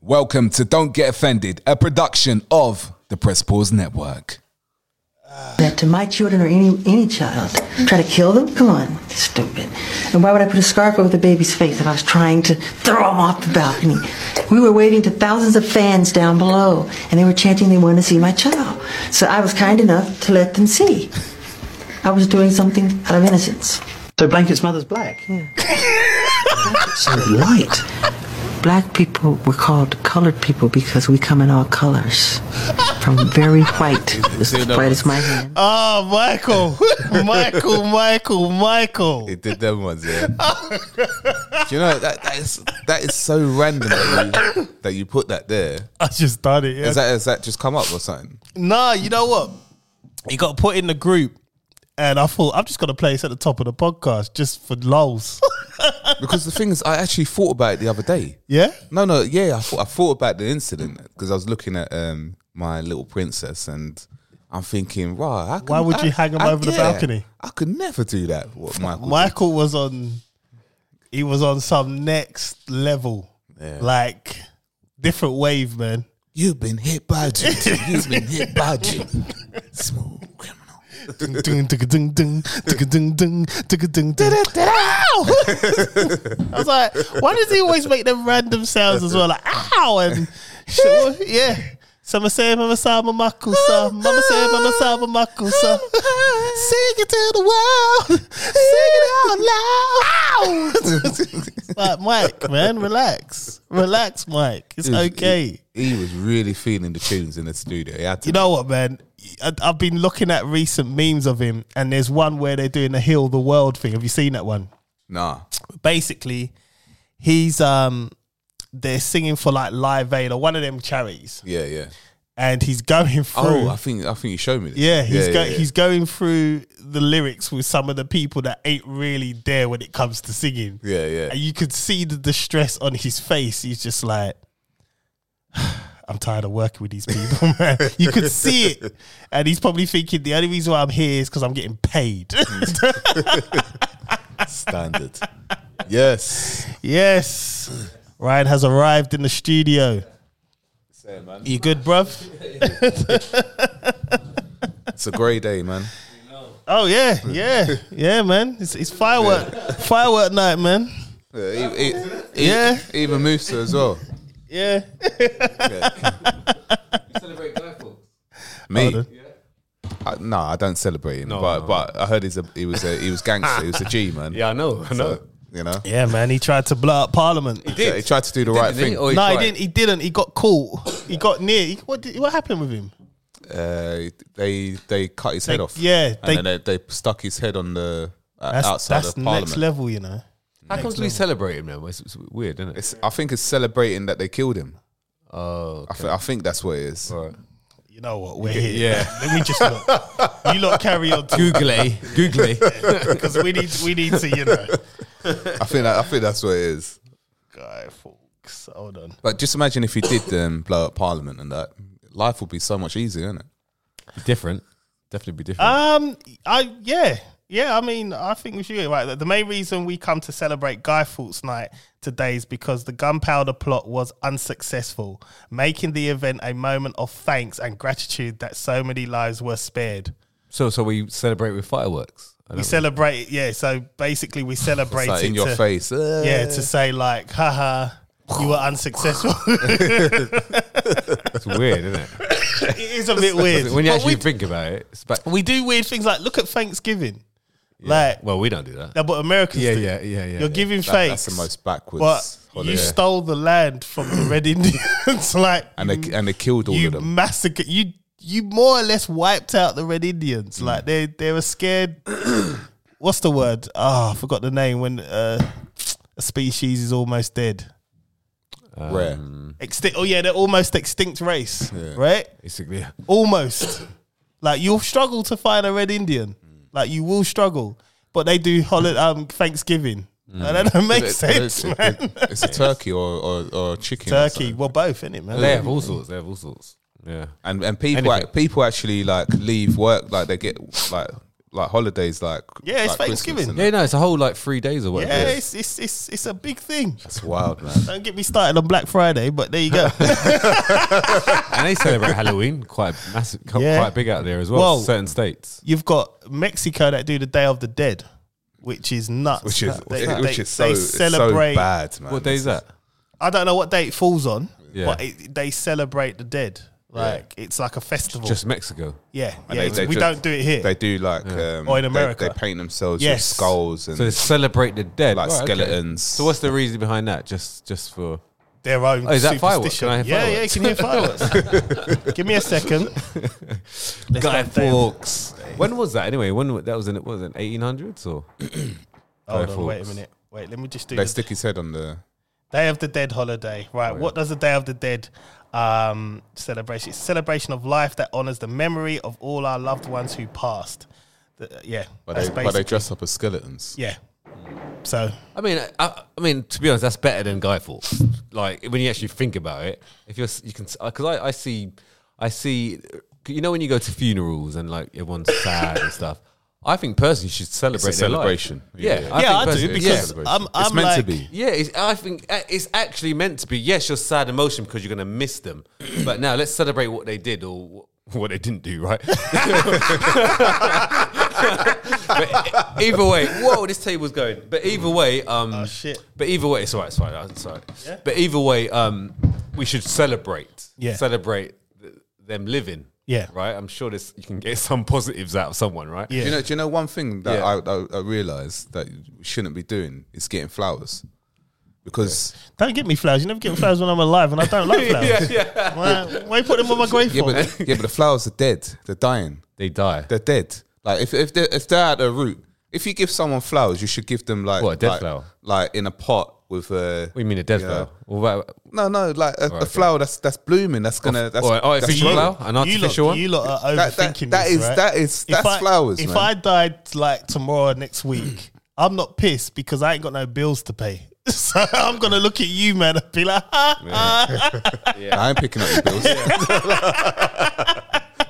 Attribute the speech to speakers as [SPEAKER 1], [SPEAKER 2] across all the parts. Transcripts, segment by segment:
[SPEAKER 1] Welcome to Don't Get Offended, a production of the Press Pause Network.
[SPEAKER 2] that to my children or any any child. Try to kill them? Come on, stupid. And why would I put a scarf over the baby's face if I was trying to throw him off the balcony? We were waving to thousands of fans down below, and they were chanting they wanted to see my child. So I was kind enough to let them see. I was doing something out of innocence.
[SPEAKER 3] So Blanket's mother's black. Yeah. so light.
[SPEAKER 2] Black people were called colored people because we come in all colors, from very white, as white as my hand.
[SPEAKER 4] Oh, Michael, Michael, Michael, Michael.
[SPEAKER 1] They did them ones, yeah. Do you know that, that is that is so random that you, that you put that there.
[SPEAKER 4] I just done it. Yeah.
[SPEAKER 1] Is that has that just come up or something?
[SPEAKER 4] nah, you know what? You got put in the group, and I thought I'm just gonna play this at the top of the podcast just for lols.
[SPEAKER 1] Because the thing is, I actually thought about it the other day.
[SPEAKER 4] yeah.
[SPEAKER 1] No, no, yeah, I thought I thought about the incident because I was looking at um, my little princess and. I'm thinking, right? how
[SPEAKER 4] Why
[SPEAKER 1] come
[SPEAKER 4] would
[SPEAKER 1] I-
[SPEAKER 4] you hang 'em
[SPEAKER 1] I-
[SPEAKER 4] over the balcony?
[SPEAKER 1] I could never do that. What Michael? did.
[SPEAKER 4] Michael was on. He was on some next level, like different wave, man.
[SPEAKER 1] You've been hit by Jim. You've been hit by Jim. Smooth criminal.
[SPEAKER 4] Dun, dun, dun, dun, dun, dun, dun, dun, dun, dun. Ow! I was like, why does he always make them random sounds as well? Like, ow! And sure, yeah. Sama say, mama say, mama kusa. Mama say, mama say, mama kusa. Sing it to the world. Sing it out loud. Ow! like, Mike, man, relax. Relax, Mike. It's okay.
[SPEAKER 1] He, he was really feeling the tunes in the studio. He had to
[SPEAKER 4] You know what, man? I, I've been looking at recent memes of him, and there's one where they're doing the heal the world thing. Have you seen that one?
[SPEAKER 1] Nah.
[SPEAKER 4] Basically, he's um, they're singing for like Live Aid or one of them charities,
[SPEAKER 1] Yeah, yeah.
[SPEAKER 4] and he's going through.
[SPEAKER 1] Oh, I think I think you showed me this.
[SPEAKER 4] yeah, he's go-
[SPEAKER 1] yeah.
[SPEAKER 4] he's going through the lyrics with some of the people that ain't really there when it comes to singing.
[SPEAKER 1] Yeah, yeah.
[SPEAKER 4] And you could see the distress on his face. He's just like, I'm tired of working with these people, man. You could see it. And he's probably thinking, the only reason why I'm here is because I'm getting paid.
[SPEAKER 1] standard. yes.
[SPEAKER 4] yes. Ryan has arrived in the studio. You good, bruv?
[SPEAKER 1] It's a great day, man.
[SPEAKER 4] Oh, yeah, yeah, yeah, man. It's, it's firework, firework night, man.
[SPEAKER 1] Yeah. He, he- he-
[SPEAKER 4] Yeah.
[SPEAKER 1] he even moves as well.
[SPEAKER 4] Yeah.
[SPEAKER 1] Me.
[SPEAKER 4] Hold on.
[SPEAKER 1] I, no, I don't celebrate him, but but I heard he's a he was a he was gangster. he was a G man.
[SPEAKER 5] Yeah, I know. I know.
[SPEAKER 1] So, you know.
[SPEAKER 4] Yeah, man. He tried to blow up Parliament.
[SPEAKER 1] So he tried to do the right
[SPEAKER 5] Didn't he?
[SPEAKER 1] thing.
[SPEAKER 5] Or he
[SPEAKER 4] No, he
[SPEAKER 5] tried?
[SPEAKER 4] didn't. He didn't. He got caught. He got near. He, what, did, what happened with him?
[SPEAKER 1] uh, they they cut his head
[SPEAKER 4] They-
[SPEAKER 1] off.
[SPEAKER 4] yeah,
[SPEAKER 1] and
[SPEAKER 4] they-
[SPEAKER 1] then they, they stuck his head on the uh,
[SPEAKER 4] That's,
[SPEAKER 1] outside
[SPEAKER 4] that's
[SPEAKER 1] of
[SPEAKER 4] next
[SPEAKER 1] Parliament.
[SPEAKER 4] level, you know.
[SPEAKER 5] How comes we celebrate him now? It's, it's weird, isn't it?
[SPEAKER 1] It's, I think it's celebrating that they killed him.
[SPEAKER 5] oh,
[SPEAKER 1] I, thi- I think that's what it is.
[SPEAKER 4] You know what? We're here.
[SPEAKER 5] yeah.
[SPEAKER 4] Let me just look. You lot carry on
[SPEAKER 5] googly, googly.
[SPEAKER 4] because we need we need to you know.
[SPEAKER 1] I think that, I think that's what it is.
[SPEAKER 4] Guy, folks, hold on.
[SPEAKER 1] But just imagine if he did um, blow up Parliament and that life would be so much easier, isn't it?
[SPEAKER 5] different, definitely be different.
[SPEAKER 4] Um, I yeah yeah. I mean, I think we should get it right. The main reason we come to celebrate Guy Fawkes Night today is because the gunpowder plot was unsuccessful, making the event a moment of thanks and gratitude that so many lives were spared.
[SPEAKER 5] so, so we celebrate with fireworks. I
[SPEAKER 4] We
[SPEAKER 5] don't-
[SPEAKER 4] celebrate, yeah. So basically, we celebrate
[SPEAKER 1] Like
[SPEAKER 4] it
[SPEAKER 1] in your
[SPEAKER 4] to-
[SPEAKER 1] face. Uh,
[SPEAKER 4] yeah, to say like, haha, you were unsuccessful.
[SPEAKER 5] it's weird, isn't it?
[SPEAKER 4] it is a bit weird.
[SPEAKER 5] When you
[SPEAKER 4] But
[SPEAKER 5] actually
[SPEAKER 4] we,
[SPEAKER 5] think about it, it's back.
[SPEAKER 4] we do weird things like look at Thanksgiving, like
[SPEAKER 5] Well, we don't do that.
[SPEAKER 4] that's what Americans
[SPEAKER 5] Yeah,
[SPEAKER 4] do.
[SPEAKER 5] yeah, yeah, yeah.
[SPEAKER 4] You're
[SPEAKER 5] yeah.
[SPEAKER 4] giving
[SPEAKER 1] that-
[SPEAKER 4] thanks,
[SPEAKER 1] that's the most backwards.
[SPEAKER 4] but
[SPEAKER 1] holiday.
[SPEAKER 4] you stole the land from the Red Indians. like,
[SPEAKER 1] and they and they killed all
[SPEAKER 4] you
[SPEAKER 1] of them.
[SPEAKER 4] massacred you. You more or less wiped out the Red Indians. Like they they were scared. What's the word? Ah, I forgot the name. When uh, a species is almost dead.
[SPEAKER 1] Rare.
[SPEAKER 4] Extinct. Oh yeah, they're almost extinct race, right?
[SPEAKER 5] Basically, yeah.
[SPEAKER 4] Almost. like you'll struggle to find a red Indian. Like you will struggle, but they do holiday um, Thanksgiving.
[SPEAKER 1] Mm.
[SPEAKER 4] And that don't make sense,
[SPEAKER 1] It's-
[SPEAKER 4] man.
[SPEAKER 1] It's a turkey or or, or chicken. or
[SPEAKER 4] Turkey, well, both, innit, man?
[SPEAKER 5] they have all sorts. They have all sorts. Yeah.
[SPEAKER 1] and and people
[SPEAKER 5] Anything.
[SPEAKER 1] people actually like leave work like they get like like holidays, like
[SPEAKER 4] Yeah, it's
[SPEAKER 1] like Christmas
[SPEAKER 4] Thanksgiving.
[SPEAKER 1] and that.
[SPEAKER 5] Yeah, no, it's a whole like three days or whatever.
[SPEAKER 4] Yeah, it's, it's, it's, it's a big thing.
[SPEAKER 1] It's wild, man.
[SPEAKER 4] Don't get me started on Black Friday, but there you go.
[SPEAKER 5] and they celebrate Halloween quite massive, co-
[SPEAKER 4] Yeah.
[SPEAKER 5] quite big out there as well.
[SPEAKER 4] Well-
[SPEAKER 5] certain states.
[SPEAKER 4] You've got Mexico that do the Day of the Dead, which is nuts.
[SPEAKER 1] Which is
[SPEAKER 4] They-
[SPEAKER 1] which
[SPEAKER 4] they-
[SPEAKER 1] is so,
[SPEAKER 4] they
[SPEAKER 1] it's so
[SPEAKER 4] celebrate-
[SPEAKER 1] bad, man.
[SPEAKER 5] What day is that?
[SPEAKER 4] I don't know what day it falls on,
[SPEAKER 5] Yeah.
[SPEAKER 4] but it, they celebrate the dead. Like it's like a festival.
[SPEAKER 5] Just Mexico.
[SPEAKER 4] yeah,
[SPEAKER 1] And
[SPEAKER 4] yeah.
[SPEAKER 1] they-
[SPEAKER 4] it's-
[SPEAKER 1] they
[SPEAKER 4] we
[SPEAKER 1] ju-
[SPEAKER 4] don't do it here.
[SPEAKER 1] They do like um,
[SPEAKER 4] Or Oh,
[SPEAKER 1] they-
[SPEAKER 4] in
[SPEAKER 1] They,
[SPEAKER 4] America.
[SPEAKER 1] paint themselves
[SPEAKER 4] Yes.
[SPEAKER 1] with skulls and
[SPEAKER 5] So they celebrate the dead,
[SPEAKER 1] like
[SPEAKER 5] Right, okay.
[SPEAKER 1] skeletons.
[SPEAKER 5] So what's the reason behind that? Just just for
[SPEAKER 4] Their own.
[SPEAKER 5] Oh, is that fireworks?
[SPEAKER 4] superstition.
[SPEAKER 5] Can I hear
[SPEAKER 4] yeah,
[SPEAKER 5] fireworks?
[SPEAKER 4] yeah. You can hear fireworks. Give me a second. Let's
[SPEAKER 5] guy
[SPEAKER 4] not damn-
[SPEAKER 5] forks. When was that anyway? When wa- that was in what was it eighteen hundreds or
[SPEAKER 4] Hold on,
[SPEAKER 5] Fireworks.
[SPEAKER 4] wait a minute. Wait, let me just do
[SPEAKER 1] they
[SPEAKER 4] the
[SPEAKER 1] stick his head on the
[SPEAKER 4] Day of the Dead holiday.
[SPEAKER 5] Oh,
[SPEAKER 4] Right. What does the Day of the Dead um, celebration? It's a celebration of life that honors the memory of all our loved ones who passed. The- yeah.
[SPEAKER 1] but
[SPEAKER 4] that's
[SPEAKER 1] they, but they
[SPEAKER 4] basic-
[SPEAKER 1] dress up as skeletons.
[SPEAKER 4] yeah. So
[SPEAKER 5] I mean, I, I mean, to be honest, that's better than Guy Fawkes. Like when you actually think about it, if you're, s- you can, because I, I see, I see, you know, when you go to funerals and like everyone's sad and stuff. I think personally, you should celebrate
[SPEAKER 1] It's a
[SPEAKER 5] their life.
[SPEAKER 1] celebration.
[SPEAKER 5] Yeah,
[SPEAKER 1] Yeah.
[SPEAKER 4] yeah, I
[SPEAKER 5] think
[SPEAKER 4] do
[SPEAKER 5] personally-
[SPEAKER 4] because
[SPEAKER 5] yeah.
[SPEAKER 4] I'm, I'm
[SPEAKER 1] it's meant
[SPEAKER 4] like,
[SPEAKER 1] to be.
[SPEAKER 5] Yeah, it's, I think uh, it's actually meant to be. Yes, you're sad emotion because you're going to miss them. But now let's celebrate what they did or wh- what they didn't do, right? but e- either way, whoa, this table's going. But either way, um,
[SPEAKER 4] Oh, shit.
[SPEAKER 5] But either way, it's all right, it's all right, it's all right. But either way, um, we should celebrate.
[SPEAKER 4] Yeah.
[SPEAKER 5] Celebrate th- them living.
[SPEAKER 4] Yeah.
[SPEAKER 5] Right? I'm sure this you can get some positives out of someone, right?
[SPEAKER 4] Yeah.
[SPEAKER 1] Do you know? Do you know one thing that
[SPEAKER 5] Yeah.
[SPEAKER 1] I, I, I realized that we shouldn't be doing is getting flowers, because
[SPEAKER 4] Don't get me flowers. You never get flowers when I'm alive, and I don't like flowers.
[SPEAKER 5] yeah, yeah.
[SPEAKER 4] Why, why you put them on my grave
[SPEAKER 1] yeah,
[SPEAKER 4] for?
[SPEAKER 1] but yeah, but the flowers are dead. They're dying.
[SPEAKER 5] They die.
[SPEAKER 1] They're dead. Like if if they're, if they're at their root, if you give someone flowers, you should give them like
[SPEAKER 5] What, a dead
[SPEAKER 1] like,
[SPEAKER 5] flower?
[SPEAKER 1] like in a pot with a.
[SPEAKER 5] What do you mean a death
[SPEAKER 1] Yeah.
[SPEAKER 5] flower? Oh, What about-
[SPEAKER 1] No, no, like a, a flower that's that's blooming. That's gonna that's,
[SPEAKER 5] or- or oh, if
[SPEAKER 1] that's
[SPEAKER 5] you-
[SPEAKER 1] growing.
[SPEAKER 5] flower? An artificial
[SPEAKER 4] you lot,
[SPEAKER 5] one?
[SPEAKER 4] You lot are
[SPEAKER 1] That- that-
[SPEAKER 4] overthinking
[SPEAKER 1] that
[SPEAKER 4] this,
[SPEAKER 1] is-
[SPEAKER 4] right?
[SPEAKER 1] that is-
[SPEAKER 4] If
[SPEAKER 1] that's
[SPEAKER 4] I-
[SPEAKER 1] flowers,
[SPEAKER 4] If
[SPEAKER 1] man.
[SPEAKER 4] I died like tomorrow or next week, I'm not pissed because I ain't got no bills to pay. So I'm gonna look at you, man, and be like, ha, ha,
[SPEAKER 1] I ain't picking up your bills.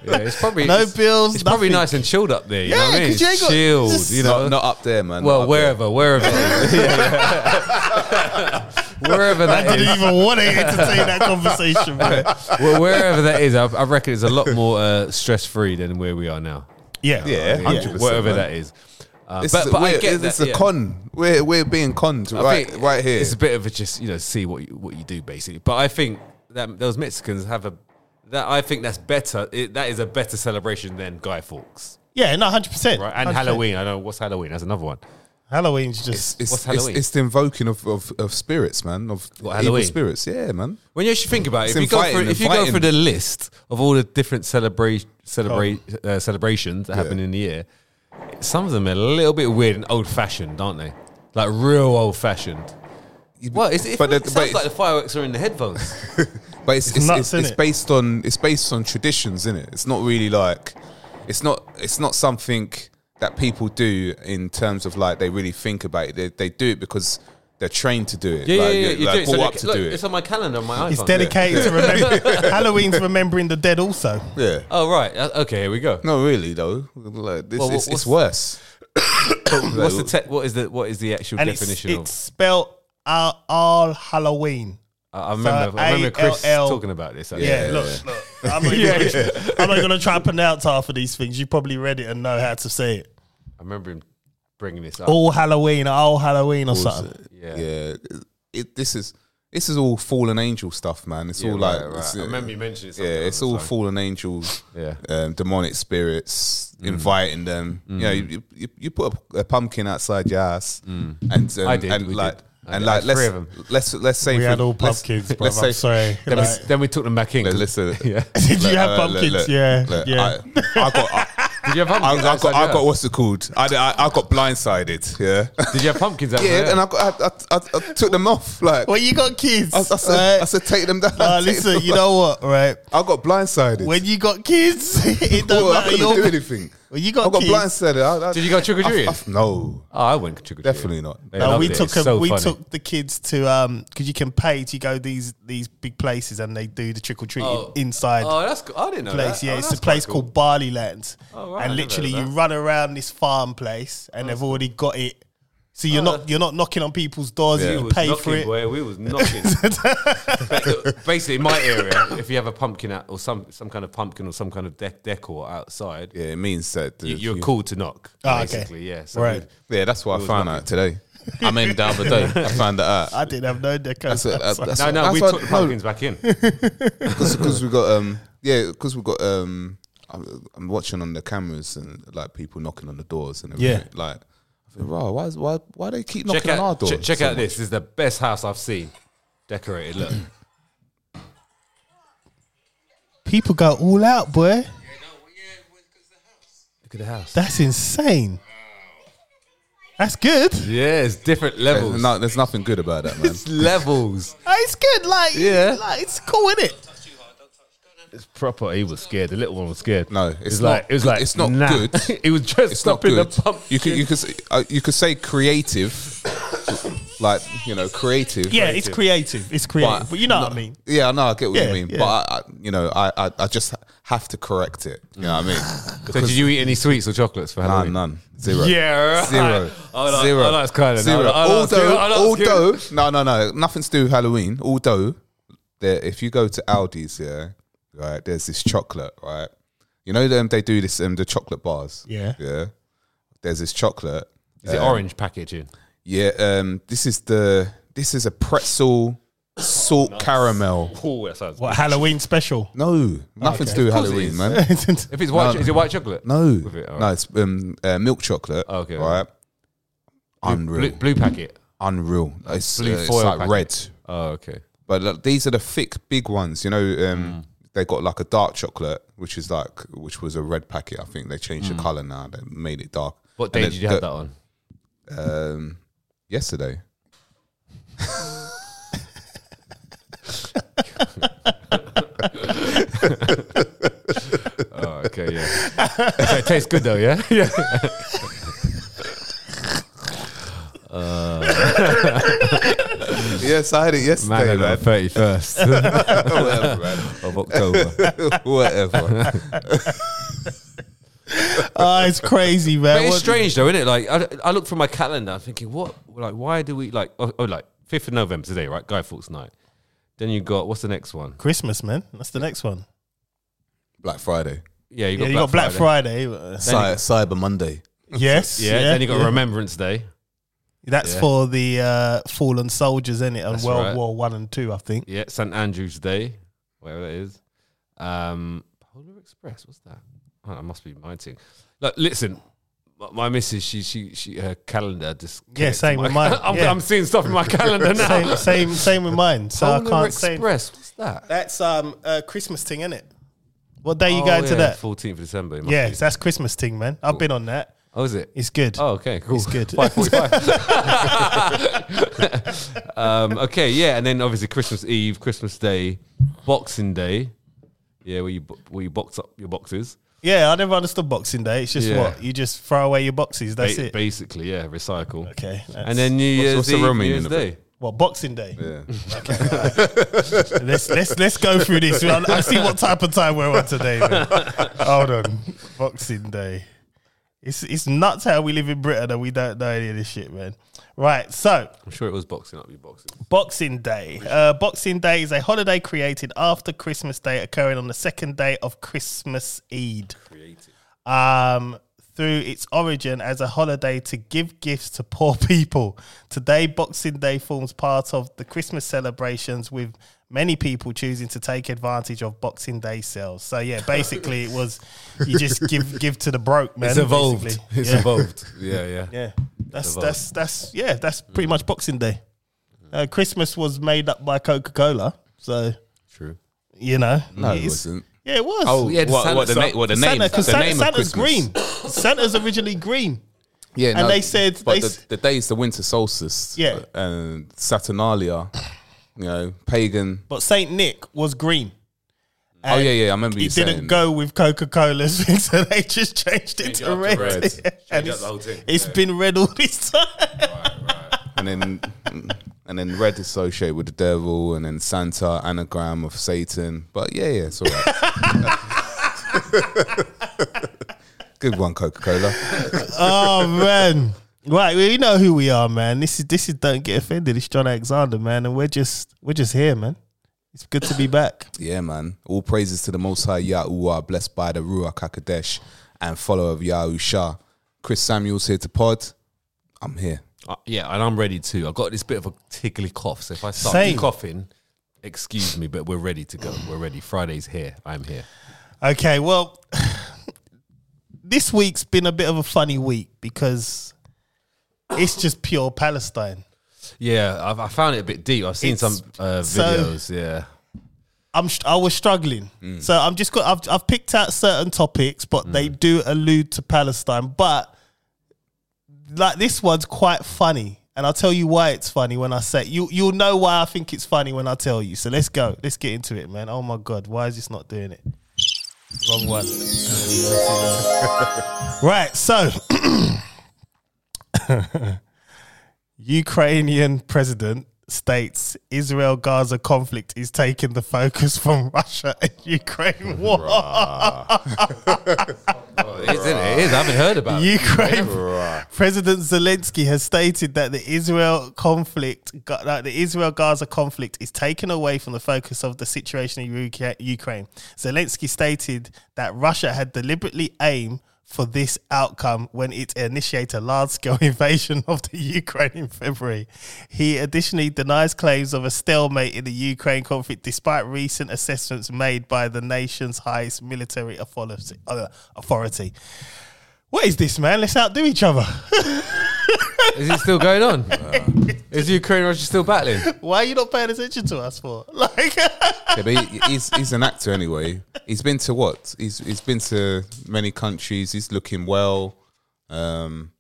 [SPEAKER 5] Yeah, it's probably
[SPEAKER 4] no
[SPEAKER 5] it's-
[SPEAKER 4] bills.
[SPEAKER 5] It's probably
[SPEAKER 4] nothing.
[SPEAKER 5] nice and chilled up there. You know what I
[SPEAKER 4] Yeah,
[SPEAKER 5] mean?
[SPEAKER 4] 'cause you ain't got-
[SPEAKER 5] chilled.
[SPEAKER 4] just-
[SPEAKER 5] you know,
[SPEAKER 1] not, not up there, man.
[SPEAKER 5] well,
[SPEAKER 1] not up
[SPEAKER 5] wherever, wherever, Yeah, yeah. wherever
[SPEAKER 4] I
[SPEAKER 5] that
[SPEAKER 4] didn't
[SPEAKER 5] is,
[SPEAKER 4] even want to entertain that conversation, man.
[SPEAKER 5] well, wherever that is, I, I reckon it's a lot more uh, stress free than where we are now.
[SPEAKER 4] Yeah,
[SPEAKER 1] Yeah.
[SPEAKER 5] Yeah,
[SPEAKER 1] 100%,
[SPEAKER 5] wherever
[SPEAKER 1] man.
[SPEAKER 5] that is. Uh,
[SPEAKER 1] This
[SPEAKER 5] but
[SPEAKER 1] is-
[SPEAKER 5] but I
[SPEAKER 1] we're- this
[SPEAKER 5] get that,
[SPEAKER 1] is a
[SPEAKER 5] yeah.
[SPEAKER 1] con. We're we're being conned
[SPEAKER 5] I
[SPEAKER 1] right
[SPEAKER 5] think
[SPEAKER 1] right here.
[SPEAKER 5] It's a bit of a just you know see what you, what you do basically. But I think that those Mexicans have a that I think that's better. It, that is a better celebration than Guy Fawkes,
[SPEAKER 4] yeah, no, hundred percent.
[SPEAKER 5] right? And Halloween. I know what's Halloween. That's another one.
[SPEAKER 4] Halloween's just
[SPEAKER 1] It's, it's,
[SPEAKER 5] What's Halloween?
[SPEAKER 1] it's the invoking of, of, of spirits, man. Of evil
[SPEAKER 5] What, Halloween?
[SPEAKER 1] spirits, yeah, man.
[SPEAKER 5] When you actually think about it,
[SPEAKER 1] It's
[SPEAKER 5] if you, go
[SPEAKER 1] inviting,
[SPEAKER 5] through, if you go
[SPEAKER 1] inviting.
[SPEAKER 5] through the list of all the different celebra- celebra- uh, celebrations that happen in the year, some of them are a little bit weird and old fashioned, aren't they? Like real old fashioned. Well, it's, it,
[SPEAKER 1] But
[SPEAKER 5] feels-
[SPEAKER 1] the-
[SPEAKER 5] it
[SPEAKER 1] but
[SPEAKER 5] sounds like the fireworks are in the headphones.
[SPEAKER 1] But it's it's, it's,
[SPEAKER 4] nuts,
[SPEAKER 1] it's
[SPEAKER 4] innit?
[SPEAKER 1] based on it's based on traditions, is it? It's not really like it's not it's not something that people do in terms of like they really think about it. They, they do it because they're trained to do it.
[SPEAKER 5] yeah, yeah,
[SPEAKER 1] like,
[SPEAKER 5] yeah.
[SPEAKER 1] they're,
[SPEAKER 5] you
[SPEAKER 1] like,
[SPEAKER 5] do it. So
[SPEAKER 1] brought
[SPEAKER 5] look,
[SPEAKER 1] up to
[SPEAKER 5] look,
[SPEAKER 1] do it.
[SPEAKER 5] It's on my calendar, on my
[SPEAKER 4] it's
[SPEAKER 5] iPhone.
[SPEAKER 4] dedicated to remember. Halloween's remembering the dead, also.
[SPEAKER 1] yeah.
[SPEAKER 5] Oh right, Uh, okay, here we go.
[SPEAKER 1] Not really though. Like, this,
[SPEAKER 5] Well,
[SPEAKER 1] it's,
[SPEAKER 5] what-
[SPEAKER 1] it's worse.
[SPEAKER 5] What's the te- what is the what is the actual
[SPEAKER 4] And it's,
[SPEAKER 5] definition
[SPEAKER 4] it's spelled all, all Halloween.
[SPEAKER 5] of? I I remember, I remember Chris
[SPEAKER 4] ALL.
[SPEAKER 5] talking about this. actually.
[SPEAKER 4] Yeah, look, look. I'm not, even gonna, I'm not gonna try and pronounce half of these things. You probably read it and know how to say it.
[SPEAKER 5] I remember him bringing this
[SPEAKER 1] Oh.
[SPEAKER 5] up.
[SPEAKER 4] All Halloween, all Halloween, or something.
[SPEAKER 5] yeah,
[SPEAKER 1] Yeah. It, this is this is all fallen angel stuff, man. It's
[SPEAKER 5] Yeah,
[SPEAKER 1] all
[SPEAKER 5] right,
[SPEAKER 1] like
[SPEAKER 5] right.
[SPEAKER 1] it's-
[SPEAKER 5] I remember you mentioning.
[SPEAKER 1] Yeah,
[SPEAKER 5] something on
[SPEAKER 1] it's
[SPEAKER 5] the
[SPEAKER 1] all
[SPEAKER 5] side.
[SPEAKER 1] fallen angels,
[SPEAKER 5] Yeah. Mm.
[SPEAKER 1] um, demonic spirits inviting them. You know, you, you, you put a, a pumpkin outside your ass, and um,
[SPEAKER 5] Mm. I did,
[SPEAKER 1] and
[SPEAKER 5] we
[SPEAKER 1] like
[SPEAKER 5] did. I
[SPEAKER 1] and
[SPEAKER 5] did. I
[SPEAKER 1] like
[SPEAKER 5] had three
[SPEAKER 1] let's
[SPEAKER 5] of 'em.
[SPEAKER 1] let's let's say
[SPEAKER 4] We
[SPEAKER 1] for-
[SPEAKER 4] had all
[SPEAKER 1] let's-
[SPEAKER 4] pumpkins,
[SPEAKER 1] let's
[SPEAKER 4] bruv, I'm sorry.
[SPEAKER 5] Then,
[SPEAKER 4] Like-
[SPEAKER 5] we, then we took them back in.
[SPEAKER 1] Look, listen.
[SPEAKER 5] yeah.
[SPEAKER 4] Did you
[SPEAKER 1] Look,
[SPEAKER 4] have
[SPEAKER 1] uh, look,
[SPEAKER 4] pumpkins?
[SPEAKER 1] look,
[SPEAKER 4] yeah,
[SPEAKER 1] look,
[SPEAKER 4] yeah.
[SPEAKER 1] I, I got. I,
[SPEAKER 5] Did you have
[SPEAKER 1] I,
[SPEAKER 5] pumpkins?
[SPEAKER 1] I got,
[SPEAKER 5] outside
[SPEAKER 1] I
[SPEAKER 5] your
[SPEAKER 1] got
[SPEAKER 5] house?
[SPEAKER 1] what's it called? I, I, I got blindsided. Yeah,
[SPEAKER 5] Did you have pumpkins? outside your
[SPEAKER 1] yeah, and I,
[SPEAKER 5] house?
[SPEAKER 1] got, I, I, I, I took them off. Like
[SPEAKER 4] well, you got kids.
[SPEAKER 1] I, I, said, I
[SPEAKER 4] right?
[SPEAKER 1] said, take them down.
[SPEAKER 4] Uh,
[SPEAKER 1] take
[SPEAKER 4] listen,
[SPEAKER 1] them
[SPEAKER 4] you
[SPEAKER 1] off.
[SPEAKER 4] know what, right?
[SPEAKER 1] I got blindsided.
[SPEAKER 4] When you got kids, it don't
[SPEAKER 1] Well, I
[SPEAKER 4] matter.
[SPEAKER 1] couldn't do
[SPEAKER 4] Your,
[SPEAKER 1] anything.
[SPEAKER 4] Well, you got,
[SPEAKER 1] I got
[SPEAKER 4] kids.
[SPEAKER 1] blindsided. I, I,
[SPEAKER 5] Did you go trick or treating?
[SPEAKER 1] I- I- No,
[SPEAKER 5] Oh, I went trick or treating.
[SPEAKER 1] definitely not.
[SPEAKER 5] They
[SPEAKER 4] No,
[SPEAKER 5] loved
[SPEAKER 4] uh, we
[SPEAKER 5] it.
[SPEAKER 4] took
[SPEAKER 5] It's
[SPEAKER 4] a,
[SPEAKER 5] so
[SPEAKER 4] we
[SPEAKER 5] funny.
[SPEAKER 4] took the kids to um because you can pay to go these these big places and they do the trick or treating
[SPEAKER 5] Oh.
[SPEAKER 4] inside.
[SPEAKER 5] Oh, that's good. I didn't know
[SPEAKER 4] place.
[SPEAKER 5] that.
[SPEAKER 4] Yeah,
[SPEAKER 5] Oh,
[SPEAKER 4] it's a
[SPEAKER 5] that's
[SPEAKER 4] place
[SPEAKER 5] quite cool.
[SPEAKER 4] called Barley Lands.
[SPEAKER 5] Oh, right, I
[SPEAKER 4] and
[SPEAKER 5] didn't know
[SPEAKER 4] literally, you
[SPEAKER 5] that.
[SPEAKER 4] run around this farm place, and they've already got it. So you're
[SPEAKER 5] Oh,
[SPEAKER 4] not
[SPEAKER 5] that's-
[SPEAKER 4] you're not knocking on people's doors.
[SPEAKER 1] Yeah.
[SPEAKER 5] We
[SPEAKER 4] You
[SPEAKER 5] was
[SPEAKER 4] pay
[SPEAKER 5] knocking,
[SPEAKER 4] for it.
[SPEAKER 5] Boy, we was knocking. Ba- Basically, in my area, if you have a pumpkin out or some some kind of pumpkin or some kind of de- decor outside,
[SPEAKER 1] Yeah, it means that the-
[SPEAKER 5] you, you're called to knock.
[SPEAKER 4] Ah, okay.
[SPEAKER 5] basically, yeah. So
[SPEAKER 4] Right.
[SPEAKER 5] we-
[SPEAKER 1] Yeah, that's what I
[SPEAKER 5] was
[SPEAKER 1] found
[SPEAKER 5] lucky.
[SPEAKER 1] out today. I mean, the other day I found that out.
[SPEAKER 4] I didn't have no deco.
[SPEAKER 1] That's what-
[SPEAKER 4] outside.
[SPEAKER 1] that's-
[SPEAKER 5] No, no,
[SPEAKER 1] That's
[SPEAKER 5] we
[SPEAKER 1] why-
[SPEAKER 5] took the
[SPEAKER 1] no.
[SPEAKER 5] pumpkins back in.
[SPEAKER 1] because we got um yeah because we got um I'm, I'm watching on the cameras and like people knocking on the doors and everything.
[SPEAKER 4] Yeah.
[SPEAKER 1] like I think, wow why is, why why they keep knocking
[SPEAKER 5] check
[SPEAKER 1] on our
[SPEAKER 5] out,
[SPEAKER 1] doors
[SPEAKER 5] check, check
[SPEAKER 1] so
[SPEAKER 5] out
[SPEAKER 1] much?
[SPEAKER 5] this. This is the best house I've seen decorated. Look,
[SPEAKER 4] People go all out, boy.
[SPEAKER 5] look at the house.
[SPEAKER 4] That's insane. That's good.
[SPEAKER 5] yeah, it's different
[SPEAKER 1] Yeah,
[SPEAKER 5] levels.
[SPEAKER 1] no, there's nothing good about that man
[SPEAKER 5] It's levels.
[SPEAKER 4] Oh, It's good. Like
[SPEAKER 5] Yeah.
[SPEAKER 4] like, it's cool, isn't it?
[SPEAKER 5] It's proper. He was scared. The little one was scared.
[SPEAKER 1] No,
[SPEAKER 5] It
[SPEAKER 1] it's
[SPEAKER 5] was
[SPEAKER 1] not
[SPEAKER 5] like it was
[SPEAKER 1] good.
[SPEAKER 5] like
[SPEAKER 1] It's not
[SPEAKER 5] nah.
[SPEAKER 1] good.
[SPEAKER 5] he was dressed
[SPEAKER 1] it's
[SPEAKER 5] up
[SPEAKER 1] not
[SPEAKER 5] in a
[SPEAKER 1] good
[SPEAKER 5] pumpkin.
[SPEAKER 1] you could you could say, uh, you could say creative like you know creative
[SPEAKER 4] Yeah, it's creative. It's creative. But, you know what I mean.
[SPEAKER 1] yeah, no, I get what
[SPEAKER 4] Yeah,
[SPEAKER 1] you mean,
[SPEAKER 4] yeah.
[SPEAKER 1] but I, I, you know, I, I, I just have to correct it. You know what I mean?
[SPEAKER 5] so did you eat any sweets or chocolates for
[SPEAKER 1] Nah,
[SPEAKER 5] Halloween?
[SPEAKER 1] none, zero.
[SPEAKER 5] Yeah, right.
[SPEAKER 1] Zero.
[SPEAKER 5] I like,
[SPEAKER 1] Zero.
[SPEAKER 5] I like Skylar.
[SPEAKER 1] Zero.
[SPEAKER 5] I like, I like
[SPEAKER 1] although,
[SPEAKER 5] Skylar. I like
[SPEAKER 1] although,
[SPEAKER 5] Skylar.
[SPEAKER 1] no, no, no, nothing to do with Halloween. Although, there, if you go to Aldi's, yeah, right, there's this chocolate, right. You know them they do this um the chocolate bars.
[SPEAKER 4] Yeah.
[SPEAKER 1] yeah. There's this chocolate.
[SPEAKER 5] is it orange packaging?
[SPEAKER 1] Yeah, um, this is the this is a pretzel salt caramel.
[SPEAKER 5] Oh, that sounds.
[SPEAKER 4] What Halloween special?
[SPEAKER 1] No, nothing to do with
[SPEAKER 5] Oh, Of course
[SPEAKER 1] Halloween,
[SPEAKER 5] it is.
[SPEAKER 1] man.
[SPEAKER 5] If it's white,
[SPEAKER 1] No,
[SPEAKER 5] cho-
[SPEAKER 1] no.
[SPEAKER 5] is it white chocolate?
[SPEAKER 1] No,
[SPEAKER 5] With it, all
[SPEAKER 1] no,
[SPEAKER 5] right.
[SPEAKER 1] it's um, uh, milk chocolate.
[SPEAKER 5] Oh, okay,
[SPEAKER 1] right. Unreal,
[SPEAKER 5] Blue, blue packet.
[SPEAKER 1] unreal. It's,
[SPEAKER 5] blue
[SPEAKER 1] uh, it's
[SPEAKER 5] foil
[SPEAKER 1] like
[SPEAKER 5] packet.
[SPEAKER 1] red.
[SPEAKER 5] Oh, okay.
[SPEAKER 1] But like, these are the thick, big ones. You know,
[SPEAKER 5] Mm.
[SPEAKER 1] um, they got like a dark chocolate, which is like, which was a red packet. I think they changed the color now. They made it dark.
[SPEAKER 5] Mm. What
[SPEAKER 1] And
[SPEAKER 5] day
[SPEAKER 1] it-
[SPEAKER 5] did you have
[SPEAKER 1] the-
[SPEAKER 5] that on?
[SPEAKER 1] Um, yesterday.
[SPEAKER 5] Oh, okay, yeah. so it tastes good though, yeah. Yeah.
[SPEAKER 1] yes, I had it yesterday,
[SPEAKER 5] Man, on the
[SPEAKER 1] man.
[SPEAKER 5] thirty first of
[SPEAKER 1] Whatever, man.
[SPEAKER 5] October.
[SPEAKER 1] Whatever.
[SPEAKER 4] Oh, it's crazy, man.
[SPEAKER 5] But it's
[SPEAKER 4] What-
[SPEAKER 5] strange though, isn't it? Like I, I look through my calendar, I'm thinking, what? Like, why do we like? Oh, oh like fifth of November today, right? Guy Fawkes night. Then you got what's the next one?
[SPEAKER 4] Christmas, man. That's the next one.
[SPEAKER 1] Black Friday,
[SPEAKER 5] Yeah, you
[SPEAKER 4] Yeah,
[SPEAKER 5] got,
[SPEAKER 4] you
[SPEAKER 5] Black,
[SPEAKER 4] got Black
[SPEAKER 5] Friday.
[SPEAKER 4] Friday.
[SPEAKER 1] Cy- Cyber Monday.
[SPEAKER 4] Yes.
[SPEAKER 5] Yeah, then you got
[SPEAKER 4] yeah.
[SPEAKER 5] Remembrance Day.
[SPEAKER 4] That's
[SPEAKER 5] Yeah.
[SPEAKER 4] for the uh, fallen soldiers, in it, and
[SPEAKER 5] That's
[SPEAKER 4] World
[SPEAKER 5] right.
[SPEAKER 4] War One and Two, I think.
[SPEAKER 5] Yeah, St Andrew's Day, whatever that is. Um, Polar Express, what's that? Oh, I must be minding. Like, listen, my, my missus, she, she, she, her calendar just.
[SPEAKER 4] Yeah,
[SPEAKER 5] connects to
[SPEAKER 4] same
[SPEAKER 5] my-
[SPEAKER 4] with mine.
[SPEAKER 5] I'm,
[SPEAKER 4] Yeah.
[SPEAKER 5] I'm seeing stuff in my calendar now.
[SPEAKER 4] Same, same, same with mine. So I
[SPEAKER 5] Polar
[SPEAKER 4] can't say
[SPEAKER 5] Express, what's that?
[SPEAKER 4] that's um a Christmas thing, is it? What day you
[SPEAKER 5] Oh,
[SPEAKER 4] going
[SPEAKER 5] yeah,
[SPEAKER 4] to that?
[SPEAKER 5] 14th of December. it must
[SPEAKER 4] Yeah,
[SPEAKER 5] be.
[SPEAKER 4] that's Christmas thing, man. I've been on that.
[SPEAKER 5] Oh, is it?
[SPEAKER 4] It's good.
[SPEAKER 5] Oh, okay, cool.
[SPEAKER 4] It's good.
[SPEAKER 5] 545. um, okay, yeah, and then obviously Christmas Eve, Christmas Day, Boxing Day. Yeah, where you bo- where you box up your boxes.
[SPEAKER 4] Yeah, I never understood Boxing Day. It's just
[SPEAKER 5] Yeah.
[SPEAKER 4] what you just throw away your boxes. That's
[SPEAKER 5] Ba-
[SPEAKER 4] it.
[SPEAKER 5] Basically, yeah, recycle.
[SPEAKER 4] Okay, that's-
[SPEAKER 5] And then New Year's
[SPEAKER 1] what's the real
[SPEAKER 5] Eve, New
[SPEAKER 1] meaning
[SPEAKER 5] Year's
[SPEAKER 1] of it?
[SPEAKER 5] Day.
[SPEAKER 4] What Boxing Day?
[SPEAKER 1] Yeah.
[SPEAKER 4] Let's let's let's go through this. I, I see what type of time we're on today. Man. Hold on, Boxing Day. It's it's nuts how we live in Britain and we don't know any of this shit, man. Right, so
[SPEAKER 5] I'm sure it was boxing up your boxes.
[SPEAKER 4] Boxing Day. Uh, Boxing Day is a holiday created after Christmas Day, occurring on the second day of Christmas Eid. Um, through its origin as a holiday to give gifts to poor people. Today, Boxing Day forms part of the Christmas celebrations, with many people choosing to take advantage of Boxing Day sales. So yeah, basically, it was you just give give to the broke man. basically.
[SPEAKER 5] It's
[SPEAKER 4] yeah.
[SPEAKER 5] evolved. Yeah, yeah.
[SPEAKER 4] Yeah, that's
[SPEAKER 5] evolved.
[SPEAKER 4] that's that's yeah, that's pretty much Boxing Day. Uh, Christmas was made up by Coca Cola, so
[SPEAKER 5] True.
[SPEAKER 4] you know.
[SPEAKER 1] No, it
[SPEAKER 4] it's-
[SPEAKER 1] wasn't.
[SPEAKER 4] Yeah, it was.
[SPEAKER 1] Oh,
[SPEAKER 5] yeah,
[SPEAKER 1] yeah,
[SPEAKER 5] the
[SPEAKER 1] what, what,
[SPEAKER 5] Santa-
[SPEAKER 1] the name? What the name?
[SPEAKER 4] Santa,
[SPEAKER 1] The
[SPEAKER 4] because Santa,
[SPEAKER 1] name of
[SPEAKER 4] Santa's
[SPEAKER 1] Christmas.
[SPEAKER 4] green. Santa's originally green.
[SPEAKER 1] Yeah,
[SPEAKER 4] And they said-
[SPEAKER 1] but
[SPEAKER 4] they
[SPEAKER 1] the,
[SPEAKER 4] s-
[SPEAKER 1] the day is the winter solstice. uh,
[SPEAKER 4] Yeah.
[SPEAKER 1] and Saturnalia, you know, pagan.
[SPEAKER 4] but Saint Nick was green,
[SPEAKER 1] Oh
[SPEAKER 4] and
[SPEAKER 1] yeah, yeah. I remember you
[SPEAKER 4] It didn't
[SPEAKER 1] saying.
[SPEAKER 4] go with Coca Cola's thing, so they just changed it
[SPEAKER 5] Changed it
[SPEAKER 4] to
[SPEAKER 5] up to
[SPEAKER 4] red.
[SPEAKER 5] red.
[SPEAKER 4] Yeah.
[SPEAKER 5] Changed
[SPEAKER 4] And
[SPEAKER 5] up
[SPEAKER 4] it's,
[SPEAKER 5] the whole thing.
[SPEAKER 4] it's
[SPEAKER 5] Yeah.
[SPEAKER 4] been red all this time.
[SPEAKER 1] and then and then red associated with the devil, and then Santa anagram of Satan. But yeah, yeah, it's all right. Good one, Coca Cola.
[SPEAKER 4] oh man. Right, well, you know who we are, man. This is this is don't get offended. It's John Alexander, man, and we're just we're just here, man. It's good to be back.
[SPEAKER 1] Yeah, man. All praises to the Most High Yahuwah, blessed by the Ruach Hakodesh and follower of Yahusha. Chris Samuels here to pod. I'm here.
[SPEAKER 5] Uh, yeah, and I'm ready too. I've got this bit of a tickly cough, so if I start
[SPEAKER 4] Same.
[SPEAKER 5] coughing, excuse me, but we're ready to go. We're ready. Friday's here. I'm here.
[SPEAKER 4] Okay, well, this week's been a bit of a funny week because it's just pure Palestine.
[SPEAKER 5] Yeah, I've, I found it a bit deep. I've seen
[SPEAKER 4] It's-
[SPEAKER 5] some uh,
[SPEAKER 4] so-
[SPEAKER 5] videos. yeah,
[SPEAKER 4] I'm str- I was struggling, so I'm just got I've I've picked out certain topics, but they do allude to Palestine. But like this one's quite funny, and I'll tell you why it's funny when I say you you'll know why I think it's funny when I tell you. So let's go, let's get into it, man. Oh my god, why is this not doing it? Wrong one. right, so Ukrainian president states Israel Gaza conflict is taking the focus from Russia and Ukraine war.
[SPEAKER 5] it is. isn't it? It is. I haven't heard about it.
[SPEAKER 4] Ukraine President Zelensky has stated that the Israel conflict, Ga- that the Israel Gaza conflict, is taken away from the focus of the situation in Uca- Ukraine. Zelensky stated that Russia had deliberately aimed for this outcome when it initiated a large-scale invasion of the Ukraine in February. He additionally denies claims of a stalemate in the Ukraine conflict despite recent assessments made by the nation's highest military authority. uh, authority. What is this, man? Let's outdo each other.
[SPEAKER 5] Is it still going on? is Ukraine Russia still battling?
[SPEAKER 4] Why are you not paying attention to us for? Like,
[SPEAKER 1] Yeah, but he, he's he's an actor anyway. He's been to what? He's he's been to many countries. He's looking well. Um,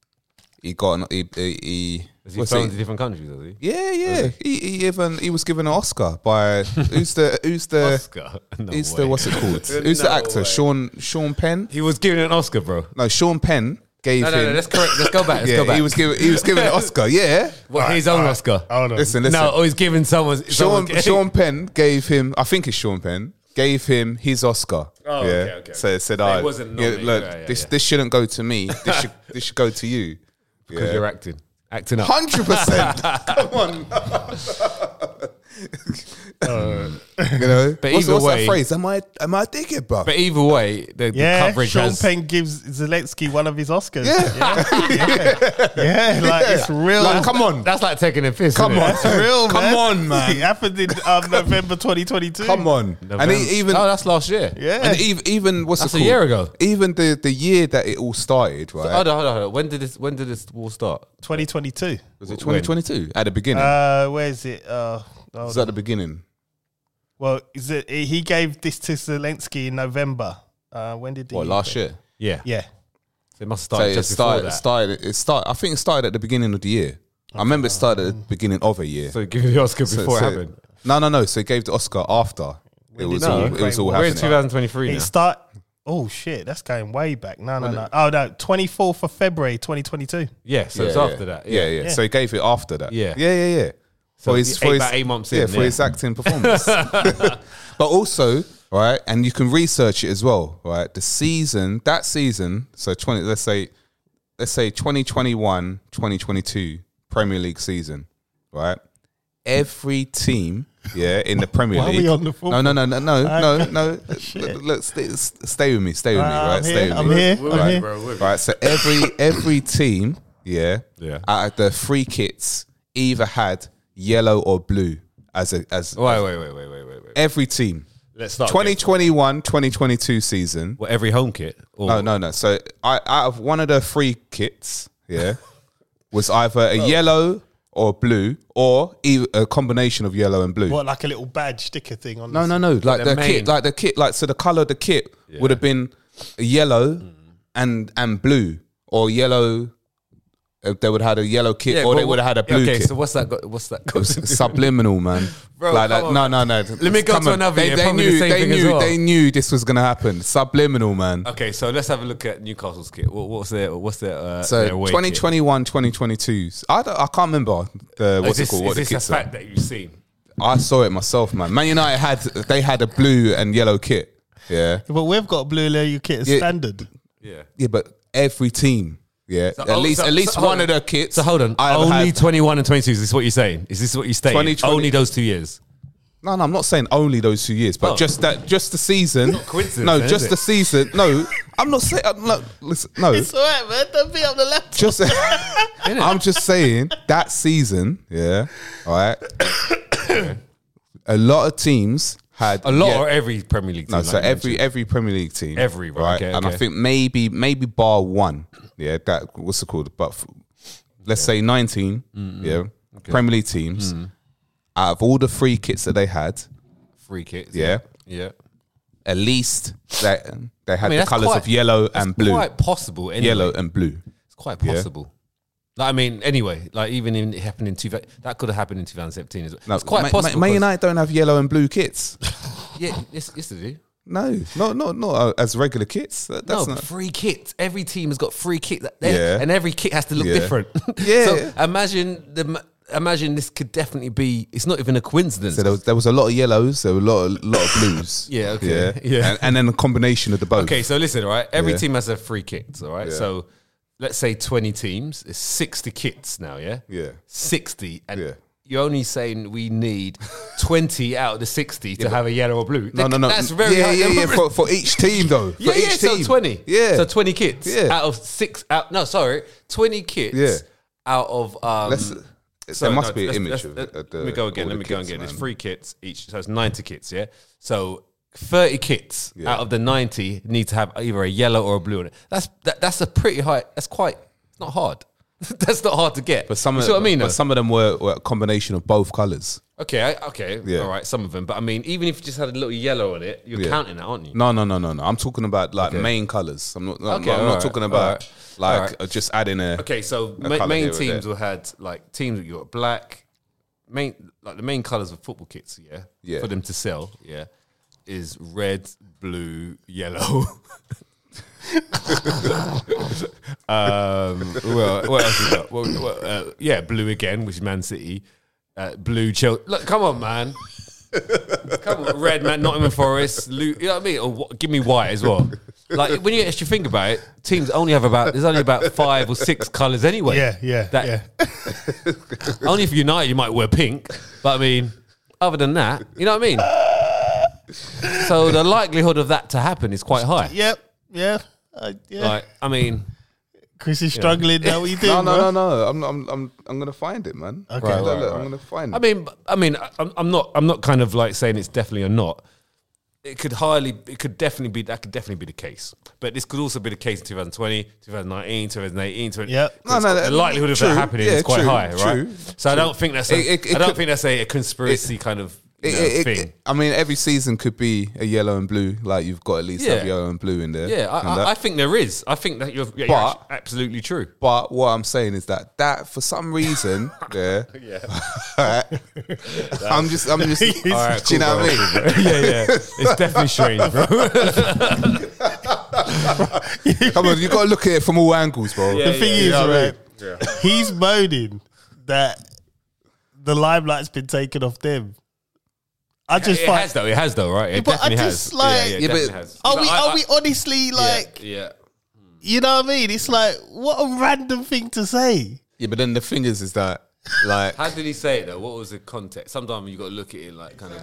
[SPEAKER 1] he got an, he he. he
[SPEAKER 5] Is he
[SPEAKER 1] what's
[SPEAKER 5] filmed
[SPEAKER 1] it?
[SPEAKER 5] in different countries? Is he?
[SPEAKER 1] Yeah, yeah. He, he even he was given an Oscar by who's the who's the
[SPEAKER 5] Oscar? No
[SPEAKER 1] who's
[SPEAKER 5] way.
[SPEAKER 1] the what's it called? who's the
[SPEAKER 5] No
[SPEAKER 1] actor?
[SPEAKER 5] way.
[SPEAKER 1] Sean Sean Penn?
[SPEAKER 5] He was given an Oscar, bro.
[SPEAKER 1] No, Sean Penn gave
[SPEAKER 5] No,
[SPEAKER 1] him.
[SPEAKER 5] no, no. Let's correct. Let's go back. Let's
[SPEAKER 1] yeah,
[SPEAKER 5] go back.
[SPEAKER 1] he was given he was given an Oscar. Yeah.
[SPEAKER 5] well, his own Oscar.
[SPEAKER 4] hold on.
[SPEAKER 1] Listen, listen.
[SPEAKER 5] No, or he's giving someone.
[SPEAKER 1] Sean
[SPEAKER 5] someone's-
[SPEAKER 1] Sean Penn gave him. I think it's Sean Penn gave him his Oscar.
[SPEAKER 5] Oh,
[SPEAKER 1] yeah.
[SPEAKER 5] okay, okay,
[SPEAKER 1] So
[SPEAKER 5] okay.
[SPEAKER 1] it said,
[SPEAKER 5] So it
[SPEAKER 1] "I
[SPEAKER 5] wasn't nominated.
[SPEAKER 1] look,
[SPEAKER 5] Yeah, yeah,
[SPEAKER 1] this
[SPEAKER 5] yeah.
[SPEAKER 1] this shouldn't go to me. This should this should go to you."
[SPEAKER 5] because you're acting, acting up.
[SPEAKER 1] Hundred percent. Come on. you know,
[SPEAKER 5] Uh, But
[SPEAKER 1] what's,
[SPEAKER 5] either
[SPEAKER 1] what's
[SPEAKER 5] way-
[SPEAKER 1] that phrase? Am I am I a dickhead, bro?
[SPEAKER 5] But e- either way, the, the
[SPEAKER 4] Yeah,
[SPEAKER 5] coverage
[SPEAKER 4] Sean
[SPEAKER 5] has.
[SPEAKER 4] Penn gives Zelensky one of his Oscars. Yeah, yeah, yeah. like it's real.
[SPEAKER 1] Like, come on,
[SPEAKER 5] That's like taking a piss.
[SPEAKER 1] come
[SPEAKER 5] isn't
[SPEAKER 1] on,
[SPEAKER 5] it?
[SPEAKER 4] It's real,
[SPEAKER 1] come
[SPEAKER 4] man.
[SPEAKER 1] on,
[SPEAKER 4] It
[SPEAKER 1] man,
[SPEAKER 4] happened in um, November 2022.
[SPEAKER 1] come on. And
[SPEAKER 5] November.
[SPEAKER 1] he, even
[SPEAKER 5] oh, that's last year.
[SPEAKER 4] Yeah.
[SPEAKER 1] and even, even what's
[SPEAKER 5] That's
[SPEAKER 1] it
[SPEAKER 5] a
[SPEAKER 1] called?
[SPEAKER 5] year ago.
[SPEAKER 1] Even the the year that it all started, right?
[SPEAKER 5] Hold on, hold on, hold on. When did this? When did this war start?
[SPEAKER 4] 2022.
[SPEAKER 1] was it
[SPEAKER 5] when?
[SPEAKER 1] 2022 at the beginning?
[SPEAKER 4] Uh, where is it? Uh,
[SPEAKER 1] was
[SPEAKER 4] hold
[SPEAKER 1] that
[SPEAKER 4] on.
[SPEAKER 1] the beginning?
[SPEAKER 4] well, is it, he gave this to Zelensky in November. Uh, when did the
[SPEAKER 1] What last year?
[SPEAKER 5] Yeah,
[SPEAKER 4] Yeah.
[SPEAKER 5] It must
[SPEAKER 1] So
[SPEAKER 5] start
[SPEAKER 1] it
[SPEAKER 5] just
[SPEAKER 1] started.
[SPEAKER 5] before
[SPEAKER 1] It
[SPEAKER 5] that.
[SPEAKER 1] started. It started. I think it started at the beginning of the year. I remember it started at the beginning of a year.
[SPEAKER 5] so give me the Oscar
[SPEAKER 1] So-
[SPEAKER 5] before
[SPEAKER 1] so-
[SPEAKER 5] it happened.
[SPEAKER 1] No, no, no. So it gave the Oscar after. It was,
[SPEAKER 4] did
[SPEAKER 1] all,
[SPEAKER 4] the
[SPEAKER 1] it was all
[SPEAKER 4] Ukraine
[SPEAKER 5] We're in
[SPEAKER 1] happening.
[SPEAKER 5] 2023
[SPEAKER 4] It
[SPEAKER 5] now.
[SPEAKER 4] start. Oh shit, that's going way back. No, no, no. Oh no, twenty fourth of February, twenty twenty two.
[SPEAKER 5] Yeah, so it's after that.
[SPEAKER 1] Yeah.
[SPEAKER 5] Yeah,
[SPEAKER 1] yeah, So he gave it after that.
[SPEAKER 5] Yeah.
[SPEAKER 1] yeah, yeah, yeah.
[SPEAKER 5] So eight- about eight months
[SPEAKER 1] yeah,
[SPEAKER 5] in,
[SPEAKER 1] for
[SPEAKER 5] yeah.
[SPEAKER 1] his acting performance. but also, right, and you can research it as well, right? The season, that season, so twenty, let's say, let's say 2021, 2022 Premier League season, right? Every team, yeah, in the Premier
[SPEAKER 4] Why are we
[SPEAKER 1] League.
[SPEAKER 4] on the football?
[SPEAKER 1] No, no, no, no, no, no, no.
[SPEAKER 4] Shit.
[SPEAKER 1] Look, look, stay, stay with me, stay with me,
[SPEAKER 4] Ah,
[SPEAKER 1] right?
[SPEAKER 4] I'm
[SPEAKER 1] stay
[SPEAKER 4] here,
[SPEAKER 1] with me.
[SPEAKER 4] I'm here, I'm
[SPEAKER 1] right?
[SPEAKER 4] here.
[SPEAKER 1] Right, so every every team, yeah,
[SPEAKER 5] Yeah.
[SPEAKER 1] out of the free kits either had yellow or blue as a as
[SPEAKER 5] Wait, wait, wait, wait, wait, wait, wait.
[SPEAKER 1] every team.
[SPEAKER 5] Let's start. again.
[SPEAKER 1] 2021 2022 season.
[SPEAKER 5] What, every home kit? Or
[SPEAKER 1] No, no, no. So I, out of one of the free kits, yeah, was either a yellow or blue or e- a combination of yellow and blue.
[SPEAKER 4] What like a little badge sticker thing on?
[SPEAKER 1] No, no, no. Like the kit,
[SPEAKER 5] the main-
[SPEAKER 1] like the kit, like so the color of the kit
[SPEAKER 5] Mm.
[SPEAKER 1] would have been yellow and and blue or yellow uh, they would have had a yellow kit
[SPEAKER 5] Yeah,
[SPEAKER 1] or they
[SPEAKER 5] well,
[SPEAKER 1] would have had a blue
[SPEAKER 5] Okay,
[SPEAKER 1] kit.
[SPEAKER 5] so what's that? Got, what's that?
[SPEAKER 1] It
[SPEAKER 5] Got
[SPEAKER 1] was
[SPEAKER 5] to do?
[SPEAKER 1] subliminal, man.
[SPEAKER 5] Bro,
[SPEAKER 1] like, like,
[SPEAKER 5] come
[SPEAKER 1] no,
[SPEAKER 5] on.
[SPEAKER 1] no, no.
[SPEAKER 5] Let me go
[SPEAKER 1] Come
[SPEAKER 5] to
[SPEAKER 1] on.
[SPEAKER 5] another
[SPEAKER 1] They,
[SPEAKER 5] year,
[SPEAKER 1] they
[SPEAKER 5] probably
[SPEAKER 1] knew,
[SPEAKER 5] the same
[SPEAKER 1] they
[SPEAKER 5] thing as
[SPEAKER 1] knew,
[SPEAKER 5] well.
[SPEAKER 1] they knew this was gonna happen. Subliminal, man.
[SPEAKER 5] okay, so let's have a look at Newcastle's kit. What, what's their what's their uh, their
[SPEAKER 1] So
[SPEAKER 5] away kit?
[SPEAKER 1] 2021, 2022. I, don't- I can't remember the,
[SPEAKER 5] Is
[SPEAKER 1] what's
[SPEAKER 5] this,
[SPEAKER 1] it called.
[SPEAKER 5] is
[SPEAKER 1] What the
[SPEAKER 5] this a
[SPEAKER 1] kits are.
[SPEAKER 5] fact that you've seen?
[SPEAKER 1] I saw it myself, man. Man United had they had a blue and yellow kit. Yeah,
[SPEAKER 4] But we've got blue layer kit as
[SPEAKER 1] Yeah.
[SPEAKER 4] standard.
[SPEAKER 5] Yeah.
[SPEAKER 1] yeah, but every team, yeah, at
[SPEAKER 5] oh,
[SPEAKER 1] least
[SPEAKER 5] so-
[SPEAKER 1] at least
[SPEAKER 5] so hold
[SPEAKER 1] one
[SPEAKER 5] on.
[SPEAKER 1] of their kits.
[SPEAKER 5] So hold on.
[SPEAKER 1] I ever
[SPEAKER 5] only
[SPEAKER 1] had.
[SPEAKER 5] 21 and 22. Is this what you're saying? Is this what you stated?
[SPEAKER 1] 2020
[SPEAKER 5] Only those two years.
[SPEAKER 1] No, no, I'm not saying only those two years, but
[SPEAKER 5] Oh.
[SPEAKER 1] just that, just the season.
[SPEAKER 5] coincidence
[SPEAKER 1] no,
[SPEAKER 5] then, is
[SPEAKER 1] just
[SPEAKER 5] it?
[SPEAKER 1] the season. No, I'm not saying. I'm not, listen, no,
[SPEAKER 4] It's all right, man. Don't be up the left.
[SPEAKER 1] just I'm just saying that season, yeah. All right. a lot of teams had
[SPEAKER 5] A lot
[SPEAKER 1] yeah,
[SPEAKER 5] or every Premier League team?
[SPEAKER 1] no,
[SPEAKER 5] like
[SPEAKER 1] so
[SPEAKER 5] you
[SPEAKER 1] every
[SPEAKER 5] mentioned?
[SPEAKER 1] every Premier League team,
[SPEAKER 5] Every, right, okay,
[SPEAKER 1] and I
[SPEAKER 5] okay.
[SPEAKER 1] think maybe maybe bar one, yeah. That what's it called? But f- let's say 19
[SPEAKER 5] Mm-hmm.
[SPEAKER 1] yeah. Premier League teams, out of all the free kits that they had,
[SPEAKER 5] free kicks.
[SPEAKER 1] yeah,
[SPEAKER 5] Yeah.
[SPEAKER 1] at least they they had
[SPEAKER 5] I
[SPEAKER 1] the
[SPEAKER 5] mean, that's
[SPEAKER 1] colours
[SPEAKER 5] quite-
[SPEAKER 1] of yellow
[SPEAKER 5] that's
[SPEAKER 1] and blue,
[SPEAKER 5] quite possible. Anyway.
[SPEAKER 1] yellow and blue.
[SPEAKER 5] It's quite
[SPEAKER 1] Yeah.
[SPEAKER 5] possible. Like, I mean, anyway, like even in it happened in two, that could have happened in 2017 as well.
[SPEAKER 1] No,
[SPEAKER 5] it's
[SPEAKER 1] Ma-
[SPEAKER 5] quite
[SPEAKER 1] Ma-
[SPEAKER 5] possible.
[SPEAKER 1] Man
[SPEAKER 5] 'cause-
[SPEAKER 1] United don't have yellow and blue kits.
[SPEAKER 5] Yeah, yes, yes, they do.
[SPEAKER 1] No, not not not uh, as regular kits. That, that's
[SPEAKER 5] no,
[SPEAKER 1] not.
[SPEAKER 5] free kit. Every team has got free kit, that-
[SPEAKER 1] Yeah.
[SPEAKER 5] and every kit has to look
[SPEAKER 1] Yeah.
[SPEAKER 5] different.
[SPEAKER 1] Yeah.
[SPEAKER 5] so imagine the ma- imagine this could definitely be. It's not even a coincidence.
[SPEAKER 1] So there was, there was a lot of yellows, there were a lot of, lot of blues.
[SPEAKER 5] Yeah, okay. Yeah.
[SPEAKER 1] And, and then a combination of the both.
[SPEAKER 5] Okay, so listen, all right. Every
[SPEAKER 1] Yeah.
[SPEAKER 5] team has their free kits, all right.
[SPEAKER 1] Yeah.
[SPEAKER 5] So let's say twenty teams. It's sixty kits now, yeah.
[SPEAKER 1] Yeah.
[SPEAKER 5] sixty, and
[SPEAKER 1] Yeah.
[SPEAKER 5] you're only saying we need twenty out of the sixty to have a yellow or blue.
[SPEAKER 1] No, no, no.
[SPEAKER 5] That's very
[SPEAKER 1] yeah,
[SPEAKER 5] high.
[SPEAKER 1] yeah, yeah. For, for each team though. For
[SPEAKER 5] yeah,
[SPEAKER 1] each
[SPEAKER 5] yeah,
[SPEAKER 1] team.
[SPEAKER 5] So twenty.
[SPEAKER 1] Yeah.
[SPEAKER 5] So twenty kits
[SPEAKER 1] Yeah.
[SPEAKER 5] out of six. Out no, sorry, twenty kits
[SPEAKER 1] Yeah.
[SPEAKER 5] out of um.
[SPEAKER 1] Let's-
[SPEAKER 5] so,
[SPEAKER 1] there must
[SPEAKER 5] no,
[SPEAKER 1] be an
[SPEAKER 5] let's-
[SPEAKER 1] image.
[SPEAKER 5] let's- uh,
[SPEAKER 1] Of,
[SPEAKER 5] let-
[SPEAKER 1] of the,
[SPEAKER 5] let me go again.
[SPEAKER 1] all
[SPEAKER 5] Let
[SPEAKER 1] the
[SPEAKER 5] me go and
[SPEAKER 1] kits,
[SPEAKER 5] get There's
[SPEAKER 1] man.
[SPEAKER 5] three kits each. So it's 90 kits, yeah? So 30 kits out of the 90 need to have either a yellow or a blue on it. That's that, that's a pretty high, that's quite, it's not hard. that's not hard to get.
[SPEAKER 1] But some,
[SPEAKER 5] you
[SPEAKER 1] of,
[SPEAKER 5] see what I mean? though?
[SPEAKER 1] But some of them were, were a combination of both colours.
[SPEAKER 5] okay, I, okay,
[SPEAKER 1] Yeah.
[SPEAKER 5] all right, some of them. But I mean, even if you just had a little yellow on it, you're
[SPEAKER 1] Yeah.
[SPEAKER 5] counting that, aren't you?
[SPEAKER 1] No, no, no, no, no. I'm talking about like
[SPEAKER 5] Okay.
[SPEAKER 1] main colours. I'm not. I'm,
[SPEAKER 5] Okay,
[SPEAKER 1] not, I'm not
[SPEAKER 5] alright,
[SPEAKER 1] talking about
[SPEAKER 5] alright,
[SPEAKER 1] like
[SPEAKER 5] alright.
[SPEAKER 1] uh, just adding a.
[SPEAKER 5] Okay,
[SPEAKER 1] A
[SPEAKER 5] so ma-
[SPEAKER 1] colour
[SPEAKER 5] main
[SPEAKER 1] here or
[SPEAKER 5] teams
[SPEAKER 1] there.
[SPEAKER 5] will had like teams. You got black, main like the main colors of football kits. Yeah,
[SPEAKER 1] Yeah.
[SPEAKER 5] For them to sell, yeah, is red, blue, yellow. um, well, what else we got? Well, well, uh, yeah, blue again, which is Man City. Uh, blue, Chelsea. Look, come on, man. Come on, red man, Nottingham Forest, Lu you know what I mean? Or what, give me white as well. Like when you actually think about it, teams only have about there's only about five or six colours anyway.
[SPEAKER 4] Yeah, yeah, yeah.
[SPEAKER 5] Only for United you might wear pink, but I mean, other than that, you know what I mean. So the likelihood of that to happen is quite high.
[SPEAKER 4] Yep, yeah. Uh, yeah.
[SPEAKER 5] Like I mean,
[SPEAKER 4] Chris is struggling now. What you doing?
[SPEAKER 1] No, no, no,
[SPEAKER 4] bro?
[SPEAKER 1] no. I'm, I'm, I'm, I'm gonna find it, man. Okay,
[SPEAKER 4] Right,
[SPEAKER 1] look, look, I'm gonna find it.
[SPEAKER 5] I mean, I mean, I'm, I'm not, I'm not kind of like saying it's definitely or not. It could highly, it could definitely be, that could definitely be the case. But this could also be the case in 2020, 2019, 2018. 20,
[SPEAKER 4] Yep.
[SPEAKER 5] No,
[SPEAKER 1] No, no,
[SPEAKER 5] the
[SPEAKER 1] that-
[SPEAKER 5] likelihood of
[SPEAKER 1] true,
[SPEAKER 5] that happening
[SPEAKER 1] yeah,
[SPEAKER 5] is quite
[SPEAKER 1] true,
[SPEAKER 5] high, right?
[SPEAKER 1] true,
[SPEAKER 5] so I don't think that's, a,
[SPEAKER 1] It- it-
[SPEAKER 5] I don't
[SPEAKER 1] could-
[SPEAKER 5] think that's a, a conspiracy kind of you
[SPEAKER 1] It-
[SPEAKER 5] know,
[SPEAKER 1] it- it-
[SPEAKER 5] thing.
[SPEAKER 1] I mean, every season could be a yellow and blue. Like you've got at least
[SPEAKER 5] Yeah.
[SPEAKER 1] have yellow and blue in there.
[SPEAKER 5] yeah, I,
[SPEAKER 1] and
[SPEAKER 5] I,
[SPEAKER 1] that.
[SPEAKER 5] I think there is. I think that you're, yeah, you're
[SPEAKER 1] But-
[SPEAKER 5] actu- absolutely true.
[SPEAKER 1] but what I'm saying is that that for some reason, yeah, yeah. I'm just, I'm just.
[SPEAKER 5] Alright,
[SPEAKER 1] do you know
[SPEAKER 5] cool,
[SPEAKER 1] what I
[SPEAKER 5] bro,
[SPEAKER 1] mean?
[SPEAKER 5] cool, bro. yeah, yeah. It's definitely strange, bro.
[SPEAKER 1] Come on, you got to look at it from all angles, bro.
[SPEAKER 4] The thing is,
[SPEAKER 1] know what I
[SPEAKER 4] right? He's moaning that the limelight's been taken off them. I just
[SPEAKER 5] it
[SPEAKER 4] find.
[SPEAKER 5] has though. It has though, right? It
[SPEAKER 4] But I
[SPEAKER 5] definitely
[SPEAKER 4] just,
[SPEAKER 5] has.
[SPEAKER 4] like-
[SPEAKER 5] yeah,
[SPEAKER 1] Yeah,
[SPEAKER 5] yeah,
[SPEAKER 1] but-
[SPEAKER 5] yeah, has.
[SPEAKER 4] Are we?
[SPEAKER 5] Like, I-
[SPEAKER 4] Are
[SPEAKER 5] I-
[SPEAKER 4] we honestly like?
[SPEAKER 5] yeah.
[SPEAKER 4] You know what I mean? It's like what a random thing to say.
[SPEAKER 1] Yeah, but then the thing is, is that like
[SPEAKER 5] How did he say it though? What was the context? Sometimes you got to look at it like kind of.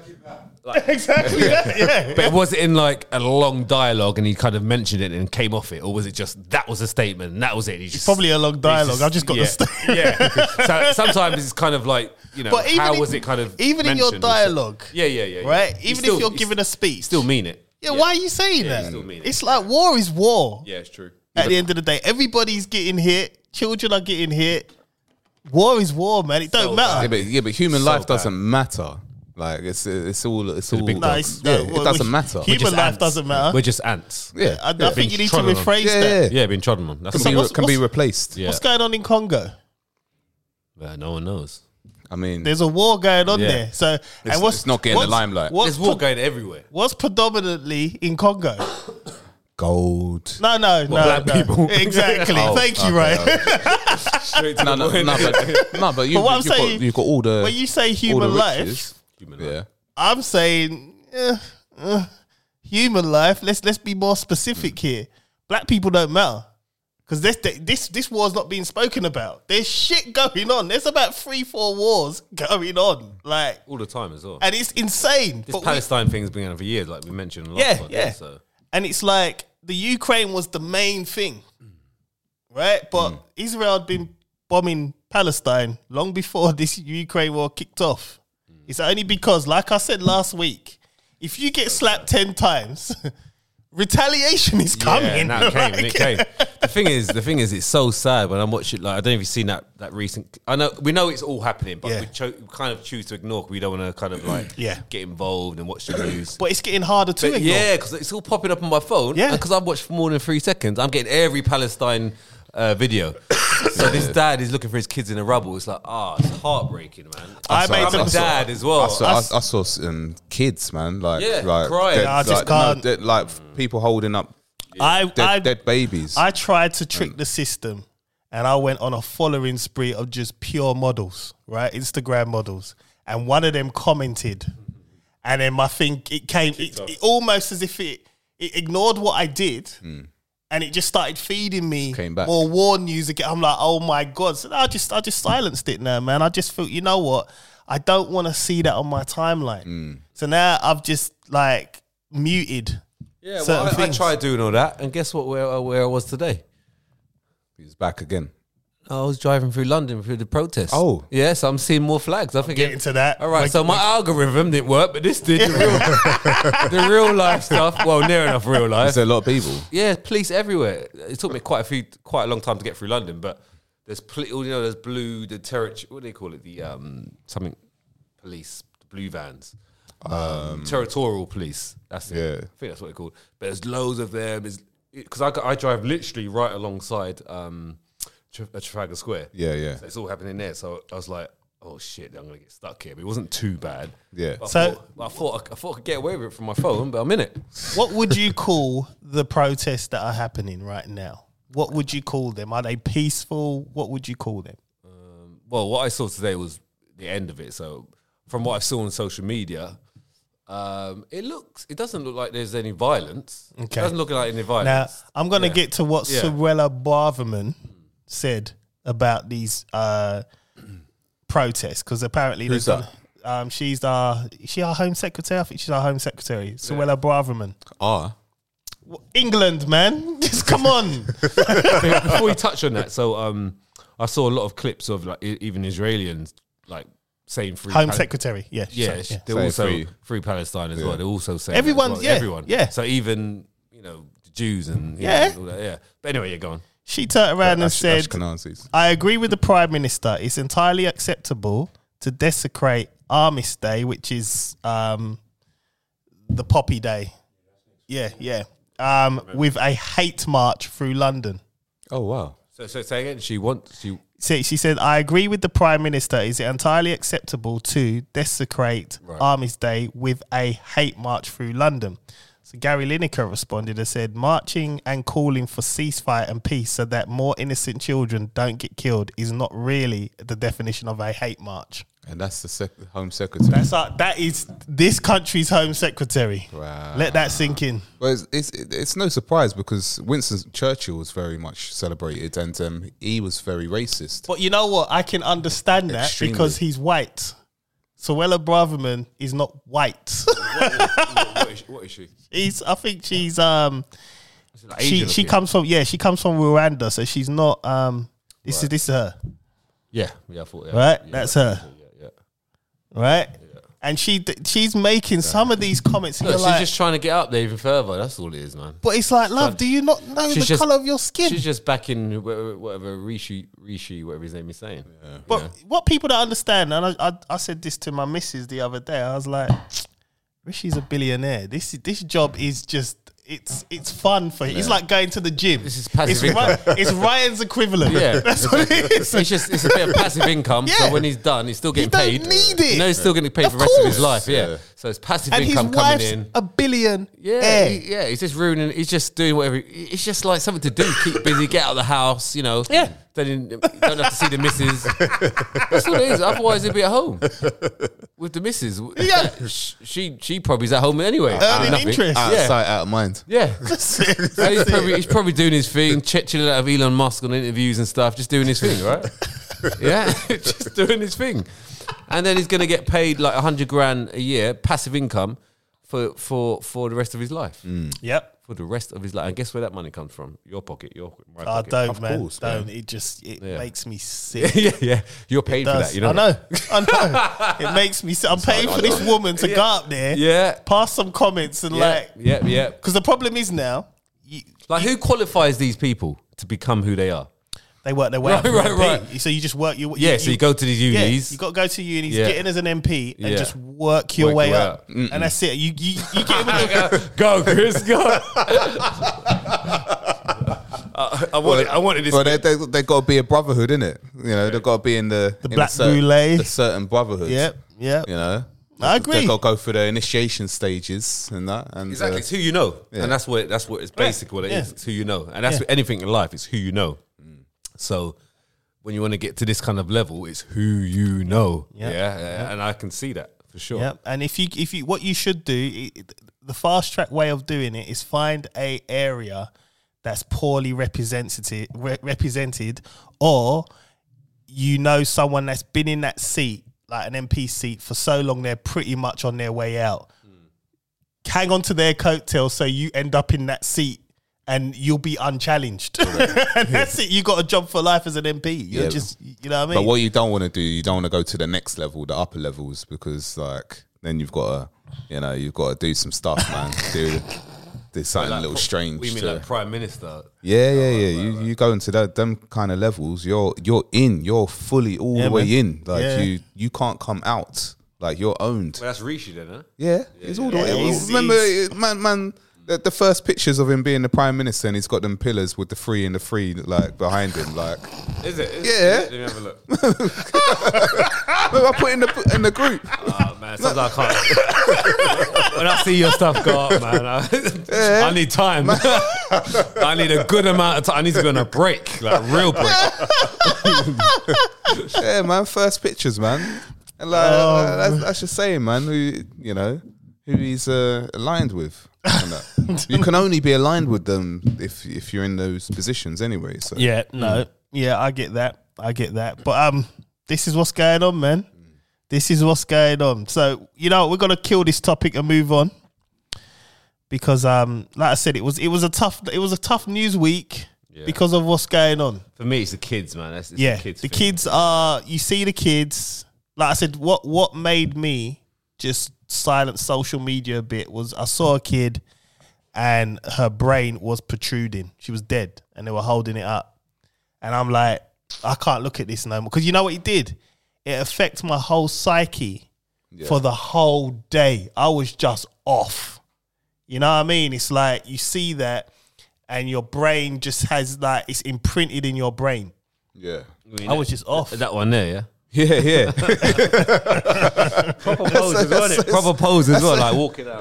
[SPEAKER 5] Like,
[SPEAKER 4] Exactly. that, yeah.
[SPEAKER 5] but was it in like a long dialogue and he kind of mentioned it and came off it, or was it just that was a statement and that was it? He just,
[SPEAKER 4] Probably a long dialogue.
[SPEAKER 5] he's
[SPEAKER 4] I've just got
[SPEAKER 5] yeah,
[SPEAKER 4] the statement.
[SPEAKER 5] Yeah. so sometimes it's kind of like you know
[SPEAKER 4] But even
[SPEAKER 5] how
[SPEAKER 4] in-
[SPEAKER 5] was it kind of
[SPEAKER 4] even in your
[SPEAKER 5] mentioned or so-
[SPEAKER 4] dialogue,
[SPEAKER 5] Yeah, yeah, yeah. yeah.
[SPEAKER 4] Right.
[SPEAKER 5] You
[SPEAKER 4] Even
[SPEAKER 5] still-
[SPEAKER 4] if you're
[SPEAKER 5] you
[SPEAKER 4] giving a speech,
[SPEAKER 5] still mean it.
[SPEAKER 4] Yeah, Why are you saying
[SPEAKER 5] Yeah, you
[SPEAKER 4] that?
[SPEAKER 5] still mean it.
[SPEAKER 4] It's like war is war.
[SPEAKER 5] Yeah, it's true.
[SPEAKER 4] At the end of the day, everybody's getting hit. Children are getting hit. War is war, man. It don't
[SPEAKER 5] So
[SPEAKER 4] matter.
[SPEAKER 1] yeah, but yeah, but human life
[SPEAKER 5] bad.
[SPEAKER 1] doesn't matter. Like it's it's all it's
[SPEAKER 5] the
[SPEAKER 1] all
[SPEAKER 5] big
[SPEAKER 4] No,
[SPEAKER 5] dogs.
[SPEAKER 4] it's-
[SPEAKER 1] yeah,
[SPEAKER 4] no, well,
[SPEAKER 1] it doesn't
[SPEAKER 4] we-
[SPEAKER 1] matter.
[SPEAKER 5] We're
[SPEAKER 4] Human
[SPEAKER 5] just
[SPEAKER 4] life
[SPEAKER 5] ants.
[SPEAKER 4] doesn't matter.
[SPEAKER 5] We're just ants.
[SPEAKER 1] yeah,
[SPEAKER 4] I, I
[SPEAKER 5] Yeah,
[SPEAKER 4] think you need to
[SPEAKER 5] trodden on.
[SPEAKER 4] rephrase
[SPEAKER 1] yeah,
[SPEAKER 4] that.
[SPEAKER 1] yeah.
[SPEAKER 5] Yeah, being trodden on. That's
[SPEAKER 1] Can be
[SPEAKER 5] what
[SPEAKER 1] re-
[SPEAKER 4] what's-
[SPEAKER 1] can be
[SPEAKER 4] what's-
[SPEAKER 1] replaced.
[SPEAKER 5] Yeah.
[SPEAKER 4] What's going on in Congo?
[SPEAKER 5] Uh, no one knows.
[SPEAKER 1] I mean,
[SPEAKER 4] There's a war going on
[SPEAKER 5] Yeah.
[SPEAKER 4] there. So and what's
[SPEAKER 1] it's not getting the
[SPEAKER 4] what's-
[SPEAKER 1] limelight.
[SPEAKER 4] What's, pre-
[SPEAKER 5] going everywhere.
[SPEAKER 4] what's predominantly in Congo?
[SPEAKER 1] gold.
[SPEAKER 4] No, no, no,
[SPEAKER 5] black
[SPEAKER 4] no.
[SPEAKER 5] people?
[SPEAKER 4] Exactly.
[SPEAKER 1] Oh,
[SPEAKER 4] Thank you,
[SPEAKER 1] okay,
[SPEAKER 4] right?
[SPEAKER 5] Straight to
[SPEAKER 1] No, no, no, but, no, but you,
[SPEAKER 4] But what I'm
[SPEAKER 1] you've,
[SPEAKER 4] saying-
[SPEAKER 1] got, you've got all the.
[SPEAKER 4] when you say
[SPEAKER 1] all the
[SPEAKER 4] human life,
[SPEAKER 1] riches. yeah.
[SPEAKER 4] I'm saying eh, eh, human life. Let's let's be more specific here. Black people don't matter because this this this war's not being spoken about. There's shit going on. There's about three four wars going on, like,
[SPEAKER 5] all the time as well.
[SPEAKER 4] and it's insane.
[SPEAKER 5] This
[SPEAKER 4] But we-
[SPEAKER 5] Palestine thing's been going on for years, like we mentioned. in the
[SPEAKER 4] yeah,
[SPEAKER 5] last one,
[SPEAKER 4] yeah.
[SPEAKER 5] So
[SPEAKER 4] And it's like the Ukraine was the main thing, right? But
[SPEAKER 5] Mm.
[SPEAKER 4] Israel had been bombing Palestine long before this Ukraine war kicked off.
[SPEAKER 5] Mm.
[SPEAKER 4] It's only because, like I said last week, if you get slapped 10 times, retaliation is coming.
[SPEAKER 5] yeah, now it came. and
[SPEAKER 4] right?
[SPEAKER 5] It came. The thing is, the thing is, it's so sad when I'm watching. Like I don't know if you've seen that that recent. I know we know it's all happening, but
[SPEAKER 4] Yeah.
[SPEAKER 5] we, cho- we kind of choose to ignore. 'cause We don't want to kind of like
[SPEAKER 4] Yeah.
[SPEAKER 5] get involved and watch the news.
[SPEAKER 4] But it's getting harder to
[SPEAKER 5] But
[SPEAKER 4] ignore.
[SPEAKER 5] yeah, because it's all popping up on my phone.
[SPEAKER 4] Yeah.
[SPEAKER 5] because I've watched for more than three seconds. I'm getting every Palestine uh, video. so this dad is looking for his kids in the rubble. It's like, ah, it's heartbreaking, man.
[SPEAKER 4] I made
[SPEAKER 5] I'm
[SPEAKER 4] some-
[SPEAKER 5] a dad as well.
[SPEAKER 1] I saw, I, I saw some kids, man, like,
[SPEAKER 5] Oh, Yeah,
[SPEAKER 1] like
[SPEAKER 5] crying.
[SPEAKER 1] dead-
[SPEAKER 5] I
[SPEAKER 4] just
[SPEAKER 1] like, no,
[SPEAKER 4] can't.
[SPEAKER 1] dead- like people holding up
[SPEAKER 4] I,
[SPEAKER 1] dead,
[SPEAKER 4] I,
[SPEAKER 1] dead babies.
[SPEAKER 4] I tried to
[SPEAKER 1] Mm.
[SPEAKER 4] trick the system and I went on a following spree of just pure models, right? Instagram models. And one of them commented. And then my thing, it came, it, it almost as if it, it ignored what I did. And it just started feeding me
[SPEAKER 1] Mm. Came back.
[SPEAKER 4] more war news again. I'm like, oh my god! So I just, I just silenced it now, man. I just felt, you know what? I don't want to see that on my timeline.
[SPEAKER 1] Mm.
[SPEAKER 4] So now I've just like muted.
[SPEAKER 5] Yeah,
[SPEAKER 4] certain
[SPEAKER 5] well, I, I
[SPEAKER 4] things.
[SPEAKER 5] tried doing all that, and guess what? Where uh, where I was today?
[SPEAKER 1] He's back again.
[SPEAKER 5] I was driving through London through the protest.
[SPEAKER 1] Oh.
[SPEAKER 5] yeah, so I'm seeing more flags. I think
[SPEAKER 4] Get into that.
[SPEAKER 5] All right,
[SPEAKER 4] Like-
[SPEAKER 5] so my algorithm didn't work, but this did. The real, the real life stuff. Well, near enough real life.
[SPEAKER 1] There's a lot of people.
[SPEAKER 5] yeah, police everywhere. It took me quite a few, quite a long time to get through London, but there's poli- you know there's blue the territory. What do they call it? The um something police the blue vans. Um, territorial police. That's it.
[SPEAKER 1] Yeah.
[SPEAKER 5] I think that's what they're called. But there's loads of them. Because I, I drive literally right alongside um, Tra- uh, Trafalgar Square.
[SPEAKER 1] Yeah, yeah.
[SPEAKER 5] So it's all happening there. So I was like, oh shit, I'm gonna get stuck here. But it wasn't too bad.
[SPEAKER 1] Yeah.
[SPEAKER 5] But I
[SPEAKER 4] So-
[SPEAKER 5] thought- I thought I, I thought I could get away with it from my phone, but I'm in it.
[SPEAKER 4] What would you call the protests that are happening right now? What would you call them? Are they peaceful? What would you call them?
[SPEAKER 5] well, what I saw today was the end of it. So, from what I saw on social media, um, it looks it doesn't look like there's any violence.
[SPEAKER 4] Okay.
[SPEAKER 5] It doesn't look like any
[SPEAKER 4] Now,
[SPEAKER 5] violence.
[SPEAKER 4] I'm going to get to what
[SPEAKER 5] Yeah.
[SPEAKER 4] Sorella Barverman said about these uh, protests because apparently
[SPEAKER 1] Who's
[SPEAKER 4] there's- Um, she's our is she our home secretary. I think she's our home secretary, Sorella Barverman.
[SPEAKER 1] Ah,
[SPEAKER 4] England, man, just come on.
[SPEAKER 5] Before we touch on that, so um, I saw a lot of clips of like e- even Israelis like saying free
[SPEAKER 4] home
[SPEAKER 5] Pal-
[SPEAKER 4] secretary. Yeah, she's
[SPEAKER 5] Yeah,
[SPEAKER 4] our- yeah.
[SPEAKER 5] they're
[SPEAKER 1] Say
[SPEAKER 5] also
[SPEAKER 1] free.
[SPEAKER 5] free. Palestine as well. They're also saying that as
[SPEAKER 4] Everyone,
[SPEAKER 5] well.
[SPEAKER 4] yeah,
[SPEAKER 5] everyone,
[SPEAKER 4] yeah.
[SPEAKER 5] So even you know the Jews and you
[SPEAKER 4] Yeah.
[SPEAKER 5] know, all that, yeah. But anyway, you're gone.
[SPEAKER 4] She turned around and
[SPEAKER 1] Ash-
[SPEAKER 4] said,
[SPEAKER 1] Ashkenazis.
[SPEAKER 4] I agree with the Prime Minister. It's entirely acceptable to desecrate Armistice Day, which is um, the Poppy Day. Yeah, yeah. Um, with a hate march through London.
[SPEAKER 1] Oh wow.
[SPEAKER 5] So so say again. She wants she
[SPEAKER 4] So she said, I agree with the Prime Minister. Is it entirely acceptable to desecrate Armistice Day with a hate march through London? So Gary Lineker responded and said, Marching and calling for ceasefire and peace so that more innocent children don't get killed is not really the definition of a hate march.
[SPEAKER 1] And that's the sec- Home Secretary.
[SPEAKER 4] That's our, that is this country's Home Secretary.
[SPEAKER 1] Wow.
[SPEAKER 4] Let that sink in.
[SPEAKER 1] Well, it's, it's it's no surprise because Winston Churchill was very much celebrated, and um, he was very racist.
[SPEAKER 4] But you know what? I can understand that
[SPEAKER 1] Extremely.
[SPEAKER 4] because he's white. Suella Braverman is not white.
[SPEAKER 5] what is she? What is she?
[SPEAKER 4] She's, I think she's um
[SPEAKER 5] Like
[SPEAKER 4] she
[SPEAKER 5] Asian
[SPEAKER 4] she
[SPEAKER 5] looking.
[SPEAKER 4] comes from yeah she comes from Rwanda so she's not um this is this is her
[SPEAKER 5] Yeah, yeah, I thought yeah,
[SPEAKER 4] right
[SPEAKER 5] yeah,
[SPEAKER 4] that's her
[SPEAKER 5] yeah, yeah.
[SPEAKER 4] right and she d- she's making some of these comments. And
[SPEAKER 5] Look,
[SPEAKER 4] you're
[SPEAKER 5] she's
[SPEAKER 4] like,
[SPEAKER 5] just trying to get up there even further. That's all it is, man.
[SPEAKER 4] but it's like, love, do you not know Oh, the
[SPEAKER 5] She's just-
[SPEAKER 4] color of your skin?
[SPEAKER 5] She's just backing whatever, whatever Rishi, Rishi, whatever his name is saying. Yeah.
[SPEAKER 4] But what people don't understand, and I, I, I said this to my missus the other day, I was like, Rishi's a billionaire. This is- this job is just it's it's fun for him. It's like going to the gym.
[SPEAKER 5] This is passive
[SPEAKER 4] it's, Ry-
[SPEAKER 5] income.
[SPEAKER 4] it's Ryan's equivalent.
[SPEAKER 5] Yeah.
[SPEAKER 4] that's what it is.
[SPEAKER 5] It's just it's a bit of passive income.
[SPEAKER 4] Yeah.
[SPEAKER 5] So when he's done, he's still
[SPEAKER 4] He
[SPEAKER 5] getting
[SPEAKER 4] don't
[SPEAKER 5] paid.
[SPEAKER 4] need it.
[SPEAKER 5] You know, he's still getting paid
[SPEAKER 4] Of
[SPEAKER 5] for the rest of his
[SPEAKER 4] course.
[SPEAKER 5] life. Yeah. So it's passive
[SPEAKER 4] and his
[SPEAKER 5] income coming
[SPEAKER 4] wife's
[SPEAKER 5] in.
[SPEAKER 4] a eh, billionaire.
[SPEAKER 5] Yeah, he- yeah, he's just ruining. He's just doing whatever. he- It's just like something to do. Keep busy, get out of the house. You know.
[SPEAKER 4] Yeah.
[SPEAKER 5] Then you don't have to see the missus. That's all it is. Otherwise, he'd be at home with the missus.
[SPEAKER 4] Yeah.
[SPEAKER 5] Sh- she she probably's at home anyway.
[SPEAKER 4] Earning
[SPEAKER 5] doing nothing.
[SPEAKER 4] interest.
[SPEAKER 1] Out of
[SPEAKER 5] Yeah,
[SPEAKER 1] sight, out of mind.
[SPEAKER 5] yeah.
[SPEAKER 4] That's it.
[SPEAKER 5] So he's
[SPEAKER 4] That's it.
[SPEAKER 5] Uh, probably he's probably doing his thing, ch- chilling out of Elon Musk on interviews and stuff, just doing his thing, right? yeah, just doing his thing, and then he's gonna get paid like hundred grand a year, passive income, for for for the rest of his life,
[SPEAKER 4] Yep.
[SPEAKER 5] for the rest of his life. And guess where that money comes from? Your pocket, your my
[SPEAKER 4] I
[SPEAKER 5] pocket.
[SPEAKER 4] don't, man.
[SPEAKER 1] course,
[SPEAKER 4] don't. It just it
[SPEAKER 5] Yeah.
[SPEAKER 4] makes me sick.
[SPEAKER 5] yeah, yeah, you're paid for
[SPEAKER 4] does.
[SPEAKER 5] that. You know.
[SPEAKER 4] I know. I know. it makes me. sick. I'm paying for this woman to go up there,
[SPEAKER 5] Yeah.
[SPEAKER 4] pass some comments, and
[SPEAKER 5] Yeah,
[SPEAKER 4] like,
[SPEAKER 5] yeah, yeah.
[SPEAKER 4] because the problem is now, you,
[SPEAKER 5] Like, who qualifies these people to become who they are?
[SPEAKER 4] they work their way
[SPEAKER 5] Right,
[SPEAKER 4] up. to
[SPEAKER 5] right,
[SPEAKER 4] MP. So you just work your
[SPEAKER 5] Yeah, so you go to these
[SPEAKER 4] yeah,
[SPEAKER 5] unis.
[SPEAKER 4] you got to go to unis,
[SPEAKER 5] Yeah.
[SPEAKER 4] get in as an MP, and
[SPEAKER 5] Yeah.
[SPEAKER 4] just work your
[SPEAKER 5] Work
[SPEAKER 4] way
[SPEAKER 5] your way
[SPEAKER 4] up,
[SPEAKER 5] up.
[SPEAKER 4] and that's it. You you, you get in with your,
[SPEAKER 5] go, Chris, go. I, I wanted, I wanted this.
[SPEAKER 1] Well, they they they got to be a brotherhood, innit? You know, they got to be in the the
[SPEAKER 4] black
[SPEAKER 1] a certain,
[SPEAKER 4] boulet.
[SPEAKER 1] a certain brotherhood.
[SPEAKER 4] yep, yep.
[SPEAKER 1] You know,
[SPEAKER 4] I
[SPEAKER 1] They
[SPEAKER 4] agree.
[SPEAKER 1] got to go through the initiation stages and that. And
[SPEAKER 5] Exactly,
[SPEAKER 1] uh,
[SPEAKER 5] it's who you know, and that's what that's what it's basic. What it is,
[SPEAKER 4] Yeah.
[SPEAKER 5] it's who you know, and that's anything in life. It's who you know. So when you want to get to this kind of level, it's who you know.
[SPEAKER 4] Yeah.
[SPEAKER 5] Yeah, and I can see that for sure.
[SPEAKER 4] Yep. And if you if you what you should do, i- the fast track way of doing it is find a area that's poorly represented re- represented, or you know someone that's been in that seat, like an MP seat, for so long they're pretty much on their way out. Hang on to their coattails so you end up in that seat. And you'll be unchallenged. and that's it. You got a job for life as an MP. You're
[SPEAKER 1] Yeah.
[SPEAKER 4] just, you know what I mean?
[SPEAKER 1] But what you don't want to do, you don't want to go to the next level, the upper levels, because like then you've got to, you know, you've got to do some stuff, man. do do something a little strange.
[SPEAKER 5] We mean
[SPEAKER 1] to-
[SPEAKER 5] like prime minister.
[SPEAKER 1] yeah, yeah, yeah. you you go into that them kind of levels, you're you're in, you're fully all
[SPEAKER 4] Yeah,
[SPEAKER 1] the way
[SPEAKER 4] man.
[SPEAKER 1] in. Like
[SPEAKER 4] Yeah.
[SPEAKER 1] you you can't come out. Like you're owned.
[SPEAKER 5] Well, that's Rishi then, huh?
[SPEAKER 1] Yeah, he's all the
[SPEAKER 4] Yeah,
[SPEAKER 1] way.
[SPEAKER 4] he's-
[SPEAKER 1] remember,
[SPEAKER 4] he's-
[SPEAKER 1] man, man, the, the first pictures of him being the prime minister, and he's got them pillars with the three and the three like behind him. Like,
[SPEAKER 5] Is it? Is
[SPEAKER 1] Yeah.
[SPEAKER 5] It? Let me have a look.
[SPEAKER 1] I put in the in the group.
[SPEAKER 5] Oh man, sometimes I can't. when I see your stuff go up, man, I, I need time. I need a good amount of time. I need to be on a break, like real break.
[SPEAKER 1] yeah, man, first pictures, man. And like, uh, that's, that's just saying, man. Who you know, who he's uh, aligned with. And that. you can only be aligned with them if if you're in those positions anyway. So
[SPEAKER 4] Yeah, no. Yeah, I get that. I get that. But um this is what's going on, man. This is what's going on. So, you know, we're gonna kill this topic and move on. Because um like I said, it was it was a tough it was a tough news week because of what's going on.
[SPEAKER 5] For me, it's the kids, man. That's, it's
[SPEAKER 4] yeah.
[SPEAKER 5] the kids.
[SPEAKER 4] the
[SPEAKER 5] thing.
[SPEAKER 4] kids are you see the kids. Like I said, what what made me just silence social media a bit was I saw a kid and her brain was protruding. She was dead and they were holding it up. And I'm like, I can't look at this no more. Because you know what it did? It affected my whole psyche for the whole day. I was just off. You know what I mean? It's like you see that and your brain just has like it's imprinted in your brain.
[SPEAKER 1] yeah,
[SPEAKER 5] mean,
[SPEAKER 4] I was just off.
[SPEAKER 5] that one there, yeah.
[SPEAKER 1] yeah, yeah.
[SPEAKER 5] Proper pose as well. innit? Proper pose as well, like walking out.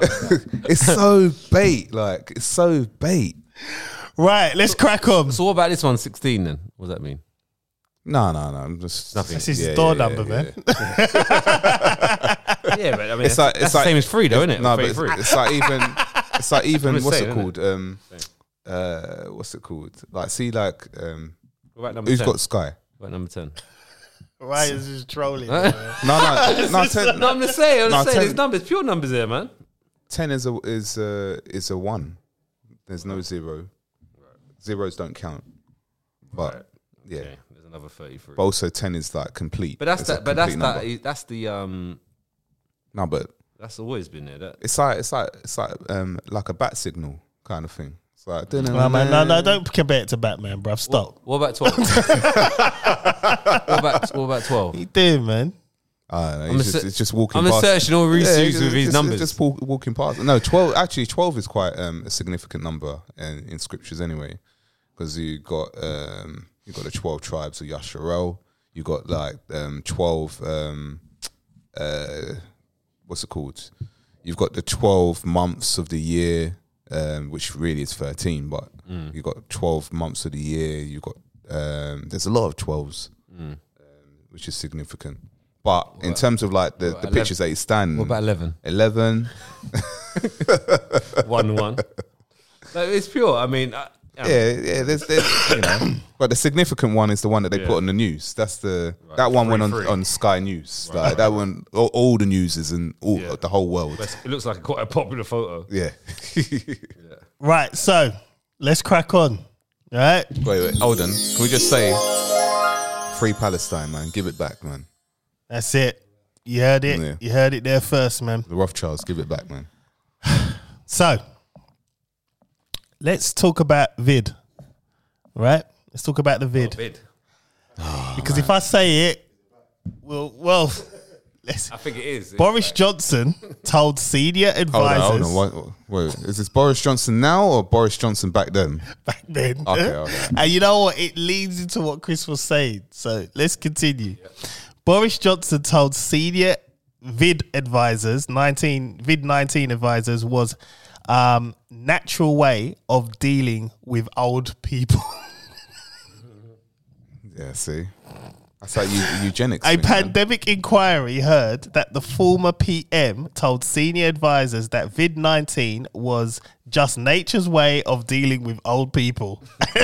[SPEAKER 1] it's so bait. Like it's so bait.
[SPEAKER 4] Right, let's crack on.
[SPEAKER 5] So what about this one, 16 then? What does that mean?
[SPEAKER 1] No, no, no. I'm just
[SPEAKER 5] Nothing.
[SPEAKER 4] This is
[SPEAKER 1] Yeah,
[SPEAKER 4] door
[SPEAKER 1] yeah, yeah,
[SPEAKER 4] number, man.
[SPEAKER 5] Yeah, but I mean,
[SPEAKER 1] It's like it's
[SPEAKER 5] the
[SPEAKER 1] like
[SPEAKER 5] same as free, though, isn't it?
[SPEAKER 1] No, but it's, it's like even it's like even
[SPEAKER 5] just
[SPEAKER 1] what's
[SPEAKER 5] saying,
[SPEAKER 1] it
[SPEAKER 5] innit?
[SPEAKER 1] called? Um, uh, what's it called? Like see, like um,
[SPEAKER 5] what about number
[SPEAKER 1] who's
[SPEAKER 5] 10?
[SPEAKER 1] got Sky?
[SPEAKER 5] what about number 10?
[SPEAKER 4] Ryan's just trolling. man.
[SPEAKER 1] No, no, no. Ten,
[SPEAKER 5] No, I'm just saying, I'm
[SPEAKER 1] No,
[SPEAKER 5] just
[SPEAKER 1] 10.
[SPEAKER 5] saying, there's numbers, pure numbers there, man.
[SPEAKER 1] ten is a is a is a one. There's no zero. Zeros don't count. But yeah,
[SPEAKER 5] Okay, there's another 33.
[SPEAKER 1] but also ten is like complete.
[SPEAKER 5] But that's
[SPEAKER 1] It's a
[SPEAKER 5] that. But that's
[SPEAKER 1] complete number.
[SPEAKER 5] that. That's the um.
[SPEAKER 1] No, but
[SPEAKER 5] That's always been there. That
[SPEAKER 1] it's like it's like it's like um like a bat signal kind of thing. It's like no,
[SPEAKER 4] No, man, no, no, don't compare it to Batman, bruv. Stop.
[SPEAKER 5] What about twelve? what about what about twelve?
[SPEAKER 4] He did, man.
[SPEAKER 1] Uh,
[SPEAKER 5] I'm
[SPEAKER 1] it's,
[SPEAKER 5] a
[SPEAKER 1] just,
[SPEAKER 5] se-
[SPEAKER 1] it's just walking.
[SPEAKER 5] I'm a
[SPEAKER 1] past.
[SPEAKER 5] searching all
[SPEAKER 1] it's
[SPEAKER 5] Reese's
[SPEAKER 1] just-
[SPEAKER 5] with
[SPEAKER 1] it's
[SPEAKER 5] his
[SPEAKER 1] just-
[SPEAKER 5] numbers.
[SPEAKER 1] It's just walk, walking past. No, twelve. Actually, twelve is quite um, a significant number in, in scriptures anyway, because you got um, you got the twelve tribes of Yasharel. You got like um, twelve. Um, uh, what's it called? You've got the twelve months of the year, um, which really is thirteen, but
[SPEAKER 5] Mm.
[SPEAKER 1] you've got twelve months of the year. You've got um, there's a lot of twelves,
[SPEAKER 5] Mm.
[SPEAKER 1] um, which is significant. But in terms of like the, the
[SPEAKER 5] about
[SPEAKER 1] pictures that he's standing,
[SPEAKER 5] What about eleven?
[SPEAKER 1] 11.
[SPEAKER 5] one one. Like, it's pure. I mean, I,
[SPEAKER 1] Yeah,
[SPEAKER 5] I-
[SPEAKER 1] yeah. There's, there's, you know, but the significant one is the one that they put on the news. That's the that one went on,
[SPEAKER 6] Free, free.
[SPEAKER 1] on Sky News. like that one, all, all the news is in all
[SPEAKER 6] Yeah.
[SPEAKER 1] the whole world.
[SPEAKER 5] it looks like quite a popular photo.
[SPEAKER 1] yeah.
[SPEAKER 4] Right, so let's crack on. All right.
[SPEAKER 1] Wait, wait, hold on. Can we just say free Palestine, man? Give it back, man.
[SPEAKER 4] That's it. You heard it.
[SPEAKER 1] Yeah.
[SPEAKER 4] You heard it there first, man.
[SPEAKER 1] The Rothschilds, give it back, man.
[SPEAKER 4] So let's talk about vid. Right? Let's talk about the vid.
[SPEAKER 1] Oh,
[SPEAKER 5] Bid.
[SPEAKER 4] because if I say it, well, well let's,
[SPEAKER 5] I think it is.
[SPEAKER 4] Boris Johnson told senior
[SPEAKER 1] Hold on,
[SPEAKER 4] advisors
[SPEAKER 1] hold on. What, wait, is this Boris Johnson now or Boris Johnson back then?
[SPEAKER 4] back then.
[SPEAKER 1] Okay, okay.
[SPEAKER 4] And you know what? It leads into what Chris was saying. So let's continue. Boris Johnson told senior vid advisors, 19 vid 19 advisors was um natural way of dealing with old people.
[SPEAKER 1] Yeah, see, that's like eu- eugenics.
[SPEAKER 4] A
[SPEAKER 1] thing, man.
[SPEAKER 4] pandemic inquiry heard that the former PM told senior advisors that vid 19 was just nature's way of dealing with old people.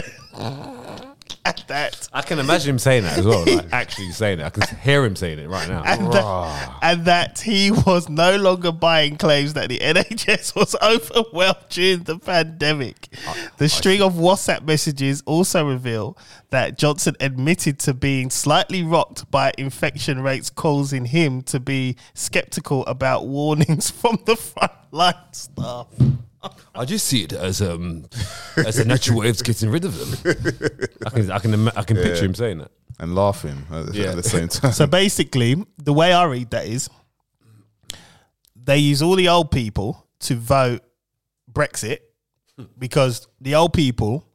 [SPEAKER 4] and that
[SPEAKER 5] I can imagine him saying that as well. Like actually saying it. I can hear him saying it right now.
[SPEAKER 4] and that, and that he was no longer buying claims that the NHS was overwhelmed during the pandemic. The string of WhatsApp messages also reveal that Johnson admitted to being slightly rocked by infection rates, causing him to be skeptical about warnings from the frontline staff.
[SPEAKER 5] I just see it as um as a natural way of getting rid of them. I can I can ima- I can picture him saying that.
[SPEAKER 1] and laughing at, the-
[SPEAKER 5] Yeah.
[SPEAKER 1] at the same time.
[SPEAKER 4] So basically, the way I read that is they use all the old people to vote Brexit because the old people,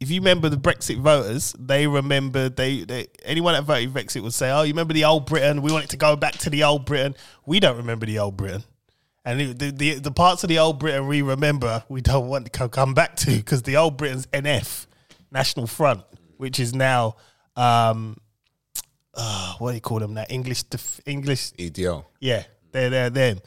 [SPEAKER 4] if you remember the Brexit voters, they remember they, they anyone that voted Brexit would say, "Oh, you remember the old Britain? We want it to go back to the old Britain." We don't remember the old Britain. And it- the, the the parts of the old Britain we remember, we don't want to co- come back to because the old Britain's NF, National Front, which is now um, what do you call them now? English, def- English,
[SPEAKER 1] EDL.
[SPEAKER 4] yeah, they're they're them.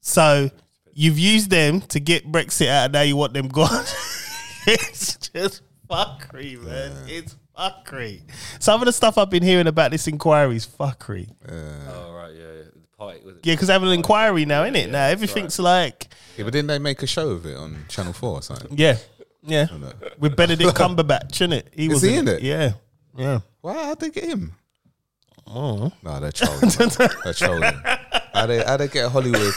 [SPEAKER 4] So you've used them to get Brexit out, and now you want them gone. it's just fuckery, man. It's fuckery. Some of the stuff I've been hearing about this inquiry is fuckery.
[SPEAKER 5] Oh right, yeah, yeah. The party was it?
[SPEAKER 4] Yeah, because having an inquiry now, innit? now everything's like,
[SPEAKER 1] Yeah, but didn't they make a show of it on Channel Four or something?
[SPEAKER 4] yeah, yeah, with Benedict Cumberbatch, innit? He
[SPEAKER 1] Is he in it?
[SPEAKER 4] Yeah, yeah.
[SPEAKER 1] Why? How'd they get him? Oh. No, they're trolling. man. they're trolling. How they, how they get Hollywood?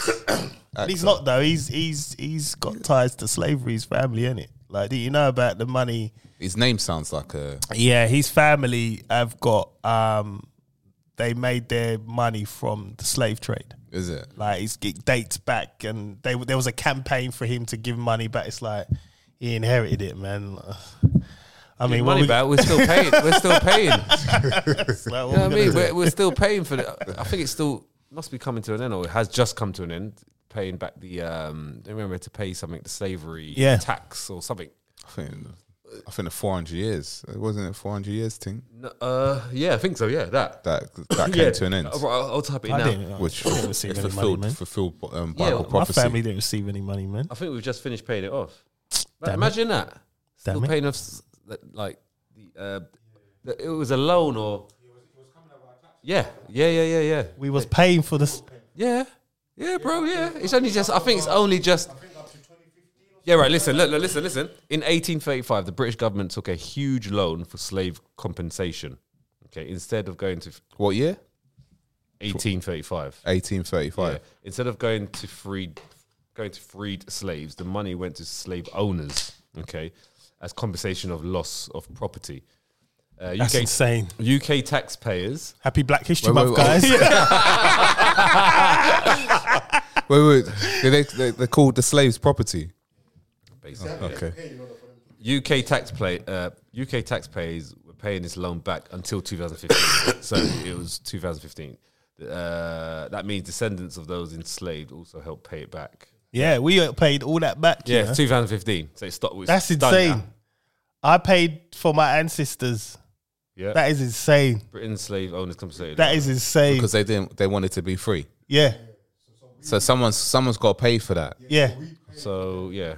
[SPEAKER 4] He's not though. He's he's he's got ties to slavery. His family, innit? Like, do you know about the money?
[SPEAKER 1] His name sounds like a.
[SPEAKER 4] Yeah, his family have got um they made their money from the slave trade.
[SPEAKER 1] Is it?
[SPEAKER 4] Like it's, it dates back, and they there was a campaign for him to give money back. It's like he inherited it, man. I mean, what
[SPEAKER 5] money
[SPEAKER 4] we-
[SPEAKER 5] back. We're still paying. We're still paying.
[SPEAKER 4] it's like, what
[SPEAKER 5] You know what I
[SPEAKER 4] we gonna
[SPEAKER 5] mean?
[SPEAKER 4] do?
[SPEAKER 5] We're, we're still paying for the. I think it's still must be coming to an end, or it has just come to an end. Paying back the um, I remember to pay something to slavery
[SPEAKER 4] Yeah.
[SPEAKER 5] tax or something.
[SPEAKER 1] I think. I think the 400 years. It wasn't a 400 years thing
[SPEAKER 5] No, uh, yeah, I think so. Yeah, that
[SPEAKER 1] that that came
[SPEAKER 5] yeah.
[SPEAKER 1] to an end,
[SPEAKER 5] I'll, I'll- I'll type it
[SPEAKER 4] I
[SPEAKER 5] now.
[SPEAKER 4] didn't. Oh, I
[SPEAKER 1] which
[SPEAKER 4] didn't receive
[SPEAKER 1] it
[SPEAKER 4] any money,
[SPEAKER 1] fulfilled
[SPEAKER 4] man.
[SPEAKER 1] fulfilled um,
[SPEAKER 5] Yeah,
[SPEAKER 1] Bible
[SPEAKER 5] my
[SPEAKER 4] My
[SPEAKER 1] prophecy.
[SPEAKER 4] family didn't receive any money, man.
[SPEAKER 5] I think we've just finished paying it off. Like,
[SPEAKER 4] Damn it.
[SPEAKER 5] imagine that. Still
[SPEAKER 4] Damn it.
[SPEAKER 5] paying off s- that, like the, uh, the, it was a loan or. Yeah, yeah, yeah, yeah, yeah,
[SPEAKER 4] We was paying for this.
[SPEAKER 5] yeah, yeah, bro. Yeah, it's only just. I think it's only just. Yeah, right. Listen, look, look, listen, listen. In 1835, the British government took a huge loan for slave compensation. Okay, instead of going to
[SPEAKER 1] What year?
[SPEAKER 5] eighteen thirty five.
[SPEAKER 1] 1835.
[SPEAKER 5] Yeah. Instead of going to freed going to freed slaves, the money went to slave owners. Okay, as compensation of loss of property. Uh, UK
[SPEAKER 4] That's insane.
[SPEAKER 5] UK taxpayers.
[SPEAKER 4] Happy Black History
[SPEAKER 1] Wait, wait,
[SPEAKER 4] Month,
[SPEAKER 1] wait.
[SPEAKER 4] guys.
[SPEAKER 1] Wait, wait. They, they, they called the slaves property.
[SPEAKER 5] Basically.
[SPEAKER 1] Okay.
[SPEAKER 5] UK tax play, uh, UK taxpayers were paying this loan back until 2015. so it was 2015. Uh, that means descendants of those enslaved also helped pay it back.
[SPEAKER 4] Yeah, we paid all that back. you
[SPEAKER 5] Yeah,
[SPEAKER 4] know?
[SPEAKER 5] 2015. So it stopped. it's
[SPEAKER 4] that's
[SPEAKER 5] done now.
[SPEAKER 4] insane. I paid for my ancestors.
[SPEAKER 5] Yeah,
[SPEAKER 4] That is insane.
[SPEAKER 5] Britain's slave owners compensated.
[SPEAKER 4] That is insane.
[SPEAKER 1] Because they didn't, they wanted to be free.
[SPEAKER 4] yeah,
[SPEAKER 1] So someone's, someone's got to pay for that.
[SPEAKER 4] yeah.
[SPEAKER 5] So yeah,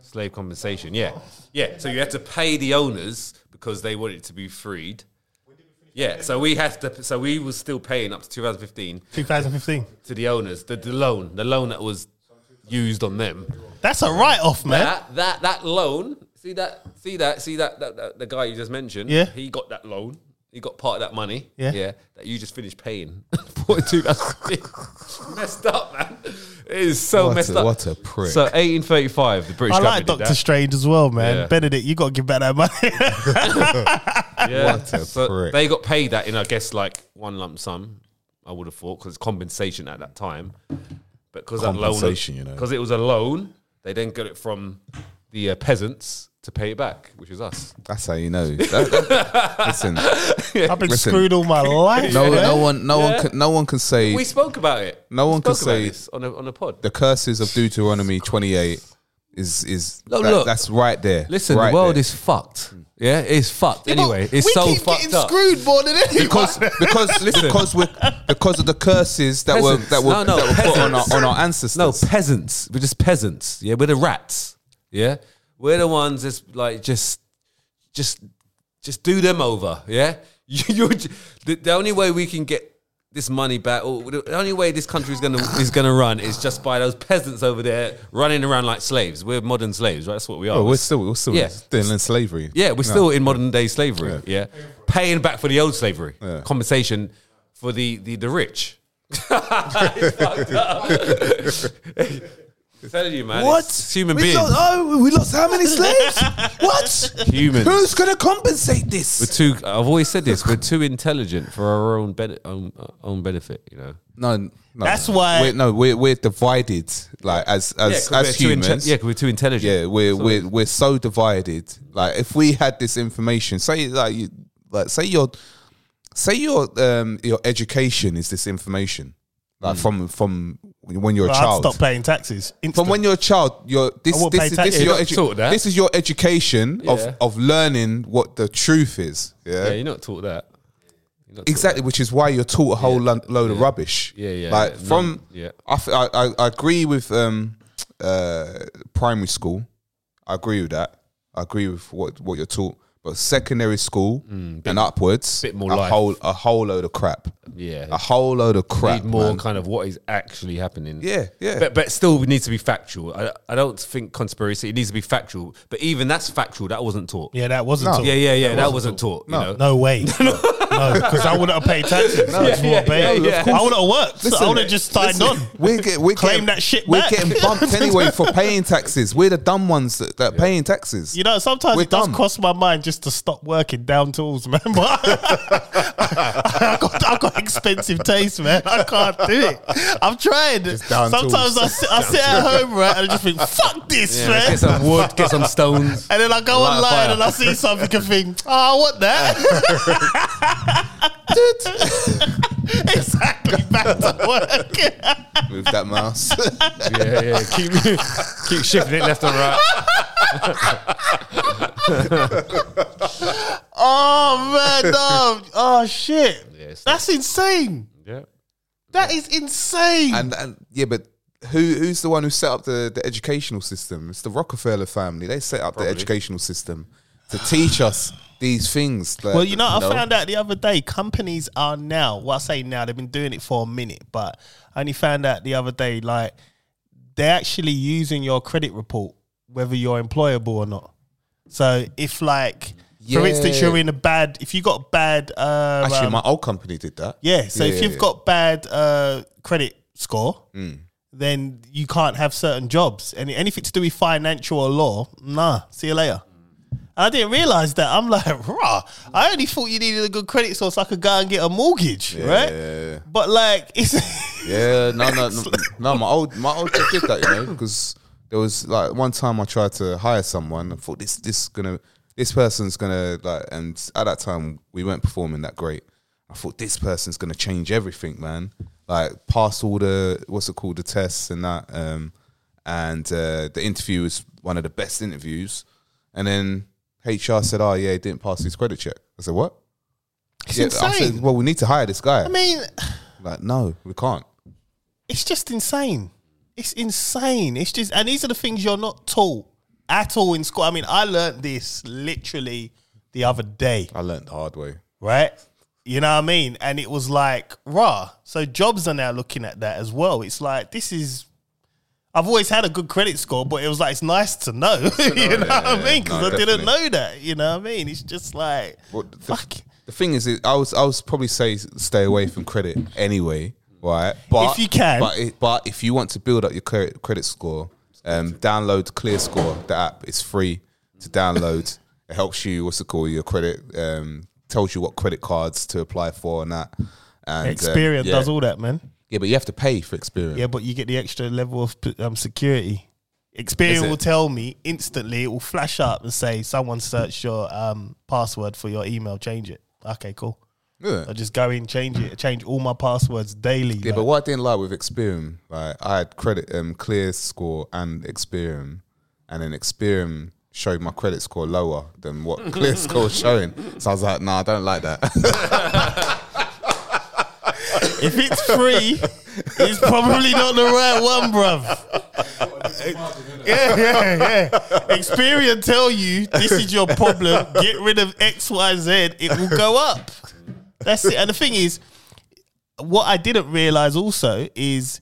[SPEAKER 5] slave compensation. Yeah, yeah. So you had to pay the owners because they wanted it to be freed. Yeah. So we had to. So we was still paying up to 2015
[SPEAKER 4] 2015.
[SPEAKER 5] to the owners the, the loan, the loan that was used on them.
[SPEAKER 4] That's a write off, man.
[SPEAKER 5] That that that loan. See that. See that. See that. that, that the guy you just mentioned.
[SPEAKER 4] Yeah.
[SPEAKER 5] He got that loan. He got part of that money.
[SPEAKER 4] Yeah.
[SPEAKER 5] Yeah. That you just finished paying. Forty-two. messed up, man. It is so
[SPEAKER 1] What
[SPEAKER 5] messed
[SPEAKER 1] a,
[SPEAKER 5] up.
[SPEAKER 1] what a prick.
[SPEAKER 5] So 1835, the
[SPEAKER 4] I
[SPEAKER 5] British
[SPEAKER 4] like
[SPEAKER 5] government did
[SPEAKER 4] Doctor Strange as well, man.
[SPEAKER 5] Yeah.
[SPEAKER 4] Benedict, you got to give back that money.
[SPEAKER 5] that. Yeah.
[SPEAKER 1] What a
[SPEAKER 5] so
[SPEAKER 1] prick.
[SPEAKER 5] they got paid that in, I guess, like one lump sum. I would have thought because compensation at that time, but because that loan,
[SPEAKER 1] Compensation, you know.
[SPEAKER 5] because it was a loan, they then got it from the uh, peasants to pay it back, which is us.
[SPEAKER 1] That's how you know. That- that- listen,
[SPEAKER 4] I've been
[SPEAKER 1] Listen.
[SPEAKER 4] screwed all my life.
[SPEAKER 1] no,
[SPEAKER 4] man.
[SPEAKER 1] no one, no one, can, no one can say
[SPEAKER 5] We spoke about it.
[SPEAKER 1] No
[SPEAKER 5] We
[SPEAKER 1] one can
[SPEAKER 5] spoke about
[SPEAKER 1] say-
[SPEAKER 5] this on a on a pod.
[SPEAKER 1] the curses of Deuteronomy 28 is is
[SPEAKER 5] Look,
[SPEAKER 1] that-
[SPEAKER 5] look.
[SPEAKER 1] that's right there.
[SPEAKER 5] Listen,
[SPEAKER 1] right
[SPEAKER 5] the world
[SPEAKER 1] there.
[SPEAKER 5] is fucked. Yeah, it's fucked.
[SPEAKER 4] But
[SPEAKER 5] anyway, it's
[SPEAKER 4] we
[SPEAKER 5] so
[SPEAKER 4] keep
[SPEAKER 5] fucked
[SPEAKER 4] getting
[SPEAKER 5] up.
[SPEAKER 4] screwed more than anyone.
[SPEAKER 1] because because because we because of the curses that were
[SPEAKER 5] Peasants.
[SPEAKER 1] that were,
[SPEAKER 5] No, no,
[SPEAKER 1] that were put on our,
[SPEAKER 5] peasants.
[SPEAKER 1] on our ancestors.
[SPEAKER 5] No, peasants. We're just peasants. Yeah, we're the rats. Yeah, we're the ones that's like just, just, just do them over. Yeah, you, you're j- the, the only way we can get this money back, or the the only way this country is gonna is gonna run is just by those peasants over there running around like slaves. We're modern slaves, right? That's what we are.
[SPEAKER 1] Oh, we're still we're still
[SPEAKER 5] Yeah.
[SPEAKER 1] still in slavery.
[SPEAKER 5] yeah, we're
[SPEAKER 1] No.
[SPEAKER 5] still in modern day slavery.
[SPEAKER 1] Yeah.
[SPEAKER 5] Yeah, paying back for the old slavery,
[SPEAKER 1] Yeah.
[SPEAKER 5] compensation for the the, the rich. It's fucked up. I'm telling you, man.
[SPEAKER 1] What?
[SPEAKER 5] it's human
[SPEAKER 1] we
[SPEAKER 5] beings?
[SPEAKER 1] Lost, oh, we lost how many slaves? what?
[SPEAKER 5] Humans.
[SPEAKER 1] Who's gonna compensate this?
[SPEAKER 5] We're too. I've always said this. We're too intelligent for our own ben- own, own benefit. You know.
[SPEAKER 1] No, no.
[SPEAKER 4] That's why-
[SPEAKER 1] We're, no, we're we're divided. Like as as as humans.
[SPEAKER 5] yeah, 'cause we're too intelligent.
[SPEAKER 1] yeah, we're we're we're so divided. Like if we had this information, say like you like say your say your um your education is this information, like from from when you're a
[SPEAKER 4] Bro, Hmm. I'd
[SPEAKER 1] child.
[SPEAKER 4] stop paying taxes.
[SPEAKER 1] From
[SPEAKER 4] Instant.
[SPEAKER 1] when you're a child, your this
[SPEAKER 4] I won't pay
[SPEAKER 1] this is, this
[SPEAKER 4] taxes.
[SPEAKER 1] is your
[SPEAKER 5] Yeah,
[SPEAKER 1] edu-
[SPEAKER 5] sort that.
[SPEAKER 1] this is your education
[SPEAKER 5] Yeah.
[SPEAKER 1] of of learning what the truth is.
[SPEAKER 5] Yeah,
[SPEAKER 1] Yeah,
[SPEAKER 5] you're not taught that. You're not taught
[SPEAKER 1] exactly, which is why you're taught a whole lo- load of rubbish.
[SPEAKER 5] Yeah, yeah,
[SPEAKER 1] Like
[SPEAKER 5] yeah.
[SPEAKER 1] from
[SPEAKER 5] No, yeah.
[SPEAKER 1] I, f- I- I- I agree with um uh primary school. I agree with that. I agree with what what you're taught. But secondary school and upwards,
[SPEAKER 5] Mm, bit more
[SPEAKER 1] a
[SPEAKER 5] life.
[SPEAKER 1] whole a whole load of crap.
[SPEAKER 5] that. Yeah.
[SPEAKER 1] A whole load of
[SPEAKER 5] We
[SPEAKER 1] crap.
[SPEAKER 5] need more
[SPEAKER 1] man.
[SPEAKER 5] kind of what is actually happening.
[SPEAKER 1] Yeah, yeah.
[SPEAKER 5] But but still, we need to be factual. I I don't think conspiracy. It needs to be factual. But even that's factual. That wasn't taught.
[SPEAKER 4] yeah, that wasn't. all.
[SPEAKER 5] yeah, yeah. yeah, that wasn't taught. You know?
[SPEAKER 4] No way. no, because I wouldn't have paid taxes. I just wouldn't have paid.
[SPEAKER 5] yeah, yeah.
[SPEAKER 4] I would have worked.
[SPEAKER 1] Listen,
[SPEAKER 4] I would have just signed
[SPEAKER 1] listen,
[SPEAKER 4] on.
[SPEAKER 1] We're get, we're
[SPEAKER 4] Claim
[SPEAKER 1] getting,
[SPEAKER 4] that shit
[SPEAKER 1] We're
[SPEAKER 4] back.
[SPEAKER 1] getting bumped anyway for paying taxes. We're the dumb ones that, that paying taxes.
[SPEAKER 4] You know, sometimes
[SPEAKER 1] We're
[SPEAKER 4] it does
[SPEAKER 1] dumb.
[SPEAKER 4] cross my mind just to stop working down tools, man. But I, got, I got expensive taste, man. I can't do it. I'm trying.
[SPEAKER 1] down
[SPEAKER 4] Sometimes I sit, I sit at home, right, and I just think, fuck this,
[SPEAKER 5] Yeah,
[SPEAKER 4] man.
[SPEAKER 5] Get some wood. Get some stones.
[SPEAKER 4] And then I go
[SPEAKER 5] Light a
[SPEAKER 4] online
[SPEAKER 5] fire.
[SPEAKER 4] and I see something and think, oh, I want that. exactly, back to work.
[SPEAKER 1] Move that mouse.
[SPEAKER 5] yeah, yeah. Keep keep shifting it left and right.
[SPEAKER 4] oh, man, no. Oh, shit.
[SPEAKER 5] it's-
[SPEAKER 4] That's insane.
[SPEAKER 5] Yeah.
[SPEAKER 4] That is insane.
[SPEAKER 1] and, and yeah, but who who's the one who set up the, the educational system? It's the Rockefeller family. They set up the educational system to teach us these things. Like,
[SPEAKER 4] Well, you know, I found out the other day companies are now, well, I say now, they've been doing it for a minute, but I only found out the other day, like, they're actually using your credit report, whether you're employable or not. So if, like, For instance, you're in a bad. If you got bad, uh,
[SPEAKER 1] Actually,
[SPEAKER 4] um,
[SPEAKER 1] my old company did that.
[SPEAKER 4] yeah. So if
[SPEAKER 1] yeah, Mm.
[SPEAKER 4] you've
[SPEAKER 1] yeah.
[SPEAKER 4] got bad uh, credit score, then you can't have certain jobs. And anything to do with financial or law, nah. See you later. And I didn't realize that. I'm like, rah. I only thought you needed a good credit score so I could go and get a mortgage, right? But like, it's
[SPEAKER 1] Yeah, no, no, no, no. My old, my old job did that, you know, because there was like one time I tried to hire someone. I thought this, this gonna, this person's gonna like, and at that time we weren't performing that great. I thought this person's gonna change everything, man. Like pass all the what's it called, the tests and that. Um, and uh, the interview was one of the best interviews. And then HR said, "Oh yeah, he didn't pass his credit check." I said, "What?"
[SPEAKER 4] it's
[SPEAKER 1] Yeah,
[SPEAKER 4] insane.
[SPEAKER 1] I said, "Well, we need to hire this guy."
[SPEAKER 4] I mean,
[SPEAKER 1] like, no, we can't.
[SPEAKER 4] it's just insane. It's insane. It's just, and these are the things you're not taught at all in school. I mean, I learned this literally the other day,
[SPEAKER 1] I learnt the hard way.
[SPEAKER 4] right? You know what I mean? And it was like, rah. So jobs are now looking at that as well. It's like, this is, I've always had a good credit score, but it was like, it's nice to know. you know what I mean? Because
[SPEAKER 1] No,
[SPEAKER 4] I didn't
[SPEAKER 1] definitely.
[SPEAKER 4] know that. You know what I mean? It's just like,
[SPEAKER 1] Well, the,
[SPEAKER 4] fuck.
[SPEAKER 1] the thing is, I was I was probably say stay away from credit anyway, right? But
[SPEAKER 4] If you can.
[SPEAKER 1] but it, but if you want to build up your credit, credit score, um, download ClearScore. The app It's free to download. it helps you. What's it called? Your credit um, tells you what credit cards to apply for and that. And um,
[SPEAKER 4] Experience
[SPEAKER 1] yeah.
[SPEAKER 4] does all that, man.
[SPEAKER 1] Yeah, but you have to pay for Experian.
[SPEAKER 4] Yeah, but you get the extra level of um, security. Experian
[SPEAKER 1] it?
[SPEAKER 4] will tell me instantly. It will flash up and say, "Someone searched your um, password for your email. Change it." Okay, cool.
[SPEAKER 1] Yeah.
[SPEAKER 4] I just go in, change it, change all my passwords daily.
[SPEAKER 1] Yeah,
[SPEAKER 4] like-
[SPEAKER 1] but what I didn't like with Experian, like I had credit um clear score and Experian, and then Experian showed my credit score lower than what clear score was showing. So I was like, nah, I don't like that.
[SPEAKER 4] if it's free, it's probably not the right one, bruv. Yeah, yeah, yeah. Experian tell you this is your problem. Get rid of X, Y, Z. It will go up. That's it. And the thing is, what I didn't realize also is,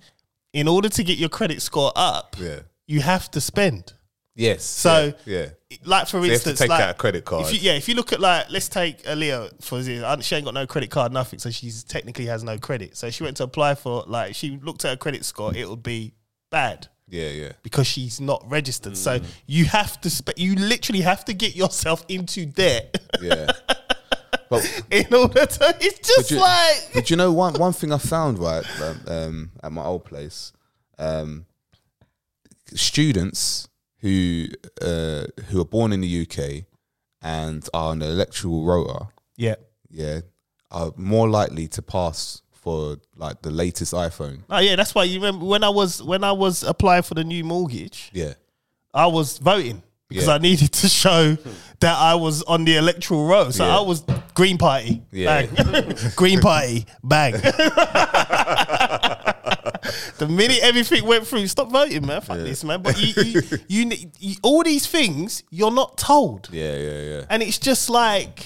[SPEAKER 4] in order to get your credit score up,
[SPEAKER 1] yeah.
[SPEAKER 4] you have to spend.
[SPEAKER 1] Yes.
[SPEAKER 4] So-
[SPEAKER 1] yeah. yeah.
[SPEAKER 4] Like for
[SPEAKER 1] have to
[SPEAKER 4] instance,
[SPEAKER 1] take
[SPEAKER 4] like,
[SPEAKER 1] out a credit card.
[SPEAKER 4] If you, yeah, if you look at like, let's take Aaliyah for instance. She ain't got no credit card, nothing. So she's technically has no credit. So she went to apply for like she looked at her credit score. It would be bad
[SPEAKER 1] Yeah, yeah.
[SPEAKER 4] because she's not registered. So
[SPEAKER 1] Mm.
[SPEAKER 4] you have to spe- you literally have to get yourself into debt
[SPEAKER 1] Yeah. but
[SPEAKER 4] in order to. It's just
[SPEAKER 1] you-
[SPEAKER 4] like
[SPEAKER 1] but you know one one thing I found right um, um, at my old place, um, students who uh, who are born in the UK and are on the electoral rotor,
[SPEAKER 4] yeah.
[SPEAKER 1] yeah, are more likely to pass for like the latest iPhone.
[SPEAKER 4] Oh yeah, that's why you remember when I was when I was applying for the new mortgage.
[SPEAKER 1] Yeah.
[SPEAKER 4] I was voting because
[SPEAKER 1] Yeah.
[SPEAKER 4] I needed to show that I was on the electoral roll. So
[SPEAKER 1] Yeah.
[SPEAKER 4] I was Green Party,
[SPEAKER 1] Yeah.
[SPEAKER 4] bang. Green Party, bang. the minute everything went through, stop voting, man. Fuck this, man. But you, you, you, ne- you, all these things you're not told,
[SPEAKER 1] Yeah, yeah, yeah.
[SPEAKER 4] and it's just like.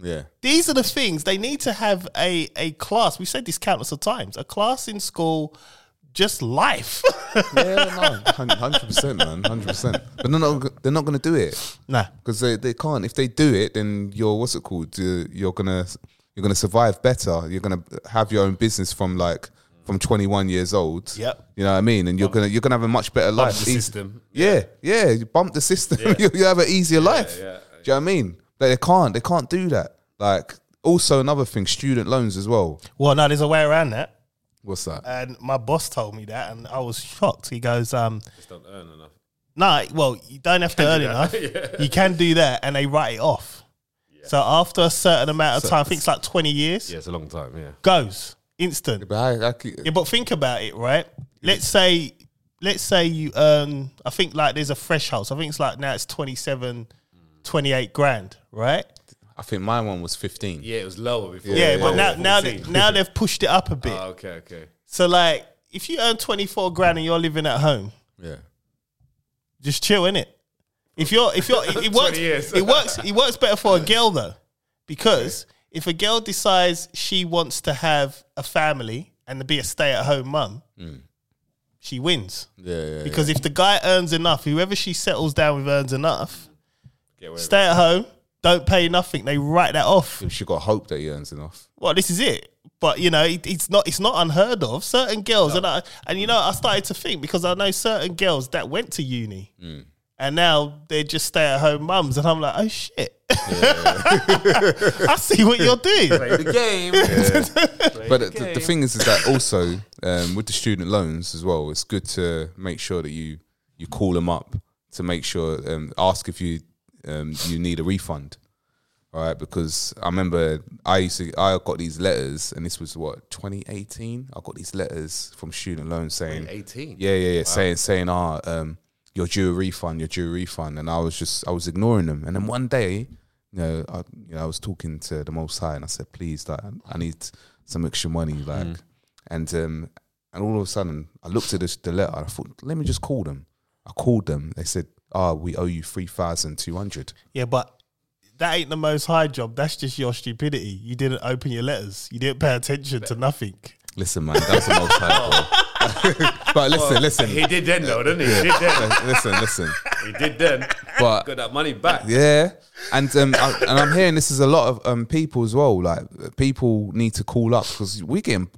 [SPEAKER 1] Yeah.
[SPEAKER 4] These are the things they need to have a, a class. We've said this countless of times. A class in school, just life.
[SPEAKER 1] Yeah, no, hundred percent, man, hundred percent. But they're not, they're not going to do it
[SPEAKER 4] nah,
[SPEAKER 1] because they, they can't. If they do it, then you're what's it called? You're, you're gonna you're gonna survive better. You're gonna have your own business from like from 21 years old.
[SPEAKER 4] Yep.
[SPEAKER 1] You know what I mean? And you're gonna you're gonna have a much better life.
[SPEAKER 5] the
[SPEAKER 1] Eas-
[SPEAKER 5] system.
[SPEAKER 1] Yeah, yeah. You bump the system. you, you have an easier life. Do you know what I mean? Like they can't they can't do that. Like also another thing, student loans as well.
[SPEAKER 4] well, no, there's a way around that.
[SPEAKER 1] What's that?
[SPEAKER 4] and my boss told me that, and I was shocked. He goes, um,
[SPEAKER 5] Just don't earn enough.
[SPEAKER 4] "No, well, you don't have to earn enough. You can do that," and they write it off. So after a certain amount of time, I think it's like twenty years,
[SPEAKER 5] Yeah, it's a long time. Yeah.
[SPEAKER 4] goes instant.
[SPEAKER 1] but I, I keep,
[SPEAKER 4] Yeah, but think about it, right? Let's say, let's say you earn. I think like there's a threshold. So I think it's like now it's 27, Hmm. 28 grand, right?
[SPEAKER 1] I think my one was 15.
[SPEAKER 5] Yeah, it was lower before.
[SPEAKER 4] Yeah, Uh, but now now
[SPEAKER 5] 12, 14.
[SPEAKER 4] they, now they've pushed it up a bit.
[SPEAKER 5] Ah, okay, okay.
[SPEAKER 4] So like, if you earn twenty four grand and you're living at home,
[SPEAKER 1] yeah.
[SPEAKER 4] just chill in it. If you're if you're it, it works
[SPEAKER 5] 20 years.
[SPEAKER 4] it works it works better for a girl though. Because if a girl decides she wants to have a family and to be a stay at home mum, she wins.
[SPEAKER 1] Yeah, yeah, yeah.
[SPEAKER 4] Because if the guy earns enough, whoever she settles down with earns enough,
[SPEAKER 5] Get away with
[SPEAKER 4] stay at home, don't pay nothing. They write that off.
[SPEAKER 1] She got hope that he earns enough.
[SPEAKER 4] Well, this is it. But you know, it, it's not it's not unheard of. Certain girls and I and you know, I started to think because I know certain girls that went to uni
[SPEAKER 5] Mm.
[SPEAKER 4] and now they're just stay at home mums, and I'm like, oh shit. I see what you're doing.
[SPEAKER 5] The game.
[SPEAKER 1] But the, the thing is, is that also um, with the student loans as well, it's good to make sure that you you call them up to make sure um, ask if you um, you need a refund. All right, because I remember I used to I got these letters, and this was what 2018. I got these letters from student loans saying
[SPEAKER 5] 2018?
[SPEAKER 1] Yeah, yeah, yeah, saying saying ah, um, you're due a refund, you're due a refund, and I was just I was ignoring them, and then one day. You know, I, you know, I was talking to the Most High, and I said, "Please, like, I need some extra money."
[SPEAKER 5] Hmm.
[SPEAKER 1] Like, and um, and all of a sudden, I looked at this, the letter. And I thought, "Let me just call them." I called them. They said, "Ah, we owe you three thousand two hundred.
[SPEAKER 4] Yeah, but that ain't the most high job. That's just your stupidity. You didn't open your letters. You didn't pay attention to nothing.
[SPEAKER 1] Listen, man, that was the most high. bro. but listen, listen,
[SPEAKER 5] He did then, though, didn't he? He did then.
[SPEAKER 1] listen, listen.
[SPEAKER 5] He did then.
[SPEAKER 1] But
[SPEAKER 5] Got that money back.
[SPEAKER 1] Yeah, and um, I, and I'm hearing this is a lot of um people as well. Like uh, people need to call up because we're getting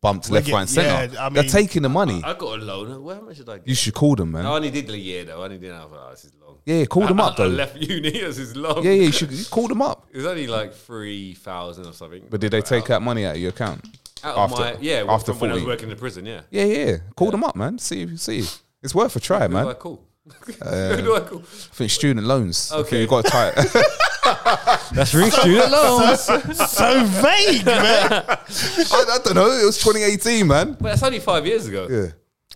[SPEAKER 1] bumped left,
[SPEAKER 4] get-
[SPEAKER 1] right, and centre.
[SPEAKER 4] yeah, I
[SPEAKER 1] They're
[SPEAKER 4] mean-
[SPEAKER 1] taking the money.
[SPEAKER 5] I got a loan. Well, how much did I get?
[SPEAKER 1] you should call them, man.
[SPEAKER 5] I only did a year though. I only did. I was like, oh, this is long.
[SPEAKER 1] Yeah, call them
[SPEAKER 5] I-
[SPEAKER 1] up,
[SPEAKER 5] I, I
[SPEAKER 1] though.
[SPEAKER 5] left uni. This is long.
[SPEAKER 1] yeah, yeah, you should you call them up.
[SPEAKER 5] It was only like three thousand or something.
[SPEAKER 1] But did they take out money out of your account
[SPEAKER 5] out of my yeah well,
[SPEAKER 1] after
[SPEAKER 5] from when I was
[SPEAKER 1] forty?
[SPEAKER 5] working in the prison? Yeah.
[SPEAKER 1] yeah, yeah, call them up, man. See, if see, it's worth a try,
[SPEAKER 5] Who
[SPEAKER 1] man. Uh,
[SPEAKER 5] do I call? Who do I call?
[SPEAKER 1] I think student loans. Okay,
[SPEAKER 5] Okay.
[SPEAKER 1] you got to tie. it.
[SPEAKER 5] That's free student
[SPEAKER 1] Oh.
[SPEAKER 5] loans.
[SPEAKER 4] So vague, man.
[SPEAKER 1] I, I don't know. It was 2018, man.
[SPEAKER 5] But that's only five years ago.
[SPEAKER 1] Yeah,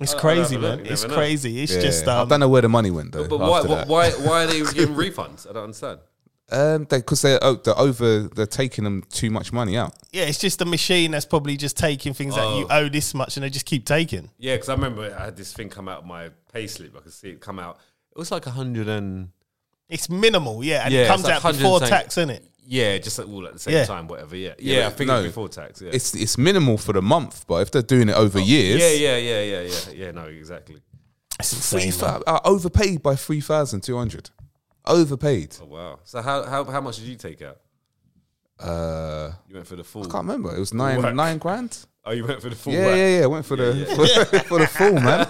[SPEAKER 4] It's
[SPEAKER 5] I- I
[SPEAKER 4] crazy,
[SPEAKER 5] don't know.
[SPEAKER 4] man.
[SPEAKER 5] You
[SPEAKER 4] It's
[SPEAKER 5] never know.
[SPEAKER 4] crazy. It's
[SPEAKER 1] yeah.
[SPEAKER 4] just
[SPEAKER 1] I
[SPEAKER 4] um,
[SPEAKER 1] don't know where the money went though.
[SPEAKER 5] But why,
[SPEAKER 1] after
[SPEAKER 5] why?
[SPEAKER 1] that.
[SPEAKER 5] Why? Why are they giving refunds? I don't understand.
[SPEAKER 1] Um, because they, are oh, they're over, they're taking them too much money out.
[SPEAKER 4] yeah, it's just a machine that's probably just taking things that
[SPEAKER 5] Oh.
[SPEAKER 4] you owe this much, and they just keep taking.
[SPEAKER 5] Yeah, because I remember I had this thing come out of my payslip. I could see it come out. It was like a hundred and
[SPEAKER 4] It's minimal, yeah, and
[SPEAKER 5] Yeah,
[SPEAKER 4] it
[SPEAKER 5] it's
[SPEAKER 4] comes
[SPEAKER 5] like
[SPEAKER 4] out before
[SPEAKER 5] 100
[SPEAKER 4] tax, isn't it?
[SPEAKER 5] yeah, just like all at the same
[SPEAKER 4] Yeah.
[SPEAKER 5] time, whatever. Yeah, yeah. I
[SPEAKER 1] but
[SPEAKER 5] think
[SPEAKER 1] no.
[SPEAKER 5] it was before tax. Yeah.
[SPEAKER 1] It's it's minimal for the month, but if they're doing it over years,
[SPEAKER 5] Oh, yeah, yeah, yeah, yeah, yeah, yeah. No, exactly.
[SPEAKER 4] It's
[SPEAKER 1] three
[SPEAKER 4] insane. man.
[SPEAKER 1] thou- uh, overpaid by three thousand two hundred. Overpaid.
[SPEAKER 5] Oh, wow. So how, how how much did you take out?
[SPEAKER 1] Uh,
[SPEAKER 5] You went for the full.
[SPEAKER 1] can't remember. It was nine
[SPEAKER 5] Oh. Work.
[SPEAKER 1] nine grand.
[SPEAKER 5] Oh, you went for the full.
[SPEAKER 1] Yeah,
[SPEAKER 5] whack.
[SPEAKER 1] yeah, yeah. Went for the For, the full man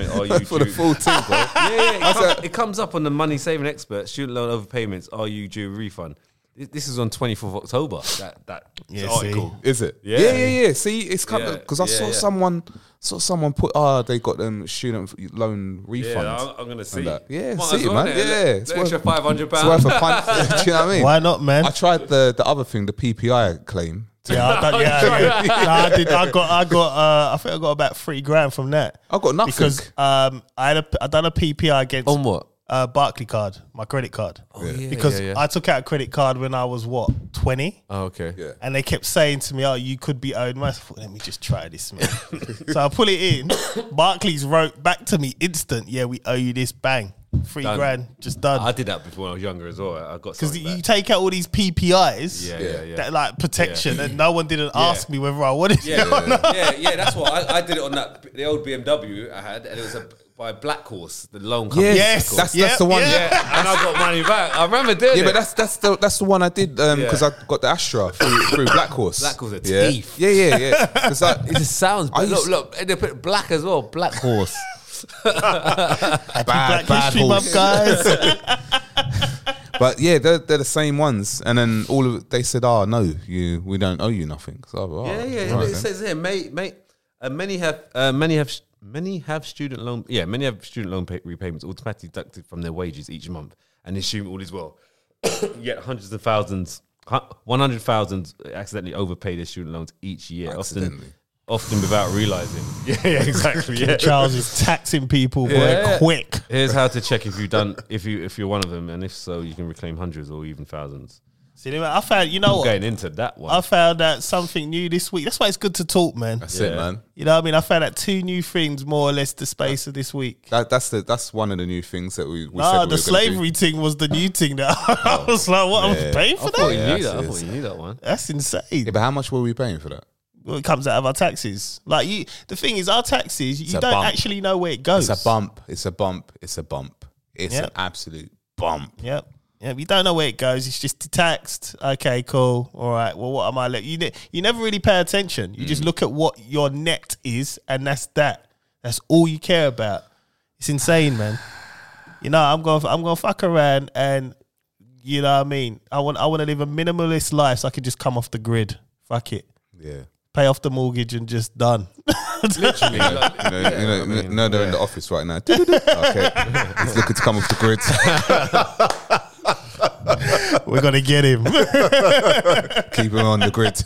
[SPEAKER 5] it, are you
[SPEAKER 1] for the
[SPEAKER 5] due-
[SPEAKER 1] full team. Bro.
[SPEAKER 5] Yeah, yeah, it, comes, it comes up on the money saving expert student loan overpayments. Are you due a refund? Th- This is on twenty fourth October. That that
[SPEAKER 4] Yeah,
[SPEAKER 5] article.
[SPEAKER 1] Is it?
[SPEAKER 5] Yeah.
[SPEAKER 1] yeah, yeah. yeah. See, it's kind
[SPEAKER 5] Yeah,
[SPEAKER 1] because I
[SPEAKER 5] yeah,
[SPEAKER 1] saw
[SPEAKER 5] yeah.
[SPEAKER 1] someone saw someone put ah they got them student loan
[SPEAKER 5] Yeah,
[SPEAKER 1] refund.
[SPEAKER 5] I'm, I'm gonna see.
[SPEAKER 1] that. Yeah,
[SPEAKER 5] Might
[SPEAKER 1] see
[SPEAKER 5] as
[SPEAKER 1] it, man.
[SPEAKER 5] innit?
[SPEAKER 1] Yeah,
[SPEAKER 5] Let-
[SPEAKER 1] it's
[SPEAKER 5] let
[SPEAKER 1] worth-
[SPEAKER 5] extra five hundred
[SPEAKER 1] It's worth
[SPEAKER 5] pounds.
[SPEAKER 1] a punt. Do you know what I mean?
[SPEAKER 4] Why not, man?
[SPEAKER 1] I tried the the other thing, the PPI claim.
[SPEAKER 4] yeah, I, don't, yeah, I, did. Nah, I did. I got, I got, uh, I think I got about three grand from that.
[SPEAKER 1] I got nothing.
[SPEAKER 4] because um, I had a, I done a PPI against
[SPEAKER 5] On what?
[SPEAKER 4] uh, Barclay card, my credit card.
[SPEAKER 5] Oh, yeah,
[SPEAKER 4] because
[SPEAKER 5] yeah, yeah.
[SPEAKER 4] I took out a credit card when I was what twenty,
[SPEAKER 5] Oh, okay.
[SPEAKER 1] Yeah.
[SPEAKER 4] and they kept saying to me, "Oh, you could be owed money." I thought, Let me just try this, man. so I put it in. Barclays wrote back to me instant. Yeah, we owe you this. Bang, three
[SPEAKER 5] Done.
[SPEAKER 4] grand, just done.
[SPEAKER 5] I did that before when I was younger as well. I got
[SPEAKER 4] because
[SPEAKER 5] something
[SPEAKER 4] you
[SPEAKER 5] back.
[SPEAKER 4] take out all these PPIs,
[SPEAKER 5] Yeah, yeah, yeah.
[SPEAKER 4] that like protection, and no one didn't ask me whether I wanted
[SPEAKER 5] Yeah,
[SPEAKER 4] it or
[SPEAKER 5] yeah,
[SPEAKER 4] not.
[SPEAKER 5] yeah, yeah, that's what I, I did it on that the old BMW I had, and it was a, by Black Horse, the loan company.
[SPEAKER 1] Yes,
[SPEAKER 4] Yes,
[SPEAKER 1] that's
[SPEAKER 4] yeah,
[SPEAKER 1] that's the one.
[SPEAKER 4] yeah.
[SPEAKER 1] Yeah,
[SPEAKER 5] Yeah, and I got money back. I remember doing it.
[SPEAKER 1] but that's that's the that's the one I did
[SPEAKER 5] Yeah.
[SPEAKER 1] because I got the Astra through, through Black Horse.
[SPEAKER 5] Black Horse, a
[SPEAKER 1] yeah.
[SPEAKER 5] thief.
[SPEAKER 1] Yeah, yeah, yeah. 'Cause I-
[SPEAKER 5] It just sounds.
[SPEAKER 1] I
[SPEAKER 5] Bad. Look,
[SPEAKER 1] used-
[SPEAKER 5] look, and they put black as well. Black horse.
[SPEAKER 1] bad,
[SPEAKER 4] Black
[SPEAKER 1] bad
[SPEAKER 4] History
[SPEAKER 1] horse.
[SPEAKER 4] Month, guys.
[SPEAKER 1] But yeah, they're, they're the same ones. And then all of they said, "Oh no, you we don't owe you nothing." So, I was, "Oh,
[SPEAKER 5] Yeah, yeah.
[SPEAKER 1] all right
[SPEAKER 5] it
[SPEAKER 1] then."
[SPEAKER 5] says here, mate, mate. Uh, many have, uh, many have, many have student loan. Yeah, many have student loan pay- repayments automatically deducted from their wages each month, and assume all is well. Yet hundreds of thousands, one hundred thousand, accidentally overpay their student loans each year, often,
[SPEAKER 1] Accidentally.
[SPEAKER 5] often without realizing. yeah, yeah, exactly. Yeah.
[SPEAKER 4] Charles is taxing people, boy,
[SPEAKER 5] Yeah.
[SPEAKER 4] quick.
[SPEAKER 5] Here's how to check if you've done if you if you're one of them, and if so, you can reclaim hundreds or even thousands.
[SPEAKER 4] See, anyway, I found, you know
[SPEAKER 5] I'm
[SPEAKER 4] what?
[SPEAKER 5] going into that one.
[SPEAKER 4] I found out something new this week. That's why it's good to talk, man.
[SPEAKER 1] That's it,
[SPEAKER 5] Yeah.
[SPEAKER 1] man.
[SPEAKER 4] You know what I mean? I found out two new things more or less the space of this week.
[SPEAKER 1] That, that's the that's one of the new things that we. we said we
[SPEAKER 4] Ah, the
[SPEAKER 1] were gonna do. Oh,
[SPEAKER 4] slavery thing was the new thing that I was like, what? I'm paying for
[SPEAKER 5] I thought
[SPEAKER 4] that?
[SPEAKER 5] you
[SPEAKER 1] Yeah,
[SPEAKER 5] knew that. I
[SPEAKER 1] that's-
[SPEAKER 5] thought you knew that one.
[SPEAKER 4] That's insane.
[SPEAKER 1] Yeah, but how much were we paying for that?
[SPEAKER 4] Well, it comes out of our taxes. Like you, the thing is, our taxes, you
[SPEAKER 1] a
[SPEAKER 4] don't
[SPEAKER 1] bump.
[SPEAKER 4] actually know where it goes.
[SPEAKER 1] It's a bump. It's a bump. It's a bump. It's
[SPEAKER 4] Yep.
[SPEAKER 1] an absolute bump.
[SPEAKER 4] Yep. Yep. You don't know where it goes. It's just taxed. Okay, cool. All right. Well, what am I? Le- you ne- you never really pay attention. You just look at what your net is, and that's that. That's all you care about. It's insane, man. You know, I'm going. to I'm going to fuck around, and you know what I mean. I want. I want to live a minimalist life, so I can just come off the grid. Fuck it.
[SPEAKER 1] Yeah.
[SPEAKER 4] Pay off the mortgage and just done.
[SPEAKER 5] Literally, like,
[SPEAKER 1] You know, you know, no, they're in the office right now. okay, he's looking to come off the grid.
[SPEAKER 4] We're gonna get him.
[SPEAKER 1] Keep him on the grid.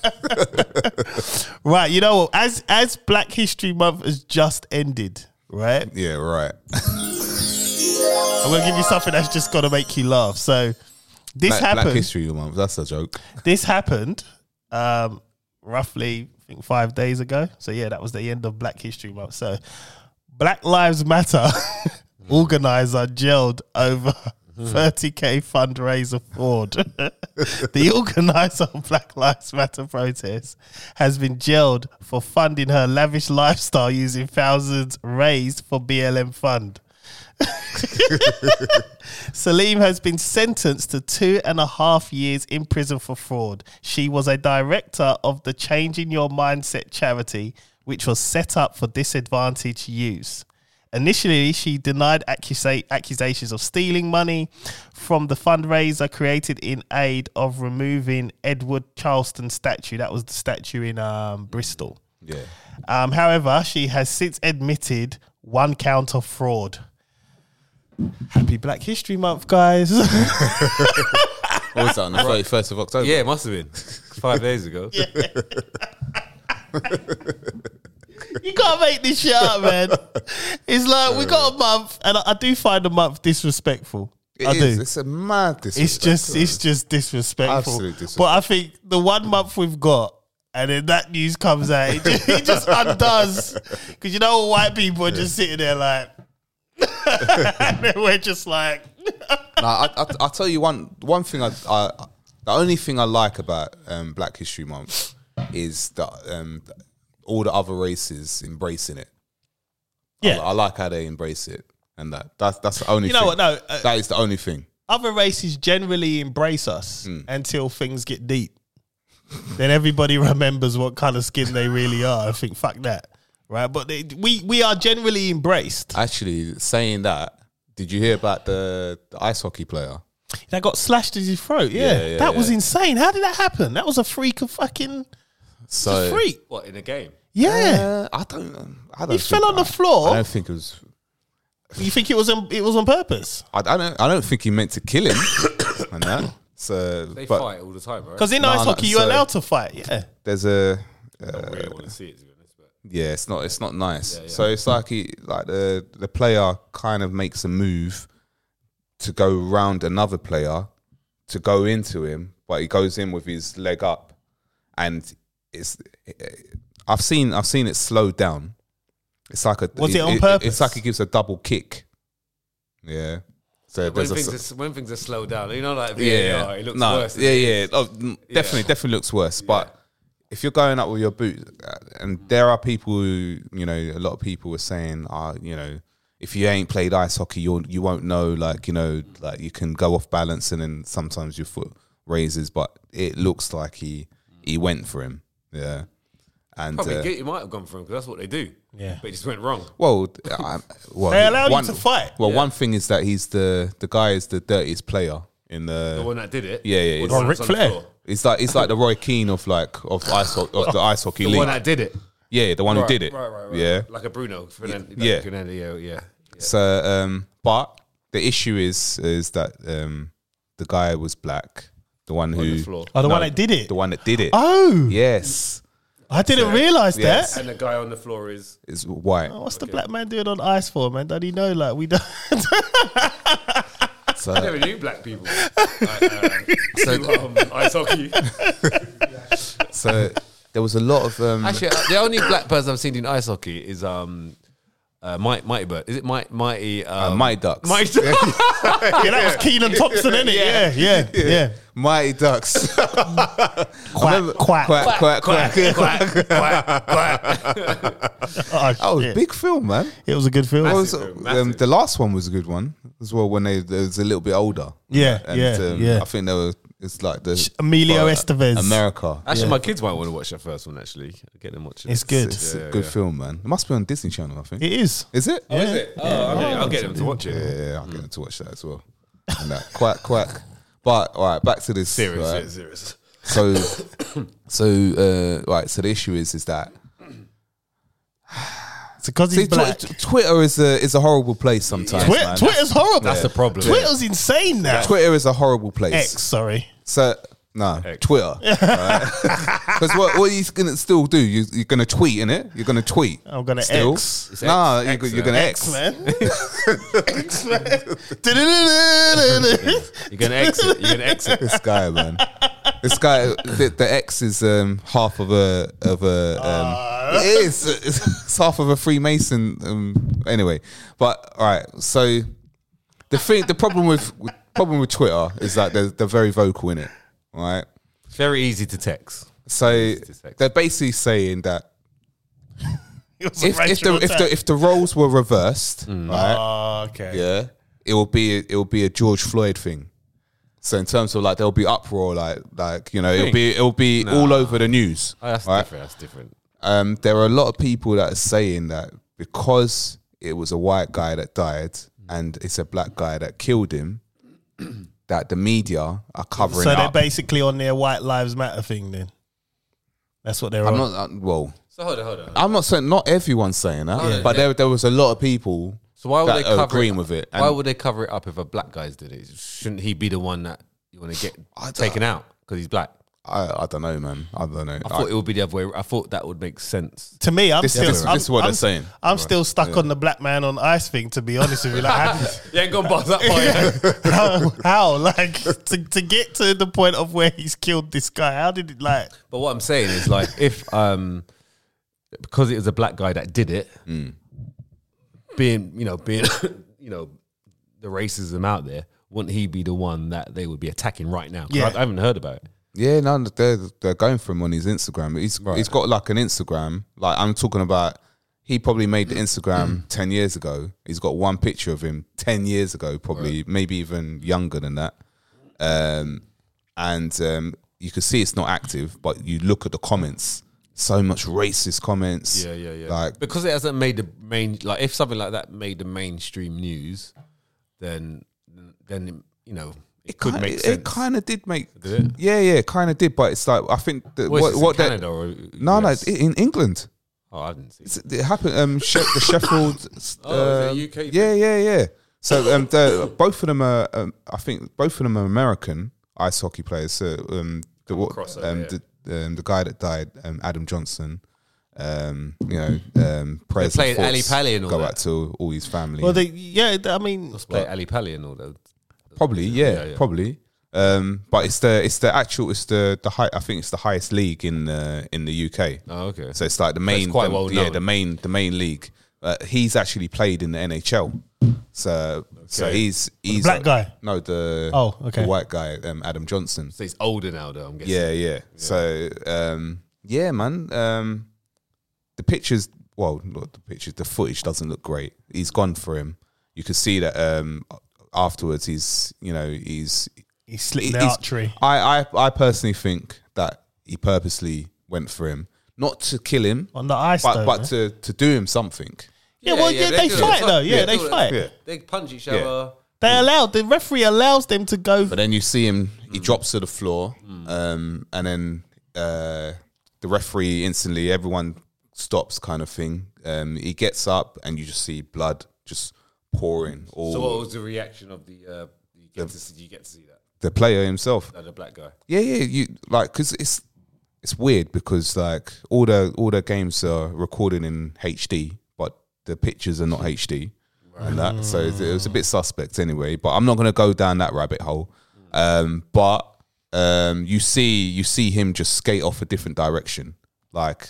[SPEAKER 4] right. You know what? As as Black History Month has just ended, right?
[SPEAKER 1] Yeah, right.
[SPEAKER 4] I'm gonna give you something that's just gonna make you laugh. So this
[SPEAKER 1] Black,
[SPEAKER 4] happened.
[SPEAKER 1] Black History Month. That's a joke.
[SPEAKER 4] This happened um, roughly I think five days ago. So yeah, that was the end of Black History Month. So Black Lives Matter organizer jailed over.
[SPEAKER 1] Mm-hmm.
[SPEAKER 4] 30k fundraiser fraud. the organizer of Black Lives Matter protest has been jailed for funding her lavish lifestyle using thousands raised for BLM fund. Salim has been sentenced to two and a half years in prison for fraud. She was a director of the Changing Your Mindset charity, which was set up for disadvantaged youths. Initially, she denied accusa- accusations of stealing money from the fundraiser created in aid of removing Edward Charleston statue. That was the statue in um, Bristol.
[SPEAKER 1] Yeah.
[SPEAKER 4] Um, however, she has since admitted one count of fraud. Happy Black History Month, guys.
[SPEAKER 1] What was that on the thirty first of October?
[SPEAKER 5] yeah, it must have been five days ago.
[SPEAKER 4] you gotta make this shit up, man. It's like we got a month, and I, I do find the month disrespectful.
[SPEAKER 1] It
[SPEAKER 4] I
[SPEAKER 1] is.
[SPEAKER 4] do.
[SPEAKER 1] It's a mad.
[SPEAKER 4] It's
[SPEAKER 1] disrespect,
[SPEAKER 4] just,
[SPEAKER 1] man.
[SPEAKER 4] it's just disrespectful.
[SPEAKER 1] Absolute disrespect.
[SPEAKER 4] But I think the one month we've got, and then that news comes out, it just, it just undoes. Because you know, white people are just sitting there like, and then we're just like,
[SPEAKER 1] No, I, I, I'll tell you one one thing. I, I the only thing I like about um, Black History Month is that um, all the other races embracing it.
[SPEAKER 4] yeah.
[SPEAKER 1] I, I like how they embrace it, and that that's that's the only.
[SPEAKER 4] You know
[SPEAKER 1] thing.
[SPEAKER 4] what, no, uh,
[SPEAKER 1] that is the only thing.
[SPEAKER 4] other races generally embrace us until things get deep. then everybody remembers what kind of skin they really are. I think fuck that, right? But they, we we are generally embraced.
[SPEAKER 1] Ah. Actually, saying that, did you hear about the, the ice hockey player?
[SPEAKER 4] That got slashed in his throat. Yeah,
[SPEAKER 1] Yeah, yeah,
[SPEAKER 4] that was
[SPEAKER 1] yeah.
[SPEAKER 4] insane. How did that happen? That was a freak of fucking
[SPEAKER 1] So
[SPEAKER 4] freak.
[SPEAKER 5] What in a game?
[SPEAKER 4] Yeah,
[SPEAKER 1] Uh, I don't. I don't.
[SPEAKER 4] He fell on the
[SPEAKER 1] I
[SPEAKER 4] floor.
[SPEAKER 1] don't think it was.
[SPEAKER 4] you think it was on, it was on purpose?
[SPEAKER 1] I, I don't. I don't think he meant to kill him. and that. So,
[SPEAKER 5] They
[SPEAKER 1] but
[SPEAKER 5] fight all the time, right?
[SPEAKER 4] Because in
[SPEAKER 1] No,
[SPEAKER 4] ice
[SPEAKER 1] no,
[SPEAKER 4] hockey, you're
[SPEAKER 1] so-
[SPEAKER 4] allowed to fight. Yeah,
[SPEAKER 1] there's a. uh,
[SPEAKER 5] I really want to see it. To be honest, but
[SPEAKER 1] Yeah, it's not it's not nice. So it's like he like the the player kind of makes a move to go round another player to go into him, but he goes in with his leg up, and it's I've seen I've seen it slowed down. It's like a
[SPEAKER 4] Was it on purpose?
[SPEAKER 1] It's like he gives a double kick. Yeah. So
[SPEAKER 5] when
[SPEAKER 1] there's a
[SPEAKER 5] things,
[SPEAKER 1] s-
[SPEAKER 5] are, when things are slowed down, you know, like VAR,
[SPEAKER 1] yeah,
[SPEAKER 5] it looks
[SPEAKER 1] no,
[SPEAKER 5] worse.
[SPEAKER 1] Yeah, yeah, Oh, n-
[SPEAKER 5] Yeah.
[SPEAKER 1] definitely, definitely looks worse. But if you're going up with your boot, uh, and there are people who, you know, a lot of people were saying, uh, you know, if you ain't played ice hockey, you you won't know. Like you know, like you can go off balance, and then sometimes your foot raises. But it looks like he he went for him. Yeah, and
[SPEAKER 5] Probably
[SPEAKER 1] uh,
[SPEAKER 5] get- it might have gone for him because that's what they do.
[SPEAKER 4] Yeah.
[SPEAKER 5] but it just went wrong.
[SPEAKER 1] well, I, well,
[SPEAKER 4] They allow you to fight.
[SPEAKER 1] Well, one thing is that he's the the guy is the dirtiest player in the
[SPEAKER 5] The one that did it,
[SPEAKER 1] Yeah, yeah,
[SPEAKER 5] or
[SPEAKER 1] yeah.
[SPEAKER 5] the one
[SPEAKER 4] Ric
[SPEAKER 5] that's on the
[SPEAKER 4] Flair.
[SPEAKER 5] floor?
[SPEAKER 1] It's like it's like the Roy Keane of like of ice ho- of the ice hockey
[SPEAKER 5] the
[SPEAKER 1] league.
[SPEAKER 5] one that did it.
[SPEAKER 1] yeah, the one who
[SPEAKER 5] Right,
[SPEAKER 1] did it.
[SPEAKER 5] Right, right, right.
[SPEAKER 1] Yeah.
[SPEAKER 5] like a Bruno Fernandez.
[SPEAKER 1] Yeah.
[SPEAKER 5] Yeah, Fernandez, yeah, yeah.
[SPEAKER 1] So, um, but the issue is is that um, the guy was black. The one who
[SPEAKER 5] On the floor.
[SPEAKER 4] oh, the
[SPEAKER 1] No,
[SPEAKER 4] one that did it.
[SPEAKER 1] The one that did it.
[SPEAKER 4] Oh,
[SPEAKER 1] Yes,
[SPEAKER 4] I didn't realize
[SPEAKER 1] Yes.
[SPEAKER 4] that.
[SPEAKER 5] And the guy on the floor is
[SPEAKER 1] is white.
[SPEAKER 4] What's the black man doing on ice for, man? Don't he know? Like we don't.
[SPEAKER 1] So,
[SPEAKER 5] I never knew black people. um, ice hockey.
[SPEAKER 1] so there was a lot of um,
[SPEAKER 5] Actually, uh, the only black person I've seen in ice hockey is um, uh, Mighty, Mighty Bird. Is it Mighty? Mighty,
[SPEAKER 1] Uh,
[SPEAKER 5] um,
[SPEAKER 1] Mighty Ducks.
[SPEAKER 5] Mighty
[SPEAKER 4] Yeah, that was Keenan Thompson, innit? Yeah, yeah, yeah. yeah.
[SPEAKER 1] Mighty Ducks.
[SPEAKER 4] Quack, quack,
[SPEAKER 1] quack, quack, quack.
[SPEAKER 5] quack, quack, quack.
[SPEAKER 4] Oh,
[SPEAKER 1] That was
[SPEAKER 4] shit.
[SPEAKER 1] big film, man.
[SPEAKER 4] It was a good film.
[SPEAKER 1] That was,
[SPEAKER 5] Massive,
[SPEAKER 1] um, the last one was a good one as well when they, they was a little bit older.
[SPEAKER 4] Yeah,
[SPEAKER 1] and, um,
[SPEAKER 4] yeah, yeah.
[SPEAKER 1] I think they were. It's like the
[SPEAKER 4] Emilio Estevez.
[SPEAKER 1] America.
[SPEAKER 5] Actually, my kids might want to watch that first one. Actually, get them watching.
[SPEAKER 4] It's good.
[SPEAKER 1] It's uh,
[SPEAKER 5] yeah,
[SPEAKER 1] a good
[SPEAKER 5] yeah.
[SPEAKER 1] film, man. It must be on Disney Channel, I think.
[SPEAKER 4] It is.
[SPEAKER 1] Is it?
[SPEAKER 5] Oh, is it? Oh, okay, I'll get them to watch it.
[SPEAKER 1] Yeah, yeah, I'm
[SPEAKER 4] Mm.
[SPEAKER 1] going to watch that as well. And that quack quack. But all right, back to this.
[SPEAKER 5] Serious,
[SPEAKER 1] right?
[SPEAKER 5] serious, serious.
[SPEAKER 1] So, so uh, right. So the issue is, is that
[SPEAKER 4] It's because
[SPEAKER 1] see,
[SPEAKER 4] he's
[SPEAKER 1] tw-
[SPEAKER 4] black.
[SPEAKER 1] Twitter is a is a horrible place sometimes.
[SPEAKER 4] Twi-
[SPEAKER 1] man.
[SPEAKER 4] Twitter's horrible.
[SPEAKER 5] That's the problem.
[SPEAKER 4] Twitter's insane now.
[SPEAKER 1] Twitter is a horrible place.
[SPEAKER 4] X, sorry.
[SPEAKER 1] So no, Twitter. Because what, what are you gonna still do? You, you're gonna tweet in it. You're gonna tweet.
[SPEAKER 4] I'm gonna
[SPEAKER 1] still.
[SPEAKER 4] X.
[SPEAKER 5] It's
[SPEAKER 1] Nah,
[SPEAKER 5] X,
[SPEAKER 1] you're,
[SPEAKER 5] X,
[SPEAKER 1] go- you're
[SPEAKER 5] yeah.
[SPEAKER 1] gonna X.
[SPEAKER 4] X, man. X, man. Du-du-du-du-du-du.
[SPEAKER 5] You're gonna exit. You're gonna exit.
[SPEAKER 1] This guy, man. This guy, the, the X is um, half of a of a. Um,
[SPEAKER 4] Uh.
[SPEAKER 1] it is. It's, it's half of a Freemason. Um, anyway, but all right. So the thing, the problem with, with problem with Twitter is that they're, they're very vocal in it, right?
[SPEAKER 5] It's very easy to text.
[SPEAKER 1] So
[SPEAKER 5] text.
[SPEAKER 1] they're basically saying that
[SPEAKER 4] It was a
[SPEAKER 1] if, if
[SPEAKER 4] racial
[SPEAKER 1] the if
[SPEAKER 4] attack.
[SPEAKER 1] the if the roles were reversed,
[SPEAKER 5] Mm.
[SPEAKER 1] right?
[SPEAKER 4] Oh, okay.
[SPEAKER 1] Yeah, it will be it will be a George Floyd thing. So in terms of like there'll be uproar, like like you know it'll be it'll be all over the news.
[SPEAKER 5] Oh, that's
[SPEAKER 1] right?
[SPEAKER 5] different. That's different.
[SPEAKER 1] Um, there are a lot of people that are saying that because it was a white guy that died and it's a black guy that killed him, that the media are covering
[SPEAKER 4] So they're
[SPEAKER 1] up.
[SPEAKER 4] basically on their White Lives Matter thing then. That's what they're
[SPEAKER 1] I'm
[SPEAKER 4] on.
[SPEAKER 1] not uh, well.
[SPEAKER 5] So hold on, hold on.
[SPEAKER 1] I'm not saying not everyone's saying that,
[SPEAKER 5] Oh, Yeah.
[SPEAKER 1] but there there was a lot of people
[SPEAKER 5] So why would
[SPEAKER 1] that
[SPEAKER 5] they
[SPEAKER 1] are
[SPEAKER 5] cover
[SPEAKER 1] agreeing
[SPEAKER 5] it,
[SPEAKER 1] with it.
[SPEAKER 5] why
[SPEAKER 1] and-
[SPEAKER 5] would they cover it up if a black guy's did it? Shouldn't he be the one that you want to
[SPEAKER 1] I
[SPEAKER 5] get taken out because he's black?
[SPEAKER 1] I, I don't know, man. I don't know.
[SPEAKER 5] I thought it would be the other way. I thought that would make sense.
[SPEAKER 4] to me, I'm
[SPEAKER 1] This-
[SPEAKER 4] still.
[SPEAKER 1] this-
[SPEAKER 4] I'm,
[SPEAKER 1] this is what
[SPEAKER 4] I'm,
[SPEAKER 1] they're saying.
[SPEAKER 4] I'm still stuck on the black man on ice thing. To be honest with you, like I-
[SPEAKER 5] You ain't gonna buzz that far.
[SPEAKER 4] how, how like to, to get to the point of where he's killed this guy? How did it like?
[SPEAKER 5] but what I'm saying is like if um because it was a black guy that did it,
[SPEAKER 1] Mm.
[SPEAKER 5] being you know being you know the racism out there, wouldn't he be the one that they would be attacking right now? 'Cause
[SPEAKER 4] Yeah.
[SPEAKER 5] I, I haven't heard about it.
[SPEAKER 1] Yeah, no, they're they're going for him on his Instagram. He's he's got like an Instagram. Like I'm talking about, he probably made the Instagram ten years ago. He's got one picture of him ten years ago, probably maybe even younger than that. Um, and um, you can see it's not active, but you look at the comments. So much racist comments.
[SPEAKER 5] Yeah, yeah, yeah.
[SPEAKER 1] Like
[SPEAKER 5] because it hasn't made the main like if something like that made the mainstream news, then then you know it, could
[SPEAKER 1] Kinda-
[SPEAKER 5] make
[SPEAKER 1] it,
[SPEAKER 5] sense.
[SPEAKER 1] kind of did make.
[SPEAKER 5] Did it?
[SPEAKER 1] Yeah, yeah, kind of did. But it's like I think that
[SPEAKER 5] What is
[SPEAKER 1] what,
[SPEAKER 5] this,
[SPEAKER 1] what they-
[SPEAKER 5] in Canada or
[SPEAKER 1] no,
[SPEAKER 5] US?
[SPEAKER 1] no, in England.
[SPEAKER 5] oh, I didn't see.
[SPEAKER 1] It's- It happened. Um, she- the Sheffield.
[SPEAKER 5] Oh,
[SPEAKER 1] um,
[SPEAKER 5] is it a UK
[SPEAKER 1] Yeah, yeah, yeah. So um, the, both of them are. Um, I think both of them are American ice hockey players. So um, the what-
[SPEAKER 5] crossover,
[SPEAKER 1] um,
[SPEAKER 5] yeah.
[SPEAKER 1] the, um, the guy that died, um, Adam Johnson. Um, you know, um, prayers
[SPEAKER 5] played
[SPEAKER 1] and thoughts
[SPEAKER 5] Ali Pali and all
[SPEAKER 1] go
[SPEAKER 5] that.
[SPEAKER 1] out to all his family.
[SPEAKER 4] Well, they, yeah, I mean,
[SPEAKER 5] Play Ali Pali and all that.
[SPEAKER 1] probably, yeah,
[SPEAKER 5] Yeah, yeah.
[SPEAKER 1] probably. Um, but it's the it's the actual it's the the high, I think it's the highest league in the in the UK.
[SPEAKER 5] Oh, okay.
[SPEAKER 1] So it's like the main,
[SPEAKER 5] quite
[SPEAKER 1] the-
[SPEAKER 5] well
[SPEAKER 1] yeah,
[SPEAKER 5] known.
[SPEAKER 1] the main, the main league. Uh, he's actually played in the NHL, so so
[SPEAKER 5] Okay.
[SPEAKER 1] he's he's
[SPEAKER 4] black guy?
[SPEAKER 1] No, the
[SPEAKER 4] Oh, okay.
[SPEAKER 1] the white guy, um, Adam Johnson.
[SPEAKER 5] So he's older now, though. I'm guessing.
[SPEAKER 1] Yeah, yeah. So um, yeah, man. Um, the pictures, well, not the pictures. The footage doesn't look great. He's gone for him. You can see that um, afterwards. He's you know he's
[SPEAKER 4] he slipped
[SPEAKER 1] it-
[SPEAKER 4] the
[SPEAKER 1] it's-
[SPEAKER 4] archery.
[SPEAKER 1] I, I I personally think that he purposely went for him, not to kill him
[SPEAKER 4] On the ice
[SPEAKER 1] but
[SPEAKER 4] though,
[SPEAKER 1] but
[SPEAKER 4] man.
[SPEAKER 1] to, to do him something.
[SPEAKER 4] Yeah, well, yeah, they,
[SPEAKER 5] do it.
[SPEAKER 4] fight though. Yeah,
[SPEAKER 5] Yeah.
[SPEAKER 4] they
[SPEAKER 5] Yeah.
[SPEAKER 4] fight.
[SPEAKER 1] Yeah.
[SPEAKER 5] They punch each
[SPEAKER 1] Yeah.
[SPEAKER 5] other.
[SPEAKER 4] They allow the referee allows them to go.
[SPEAKER 1] But then you see him, he
[SPEAKER 5] Mm.
[SPEAKER 1] drops to the floor, um, and then uh, the referee instantly, everyone stops, kind of thing. Um, he gets up, and you just see blood just pouring. All
[SPEAKER 5] So what was the reaction of the? Uh, you get to see. You get to see that.
[SPEAKER 1] the player himself.
[SPEAKER 5] No, the black guy.
[SPEAKER 1] Yeah, yeah. You like because it's it's weird because like all the all the games are recorded in HD, but the pictures are not HD and that. So it was a bit suspect anyway. But I'm not gonna go down that rabbit hole. Um, but um, you see, you see him just skate off a different direction, like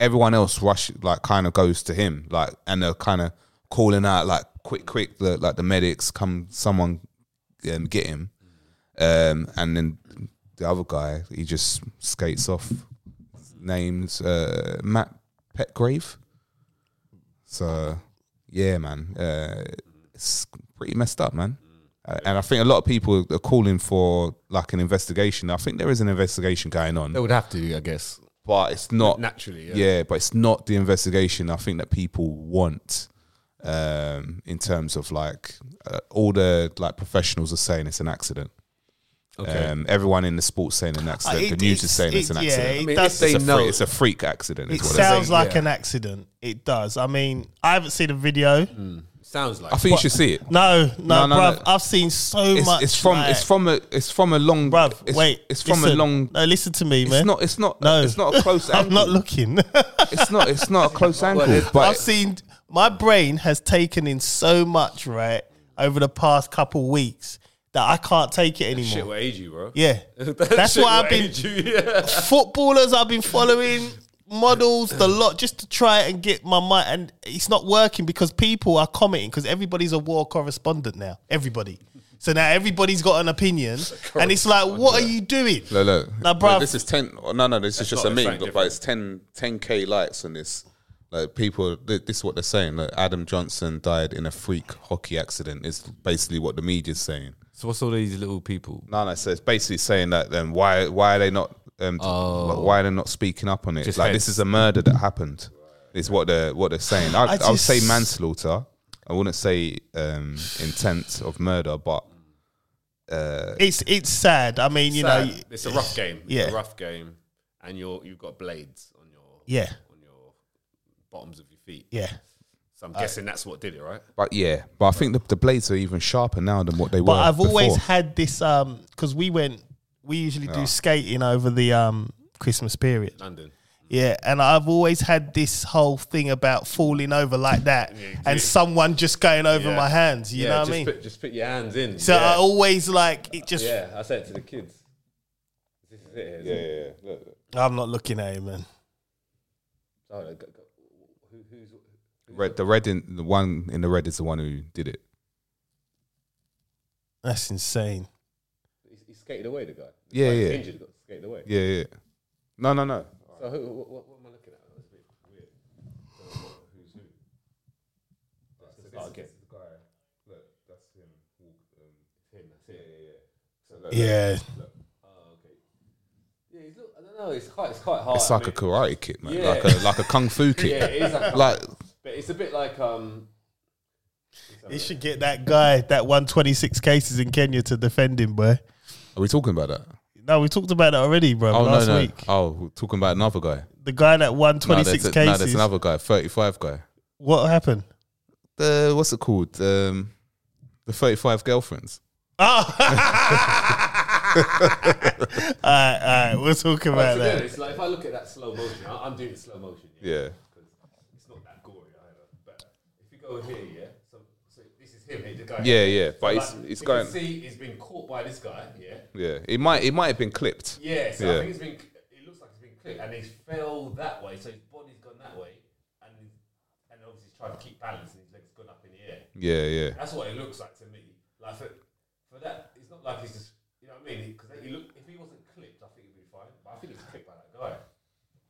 [SPEAKER 1] everyone else rush like kind of goes to him like and they're kind of calling out like quick quick the, like the medics come someone um, get him um, and then the other guy he just skates off names uh, Matt Petgrave so yeah man uh, it's pretty messed up man Uh, and I think a lot of people are calling for like an investigation I think there is an investigation going on
[SPEAKER 5] They would have to, I guess.
[SPEAKER 1] but it's not
[SPEAKER 5] Naturally, yeah.
[SPEAKER 1] Yeah. but it's not the investigation I think that people want. Um, in terms of like uh, all the like professionals are saying it's an accident.
[SPEAKER 5] Okay.
[SPEAKER 1] Um, everyone in the sports saying an accident.
[SPEAKER 4] it-
[SPEAKER 1] the news is
[SPEAKER 4] it's-
[SPEAKER 1] saying it's
[SPEAKER 4] it-
[SPEAKER 1] an
[SPEAKER 4] yeah,
[SPEAKER 1] accident.
[SPEAKER 4] it
[SPEAKER 5] I mean,
[SPEAKER 4] does-
[SPEAKER 5] if
[SPEAKER 1] it's,
[SPEAKER 5] they
[SPEAKER 1] a
[SPEAKER 5] know,
[SPEAKER 1] freak, it's a freak accident. Is
[SPEAKER 4] It
[SPEAKER 1] what it
[SPEAKER 4] sounds
[SPEAKER 1] is.
[SPEAKER 4] like
[SPEAKER 5] yeah.
[SPEAKER 4] an accident. It does. I mean, I haven't seen a video.
[SPEAKER 5] Mm. sounds like.
[SPEAKER 1] I think you should see it.
[SPEAKER 4] No, no,
[SPEAKER 1] No, no,
[SPEAKER 4] bruv.
[SPEAKER 1] no.
[SPEAKER 4] I've seen so
[SPEAKER 1] It's,
[SPEAKER 4] much.
[SPEAKER 1] it's from
[SPEAKER 4] like,
[SPEAKER 1] it's from a it's from a long.
[SPEAKER 4] bruv.
[SPEAKER 1] it's,
[SPEAKER 4] wait,
[SPEAKER 1] It's from
[SPEAKER 4] listen.
[SPEAKER 1] a long.
[SPEAKER 4] No, listen to me, man.
[SPEAKER 1] It's not. It's not.
[SPEAKER 4] No,
[SPEAKER 1] It's not a close angle.
[SPEAKER 4] I'm not looking.
[SPEAKER 1] It's not. It's not a close angle.
[SPEAKER 5] it-
[SPEAKER 1] But
[SPEAKER 4] I've seen my brain has taken in so much right over the past couple weeks that I can't take it anymore.
[SPEAKER 5] Shit will age you, bro.
[SPEAKER 4] yeah, that's
[SPEAKER 5] Shit
[SPEAKER 4] why I've
[SPEAKER 5] will
[SPEAKER 4] been
[SPEAKER 5] age You, yeah.
[SPEAKER 4] footballers I've been following, models, the lot, just to try and get my mind. And it's not working because people are commenting because everybody's a war correspondent now. Everybody. So now everybody's got an opinion, and it's like, what are you doing?
[SPEAKER 1] No, no.
[SPEAKER 4] Now, bruv-
[SPEAKER 1] This is 10. oh, No, no, this is just a
[SPEAKER 5] not- it's
[SPEAKER 1] meme,
[SPEAKER 5] something
[SPEAKER 1] but, but it's 10, 10K likes on this. Like, people, th- this is what they're saying. Like, Adam Johnson died in a freak hockey accident, is basically what the media's saying.
[SPEAKER 5] So what's all these little people?
[SPEAKER 1] No, no, so it's basically saying that then why why are they not um, why are they not speaking up on it?
[SPEAKER 5] Oh. Just
[SPEAKER 1] like
[SPEAKER 5] heads.
[SPEAKER 1] this is a murder that happened. Is what they're what they're saying. I, I,
[SPEAKER 4] I
[SPEAKER 1] would say
[SPEAKER 4] just-
[SPEAKER 1] manslaughter. I wouldn't say um, intent of murder, but
[SPEAKER 4] It's it's sad. I mean, you know,
[SPEAKER 5] it's a rough game.
[SPEAKER 4] Yeah.
[SPEAKER 5] It's a rough game, and you're you've got blades on your
[SPEAKER 4] yeah,
[SPEAKER 5] on your bottoms of your feet.
[SPEAKER 4] yeah.
[SPEAKER 5] So I'm guessing that's what did it, right?
[SPEAKER 1] but yeah, but I think the, the blades are even sharper now than what they were.
[SPEAKER 4] But I've always
[SPEAKER 1] before.
[SPEAKER 4] had this um because we went, we usually do skating over the um Christmas period.
[SPEAKER 5] London.
[SPEAKER 4] Yeah, and I've always had this whole thing about falling over like that and someone just going over
[SPEAKER 5] Yeah.
[SPEAKER 4] my hands, you
[SPEAKER 5] yeah,
[SPEAKER 4] know what
[SPEAKER 5] just
[SPEAKER 4] I mean?
[SPEAKER 5] Put, just put your hands in.
[SPEAKER 4] so
[SPEAKER 5] yeah.
[SPEAKER 4] I always like it just
[SPEAKER 5] yeah, I said it to the kids. This is it. Yeah, yeah.
[SPEAKER 4] I'm not looking at it, man.
[SPEAKER 1] Red, the red in the one in the red is the one who did it.
[SPEAKER 4] That's insane.
[SPEAKER 5] he, he skated away. The guy. The
[SPEAKER 1] Yeah,
[SPEAKER 5] guy who's
[SPEAKER 1] yeah.
[SPEAKER 5] Injured, got skated away.
[SPEAKER 1] Yeah, yeah. No, no, no.
[SPEAKER 5] So who, what, what, what am I looking at? That's a bit weird. So what- who's who? Start again. Him, that's it.
[SPEAKER 4] Yeah.
[SPEAKER 5] Yeah, he's look, I don't know. It's quite, it's quite hard.
[SPEAKER 1] It's
[SPEAKER 5] I
[SPEAKER 1] like a
[SPEAKER 5] mean,
[SPEAKER 1] karate kick, man.
[SPEAKER 5] Yeah.
[SPEAKER 1] Like a like a kung fu kick.
[SPEAKER 5] Yeah, it is like,
[SPEAKER 1] Like
[SPEAKER 5] but it's a bit like um.
[SPEAKER 4] It should get that guy that won 26 cases in Kenya to defend him, boy.
[SPEAKER 1] are we talking about that?
[SPEAKER 4] No, we talked about that already, bro.
[SPEAKER 1] Oh
[SPEAKER 4] last
[SPEAKER 1] no, no.
[SPEAKER 4] week.
[SPEAKER 1] Oh, we're talking about another guy.
[SPEAKER 4] The guy that won
[SPEAKER 1] No,
[SPEAKER 4] 26
[SPEAKER 1] there's a- No,
[SPEAKER 4] cases.
[SPEAKER 1] there's another guy, thirty five guy.
[SPEAKER 4] what happened?
[SPEAKER 1] The what's it called? Um the thirty five girlfriends.
[SPEAKER 4] Oh. all right, all right. We'll talk about
[SPEAKER 5] To be
[SPEAKER 4] that.
[SPEAKER 5] honest, like if I look at that slow motion, I, I'm doing it slow motion. Yeah.
[SPEAKER 1] Yeah.
[SPEAKER 5] It's not that gory either. But if you go here, yeah. So, so this is him, hey, the guy.
[SPEAKER 1] Yeah, yeah.
[SPEAKER 5] So,
[SPEAKER 1] But
[SPEAKER 5] like,
[SPEAKER 1] it's it's
[SPEAKER 5] you
[SPEAKER 1] going
[SPEAKER 5] Can see, he's been caught by this guy. Yeah.
[SPEAKER 1] Yeah. It might it might have been clipped.
[SPEAKER 5] Yeah. So
[SPEAKER 1] Yeah.
[SPEAKER 5] I think it's been. It looks like it's been clipped, and he's fell that way. So his body's gone that way, and and obviously he's trying to keep balance, and his legs gone up in the air.
[SPEAKER 1] Yeah, yeah.
[SPEAKER 5] That's what it looks like to me. Like for, for that, it's not like he's just. You know what I mean? Because he look, if he wasn't clipped, I think it'd be fine. But I think he's clipped by that guy.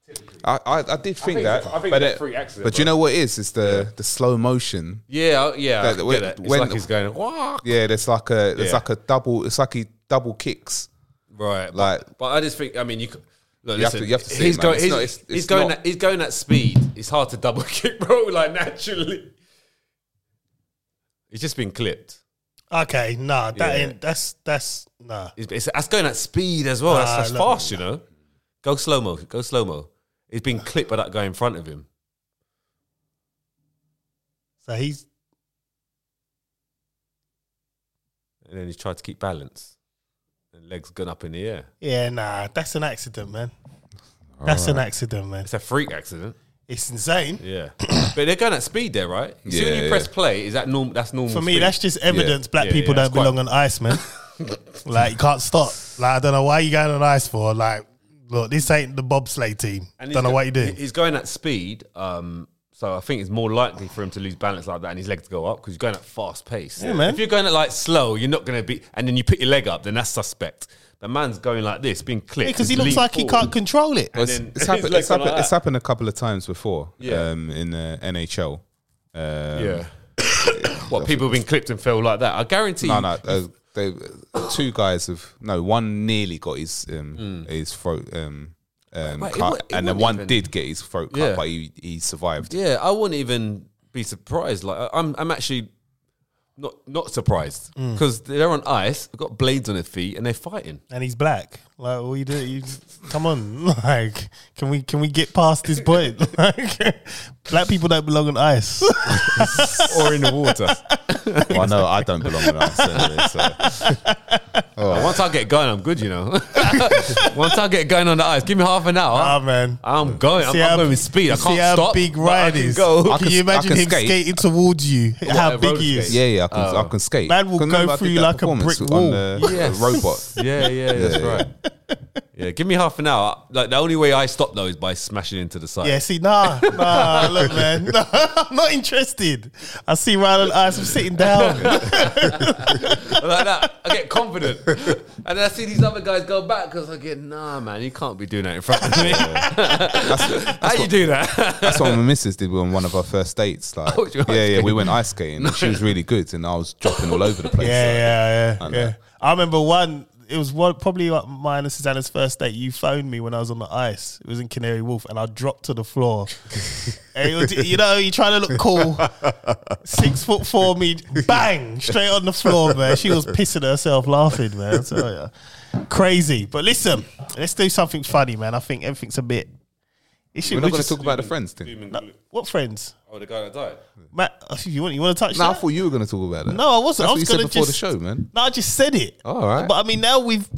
[SPEAKER 5] Typically.
[SPEAKER 1] I, I, I did think,
[SPEAKER 5] think
[SPEAKER 1] that,
[SPEAKER 5] it's a- I think
[SPEAKER 1] but,
[SPEAKER 5] it's a
[SPEAKER 1] it-
[SPEAKER 5] freak accident,
[SPEAKER 1] but you
[SPEAKER 5] bro.
[SPEAKER 1] know what it is? It's the, the slow motion
[SPEAKER 5] Yeah, I- yeah.
[SPEAKER 1] That-
[SPEAKER 5] I can
[SPEAKER 1] when-
[SPEAKER 5] get that. It's
[SPEAKER 1] when-
[SPEAKER 5] like he's going, "Wah."
[SPEAKER 1] Yeah, there's like a there's
[SPEAKER 5] Yeah.
[SPEAKER 1] like a double. It's like he double kicks.
[SPEAKER 5] Right. but-
[SPEAKER 1] Like-
[SPEAKER 5] but, I just think, I mean, you could. Look,
[SPEAKER 1] You have
[SPEAKER 5] listen,
[SPEAKER 1] to- you have to see
[SPEAKER 5] he's
[SPEAKER 1] it, man.
[SPEAKER 5] going.
[SPEAKER 1] It's
[SPEAKER 5] he's,
[SPEAKER 1] not- it's-
[SPEAKER 5] he's
[SPEAKER 1] it's
[SPEAKER 5] going.
[SPEAKER 1] not-
[SPEAKER 5] At, he's going at speed. It's hard to double kick, bro. Like naturally, he's just been clipped.
[SPEAKER 4] Okay, nah, that
[SPEAKER 5] Yeah.
[SPEAKER 4] ain't that's that's nah.
[SPEAKER 5] It's, it's, that's going at speed as well.
[SPEAKER 1] Ah,
[SPEAKER 4] Nah,
[SPEAKER 5] that's that's
[SPEAKER 4] look.
[SPEAKER 5] fast, you know. Go slow mo. Go slow mo. He's been clipped by that guy in front of him.
[SPEAKER 4] So he's
[SPEAKER 5] and then he's tried to keep balance. And legs gone up in the air.
[SPEAKER 4] yeah, nah, that's an accident, man. That's an accident, man.
[SPEAKER 5] It's a freak accident.
[SPEAKER 4] It's insane.
[SPEAKER 5] Yeah, but they're going at speed there, right? You See, when
[SPEAKER 1] Yeah,
[SPEAKER 5] you
[SPEAKER 1] yeah.
[SPEAKER 5] press play, is that normal? That's normal
[SPEAKER 4] For me,
[SPEAKER 5] speed?
[SPEAKER 4] that's just evidence black
[SPEAKER 5] yeah,
[SPEAKER 4] people don't
[SPEAKER 5] yeah, it's quite-
[SPEAKER 4] belong on ice, man. like you can't stop. Like I don't know why you going on ice for. Like Look, this ain't the bobsleigh team. Don't know what you do.
[SPEAKER 5] He's going at speed, um, so I think it's more likely for him to lose balance like that and his legs to go up because he's going at fast pace.
[SPEAKER 4] Yeah, man.
[SPEAKER 5] If you're going at like slow, you're not going to be, and then you put your leg up, then that's suspect. The man's going like this, being clipped.
[SPEAKER 4] Because he looks
[SPEAKER 5] he's leaned
[SPEAKER 4] like he
[SPEAKER 5] forward.
[SPEAKER 4] can't control it.
[SPEAKER 1] Well, it's,
[SPEAKER 5] then
[SPEAKER 1] it's,
[SPEAKER 5] his
[SPEAKER 1] happened,
[SPEAKER 5] legs
[SPEAKER 1] it's,
[SPEAKER 5] are like
[SPEAKER 1] happened, it's
[SPEAKER 5] that.
[SPEAKER 1] happened a couple of times before
[SPEAKER 5] Yeah.
[SPEAKER 1] um, in the NHL. Uh,
[SPEAKER 5] Yeah. what people have been clipped and fell like that? I guarantee.
[SPEAKER 1] No,
[SPEAKER 5] you-
[SPEAKER 1] no, uh, they, two guys have no one nearly got his
[SPEAKER 4] Hmm.
[SPEAKER 1] um, his throat um, um,
[SPEAKER 5] Wait, it
[SPEAKER 1] cut,
[SPEAKER 5] wa- it
[SPEAKER 1] and then
[SPEAKER 5] wasn't
[SPEAKER 1] one
[SPEAKER 5] even-
[SPEAKER 1] did get his throat cut,
[SPEAKER 5] Yeah.
[SPEAKER 1] but he, he survived.
[SPEAKER 5] Yeah, I wouldn't even be surprised. Like I- I'm, I'm actually not not surprised
[SPEAKER 4] Mm.
[SPEAKER 5] because they're on ice, they've got blades on their feet, and they're fighting.
[SPEAKER 4] and he's black. Like, what you do? You come on, like, can we can we get past this point? Like, black people don't belong on ice.
[SPEAKER 5] or in the water.
[SPEAKER 1] Well, no, I don't belong in ice. anyway, so.
[SPEAKER 5] Once I get going, I'm good, you know. Once I get going on the ice, give me half an hour.
[SPEAKER 4] Ah, man.
[SPEAKER 5] I'm going. I'm, I'm going with speed. I
[SPEAKER 4] see
[SPEAKER 5] can't
[SPEAKER 4] how
[SPEAKER 5] stop.
[SPEAKER 4] big
[SPEAKER 5] but I
[SPEAKER 4] Ryan
[SPEAKER 5] can
[SPEAKER 4] is.
[SPEAKER 5] go.
[SPEAKER 1] I
[SPEAKER 4] Can
[SPEAKER 1] can
[SPEAKER 4] you
[SPEAKER 1] s- I
[SPEAKER 4] imagine
[SPEAKER 1] can
[SPEAKER 4] him
[SPEAKER 1] skate.
[SPEAKER 4] skating towards you? how
[SPEAKER 5] a
[SPEAKER 4] big
[SPEAKER 5] roller
[SPEAKER 4] he is.
[SPEAKER 5] skate.
[SPEAKER 1] Yeah, yeah, I can, I can skate.
[SPEAKER 4] Oh. Man will
[SPEAKER 1] Can
[SPEAKER 4] go
[SPEAKER 1] remember I did
[SPEAKER 4] through
[SPEAKER 1] that
[SPEAKER 4] like a
[SPEAKER 1] performance
[SPEAKER 4] brick
[SPEAKER 1] on
[SPEAKER 4] wall.
[SPEAKER 1] the-
[SPEAKER 5] Yes.
[SPEAKER 1] the robot.
[SPEAKER 5] Yeah, yeah, that's right. Yeah, give me half an hour. Like the only way I stop though is by smashing into the side.
[SPEAKER 4] Yeah, see, nah, nah, look, man, nah, I'm not interested. I see Ryan on ice, I'm sitting down.
[SPEAKER 5] like that. I get confident, and then I see these other guys go back because I get nah, man, you can't be doing that in front of me. How you do that?
[SPEAKER 1] That's what my missus did on one of our first dates. Like,
[SPEAKER 5] Oh, you were
[SPEAKER 1] yeah,
[SPEAKER 5] ice
[SPEAKER 1] yeah, we
[SPEAKER 5] skating.
[SPEAKER 1] went ice skating. and she was really good, and I was dropping all over the place.
[SPEAKER 4] Yeah, yeah,
[SPEAKER 1] I
[SPEAKER 4] yeah.
[SPEAKER 1] know.
[SPEAKER 4] yeah. I remember one. It was one, probably like mine and Susanna's first date. You phoned me when I was on the ice. It was in Canary Wolf, and I dropped to the floor. And it was- you know, you're trying to look cool. Six foot four, me bang straight on the floor, man. She was pissing herself laughing, man. So yeah, crazy. But listen, let's do something funny, man. I think everything's a bit. It should,
[SPEAKER 1] We're
[SPEAKER 4] we
[SPEAKER 1] not going to
[SPEAKER 4] just-
[SPEAKER 1] talk about the friends thing.
[SPEAKER 4] No, what friends,
[SPEAKER 5] Oh, the guy that died.
[SPEAKER 4] Matt? oh, You want you want to touch?
[SPEAKER 1] No, I
[SPEAKER 4] that?
[SPEAKER 1] thought you were going to talk about that.
[SPEAKER 4] No, I wasn't.
[SPEAKER 1] That's
[SPEAKER 4] I
[SPEAKER 1] what
[SPEAKER 4] was
[SPEAKER 1] you said
[SPEAKER 4] gonna
[SPEAKER 1] before
[SPEAKER 4] just-
[SPEAKER 1] the show, man.
[SPEAKER 4] No, I just said it.
[SPEAKER 1] All right.
[SPEAKER 4] But I mean, now we've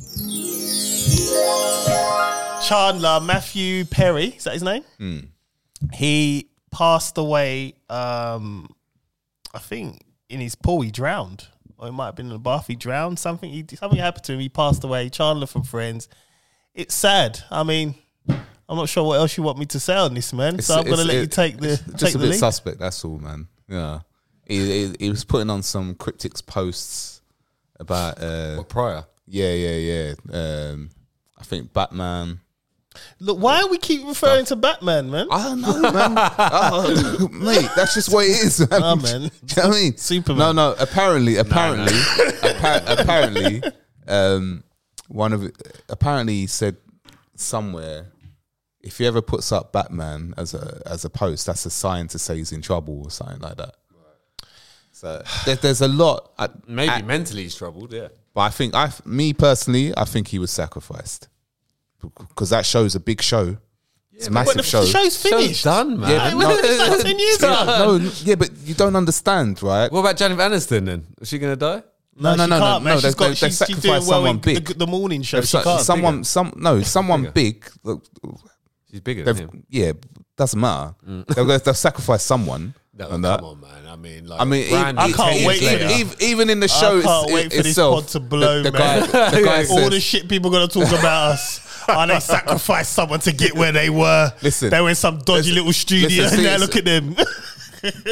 [SPEAKER 4] Chandler Matthew Perry. Is that his name?
[SPEAKER 1] Hmm.
[SPEAKER 4] He passed away. Um, I think in his pool he drowned, or it might have been in the bath. He drowned. Something. He, something happened to him. He passed away. Chandler from Friends. It's sad. I mean. I'm not sure what else you want me to say on this, man.
[SPEAKER 1] It's-
[SPEAKER 4] so I'm going to
[SPEAKER 1] it's-
[SPEAKER 4] let you
[SPEAKER 1] it-
[SPEAKER 4] take the
[SPEAKER 1] it's
[SPEAKER 4] take
[SPEAKER 1] just a
[SPEAKER 4] the
[SPEAKER 1] bit
[SPEAKER 4] lead.
[SPEAKER 1] suspect. That's all, man. Yeah, he, he, he was putting on some cryptic posts about. Uh,
[SPEAKER 5] prior?
[SPEAKER 1] yeah, yeah, yeah. Um, I think Batman.
[SPEAKER 4] Look, why do we keep referring to Batman, man?
[SPEAKER 1] I don't know, man. Oh, mate, that's just what it is, man.
[SPEAKER 4] Nah, man.
[SPEAKER 1] Do you know what I mean?
[SPEAKER 4] Superman.
[SPEAKER 1] No, no. Apparently, apparently, appa- apparently, um, one of apparently he said somewhere, if he ever puts up Batman as a as a post, that's a sign to say he's in trouble or something like that. So there, there's a lot, I,
[SPEAKER 5] Maybe mentally he's troubled. Yeah.
[SPEAKER 1] but I think I, me personally, I think he was sacrificed because that show's a big show. It's a massive
[SPEAKER 4] But the
[SPEAKER 1] show.
[SPEAKER 4] show's finished.
[SPEAKER 5] Show's done, man.
[SPEAKER 1] Yeah, but no-
[SPEAKER 4] It's like 10 years
[SPEAKER 1] Yeah,
[SPEAKER 4] ago.
[SPEAKER 1] no, n- yeah, but you don't understand, right?
[SPEAKER 5] What about Janet Aniston then? Is she gonna die?
[SPEAKER 1] No, no,
[SPEAKER 4] she
[SPEAKER 1] no, no,
[SPEAKER 4] can't, man.
[SPEAKER 1] no,
[SPEAKER 4] She's
[SPEAKER 1] they-
[SPEAKER 4] got,
[SPEAKER 1] they- they
[SPEAKER 4] she's, she's doing
[SPEAKER 1] sacrificed
[SPEAKER 4] well
[SPEAKER 1] someone
[SPEAKER 4] in the-
[SPEAKER 1] big.
[SPEAKER 4] the, morning show.
[SPEAKER 1] If
[SPEAKER 4] She
[SPEAKER 1] so-
[SPEAKER 4] can't.
[SPEAKER 1] someone, some no, someone big. look,
[SPEAKER 5] She's bigger than
[SPEAKER 1] They've,
[SPEAKER 5] him.
[SPEAKER 1] yeah, doesn't matter.
[SPEAKER 4] Mm.
[SPEAKER 1] They'll, go- they'll sacrifice someone.
[SPEAKER 5] No,
[SPEAKER 1] and
[SPEAKER 5] come
[SPEAKER 1] that.
[SPEAKER 5] on, man. I mean, like,
[SPEAKER 1] I mean, e-
[SPEAKER 5] Brand
[SPEAKER 4] I
[SPEAKER 5] new
[SPEAKER 4] can't
[SPEAKER 5] teams
[SPEAKER 4] wait for
[SPEAKER 5] later.
[SPEAKER 4] this.
[SPEAKER 1] even, even in the show,
[SPEAKER 4] can't
[SPEAKER 1] it's-
[SPEAKER 4] wait for this
[SPEAKER 1] itself,
[SPEAKER 4] pod to blow,
[SPEAKER 1] the, the
[SPEAKER 4] man.
[SPEAKER 1] Guy, the guy
[SPEAKER 4] all
[SPEAKER 1] says,
[SPEAKER 4] the shit people gonna talk about us. Are they sacrificed someone to get where they were?
[SPEAKER 1] Listen.
[SPEAKER 4] they were in some dodgy
[SPEAKER 1] Listen,
[SPEAKER 4] little studio.
[SPEAKER 1] listen, see,
[SPEAKER 4] now
[SPEAKER 1] it's-
[SPEAKER 4] look at them.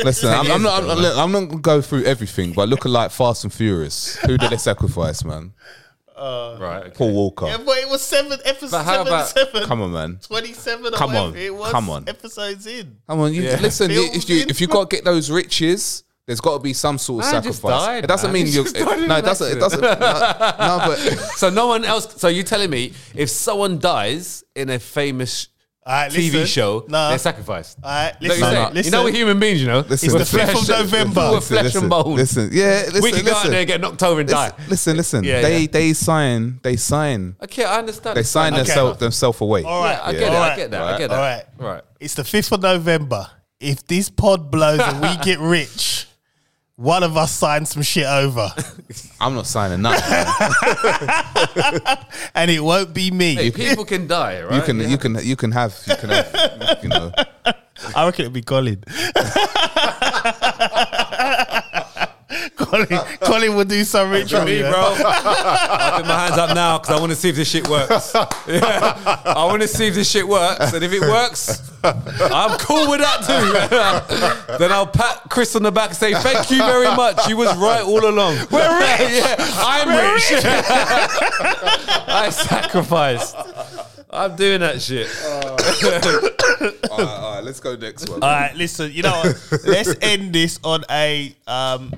[SPEAKER 1] Listen, I'm, I'm not. I'm, not- look, I'm not gonna go through everything, but looking like Fast and Furious, who did they sacrifice, man?
[SPEAKER 5] right? okay.
[SPEAKER 1] Paul Walker.
[SPEAKER 4] yeah, but it was seven episodes.
[SPEAKER 5] But how
[SPEAKER 4] Seven,
[SPEAKER 5] about-
[SPEAKER 4] seven,
[SPEAKER 1] Come on, man.
[SPEAKER 4] 27 or
[SPEAKER 1] Come
[SPEAKER 4] whatever
[SPEAKER 1] on,
[SPEAKER 4] it was
[SPEAKER 1] come on.
[SPEAKER 4] episodes in.
[SPEAKER 1] Come on, you, listen. You, if you
[SPEAKER 4] Building.
[SPEAKER 1] if you got to get those riches, there's got to be some sort of
[SPEAKER 5] Man just
[SPEAKER 1] sacrifice.
[SPEAKER 5] died,
[SPEAKER 1] it doesn't
[SPEAKER 5] man.
[SPEAKER 1] mean
[SPEAKER 5] He
[SPEAKER 1] you.
[SPEAKER 5] just died in
[SPEAKER 1] No, it
[SPEAKER 5] an
[SPEAKER 1] doesn't. It doesn't.
[SPEAKER 5] accident.
[SPEAKER 1] No, no, but
[SPEAKER 5] So no one else. So you're telling me if someone dies in a famous
[SPEAKER 4] All right,
[SPEAKER 5] TV
[SPEAKER 4] listen.
[SPEAKER 5] show,
[SPEAKER 4] Nah.
[SPEAKER 5] they're sacrificed.
[SPEAKER 4] All right,
[SPEAKER 5] Don't
[SPEAKER 4] listen,
[SPEAKER 5] you, say?
[SPEAKER 4] listen.
[SPEAKER 5] you know we're human beings, you know.
[SPEAKER 1] Listen,
[SPEAKER 5] We're
[SPEAKER 1] It's the fifth of
[SPEAKER 5] flesh-
[SPEAKER 4] November.
[SPEAKER 5] We're flesh
[SPEAKER 1] listen,
[SPEAKER 5] and bone.
[SPEAKER 1] listen, yeah, listen,
[SPEAKER 5] we can go out
[SPEAKER 1] listen.
[SPEAKER 5] there and get knocked over and die.
[SPEAKER 1] listen, listen, listen.
[SPEAKER 5] Yeah,
[SPEAKER 1] they
[SPEAKER 5] yeah.
[SPEAKER 1] they sign. They sign.
[SPEAKER 5] Okay, I understand.
[SPEAKER 1] They sign
[SPEAKER 4] Okay.
[SPEAKER 1] themselves themselves away.
[SPEAKER 4] All right,
[SPEAKER 5] Yeah, I
[SPEAKER 4] yeah.
[SPEAKER 5] get it.
[SPEAKER 4] All
[SPEAKER 5] I
[SPEAKER 4] right,
[SPEAKER 5] get that.
[SPEAKER 1] right,
[SPEAKER 5] I get
[SPEAKER 4] All
[SPEAKER 5] that.
[SPEAKER 4] right.
[SPEAKER 5] Right.
[SPEAKER 4] It's the 5th of November. If this pod blows and we get rich, one of us signs some shit over.
[SPEAKER 1] I'm not signing nothing. man.
[SPEAKER 4] and it won't be me.
[SPEAKER 5] Hey, people can die, right?
[SPEAKER 1] You can
[SPEAKER 5] Yeah.
[SPEAKER 1] you can you can have you can have you know.
[SPEAKER 4] I reckon it'd be Colin. Colin, Colin Charlie will do something to me,
[SPEAKER 5] me,
[SPEAKER 4] bro.
[SPEAKER 5] bro. I put my hands up now because I want to see if this shit works. Yeah. I want to see if this shit works, and if it works, I'm cool with that too. then I'll pat Chris on the back and say, "Thank you very much. You was right all along. We're rich. yeah, I'm rich. I sacrificed. I'm doing that shit.
[SPEAKER 1] all right, all right, let's go next one.
[SPEAKER 5] Uh,
[SPEAKER 4] All right, listen. You know, what? let's end this on a um,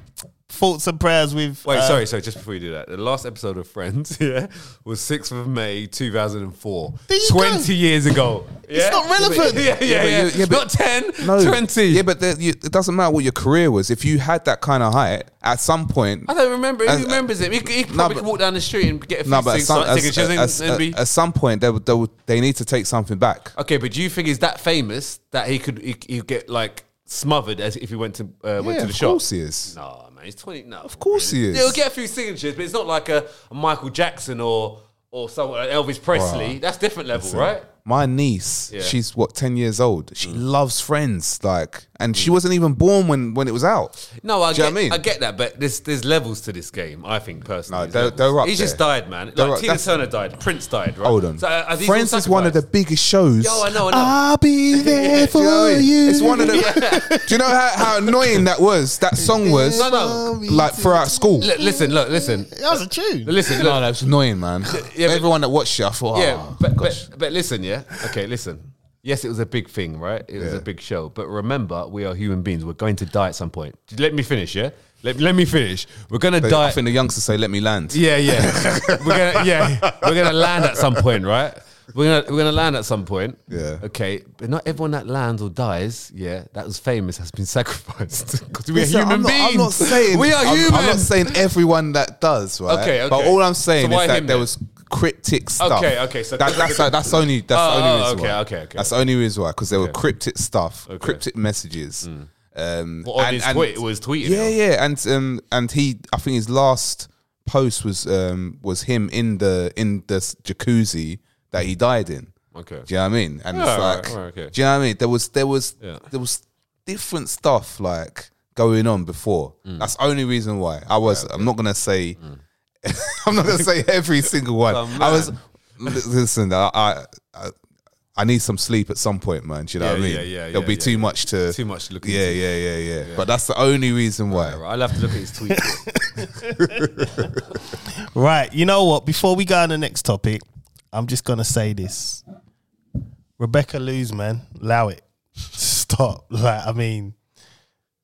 [SPEAKER 4] thoughts and prayers with.
[SPEAKER 5] Wait,
[SPEAKER 4] uh,
[SPEAKER 5] sorry, sorry. Just before you do that, the last episode of Friends, yeah, was sixth of May two thousand and four.
[SPEAKER 4] There you
[SPEAKER 5] Twenty
[SPEAKER 4] go.
[SPEAKER 5] years ago. Yeah?
[SPEAKER 4] not relevant.
[SPEAKER 5] Yeah, yeah, yeah.
[SPEAKER 1] but
[SPEAKER 5] yeah,
[SPEAKER 1] you- yeah, but-
[SPEAKER 5] not ten. Twenty.
[SPEAKER 1] Yeah, but there, you, it doesn't matter what your career was. If you had that kind of height, at some point,
[SPEAKER 5] I don't remember. Who
[SPEAKER 1] And-
[SPEAKER 5] remembers it? He, he probably
[SPEAKER 1] but-
[SPEAKER 5] could walk down the street and get a few
[SPEAKER 1] no, but at
[SPEAKER 5] sig-
[SPEAKER 1] some, as-
[SPEAKER 5] signatures and-
[SPEAKER 1] as-
[SPEAKER 5] and
[SPEAKER 1] at,
[SPEAKER 5] be.
[SPEAKER 1] at some point, they, would- they, would- they need to take something back.
[SPEAKER 5] Okay, but do you think he's that famous that he could he, he'd get like smothered as if he went to uh, went
[SPEAKER 1] Yeah,
[SPEAKER 5] to the
[SPEAKER 1] of
[SPEAKER 5] shop?
[SPEAKER 1] course he is.
[SPEAKER 5] Nah, man, he's twenty. No, of
[SPEAKER 1] course he is.
[SPEAKER 5] He'll get a few signatures, but it's not like a, a Michael Jackson or or someone Elvis Presley. That's different level, right?
[SPEAKER 1] My niece,
[SPEAKER 5] Yeah. Mm.
[SPEAKER 1] she's what ten years old. She loves Friends, like, and she wasn't even born when when it was out.
[SPEAKER 5] No, I
[SPEAKER 1] Do
[SPEAKER 5] get,
[SPEAKER 1] you know
[SPEAKER 5] I,
[SPEAKER 1] what I mean?
[SPEAKER 5] get that, but there's there's levels to this game. I think personally,
[SPEAKER 1] No,
[SPEAKER 5] There's
[SPEAKER 1] they're-
[SPEAKER 5] levels.
[SPEAKER 1] they're up
[SPEAKER 5] He's just
[SPEAKER 1] there.
[SPEAKER 5] died, man.
[SPEAKER 1] They're
[SPEAKER 5] Like
[SPEAKER 1] up-
[SPEAKER 5] Tina
[SPEAKER 1] that's-
[SPEAKER 5] Turner died, Prince died, right?
[SPEAKER 1] Hold on,
[SPEAKER 5] So, uh, are these all
[SPEAKER 1] Friends is one of the
[SPEAKER 5] sacrificed?
[SPEAKER 1] biggest shows.
[SPEAKER 5] Yo, I know, I know.
[SPEAKER 4] I'll be there
[SPEAKER 1] Do you know
[SPEAKER 4] for
[SPEAKER 1] what I mean?
[SPEAKER 4] you.
[SPEAKER 1] It's one of the. Do you know how, how annoying that was? That song was
[SPEAKER 5] No, no.
[SPEAKER 1] like throughout school.
[SPEAKER 5] Li- listen, look, listen,
[SPEAKER 4] That was a tune.
[SPEAKER 5] listen.
[SPEAKER 1] No,
[SPEAKER 5] Look,
[SPEAKER 1] no, it's annoying, man.
[SPEAKER 5] Yeah, but-
[SPEAKER 1] Everyone that watched it, I thought,
[SPEAKER 5] yeah,
[SPEAKER 1] "Oh,
[SPEAKER 5] but,
[SPEAKER 1] gosh."
[SPEAKER 5] but but listen, yeah. Okay, listen. Yes, it was a big thing, right? It was
[SPEAKER 1] Yeah.
[SPEAKER 5] a big show. But remember, we are human beings. We're going to die at some point. Let me finish, yeah. Let, let me finish. We're gonna
[SPEAKER 1] They- I
[SPEAKER 5] die.
[SPEAKER 1] think the youngsters say, "Let me land."
[SPEAKER 5] Yeah, yeah. we're gonna yeah, we're gonna land at some point, right? We're gonna we're gonna land at some point.
[SPEAKER 1] Yeah.
[SPEAKER 5] Okay, but not everyone that lands or dies, yeah, that was famous has been sacrificed because we are
[SPEAKER 1] Listen,
[SPEAKER 5] human
[SPEAKER 1] I'm not-
[SPEAKER 5] beings.
[SPEAKER 1] I'm not saying
[SPEAKER 5] we are
[SPEAKER 1] I'm-
[SPEAKER 5] human.
[SPEAKER 1] I'm not saying everyone that does, right?
[SPEAKER 5] Okay, okay.
[SPEAKER 1] But all I'm saying
[SPEAKER 5] So why
[SPEAKER 1] is that
[SPEAKER 5] him
[SPEAKER 1] there
[SPEAKER 5] then?
[SPEAKER 1] was cryptic stuff.
[SPEAKER 5] Okay, okay, so-
[SPEAKER 1] that, that's that's only that's
[SPEAKER 5] Oh,
[SPEAKER 1] the only
[SPEAKER 5] oh,
[SPEAKER 1] reason
[SPEAKER 5] okay,
[SPEAKER 1] why.
[SPEAKER 5] okay, okay.
[SPEAKER 1] That's the only reason why because there were
[SPEAKER 5] Okay. Mm.
[SPEAKER 1] cryptic stuff, cryptic messages. Um,
[SPEAKER 5] Well, on his tweet, it was tweeting
[SPEAKER 1] Yeah,
[SPEAKER 5] it.
[SPEAKER 1] yeah, and um, and he, I think his last post was um was him in the in the s- jacuzzi that he died in.
[SPEAKER 5] Okay.
[SPEAKER 1] Do you know what I mean? And
[SPEAKER 5] Yeah,
[SPEAKER 1] it's
[SPEAKER 5] alright,
[SPEAKER 1] like,
[SPEAKER 5] alright, okay.
[SPEAKER 1] do you know what I mean? There was there was
[SPEAKER 5] Yeah.
[SPEAKER 1] there was different stuff like going on before.
[SPEAKER 5] Mm.
[SPEAKER 1] That's the only reason why I was. I'm not gonna say. I'm not gonna say every single one.
[SPEAKER 5] Some
[SPEAKER 1] I was. Listen, I, I I I need some sleep at some point, man. Do you know
[SPEAKER 5] Yeah,
[SPEAKER 1] what I mean?
[SPEAKER 5] yeah, yeah,
[SPEAKER 1] There'll
[SPEAKER 5] yeah,
[SPEAKER 1] be
[SPEAKER 5] yeah,
[SPEAKER 1] too
[SPEAKER 5] yeah.
[SPEAKER 1] much to
[SPEAKER 5] Too much to look
[SPEAKER 1] Yeah,
[SPEAKER 5] into.
[SPEAKER 1] yeah, yeah, yeah, But that's the only reason why.
[SPEAKER 5] Right, I'll have to look at his tweet.
[SPEAKER 4] Right, you know what? Before we go on the next topic, I'm just gonna say this: Rebecca lose, man. Allow it. Stop. Like, I mean,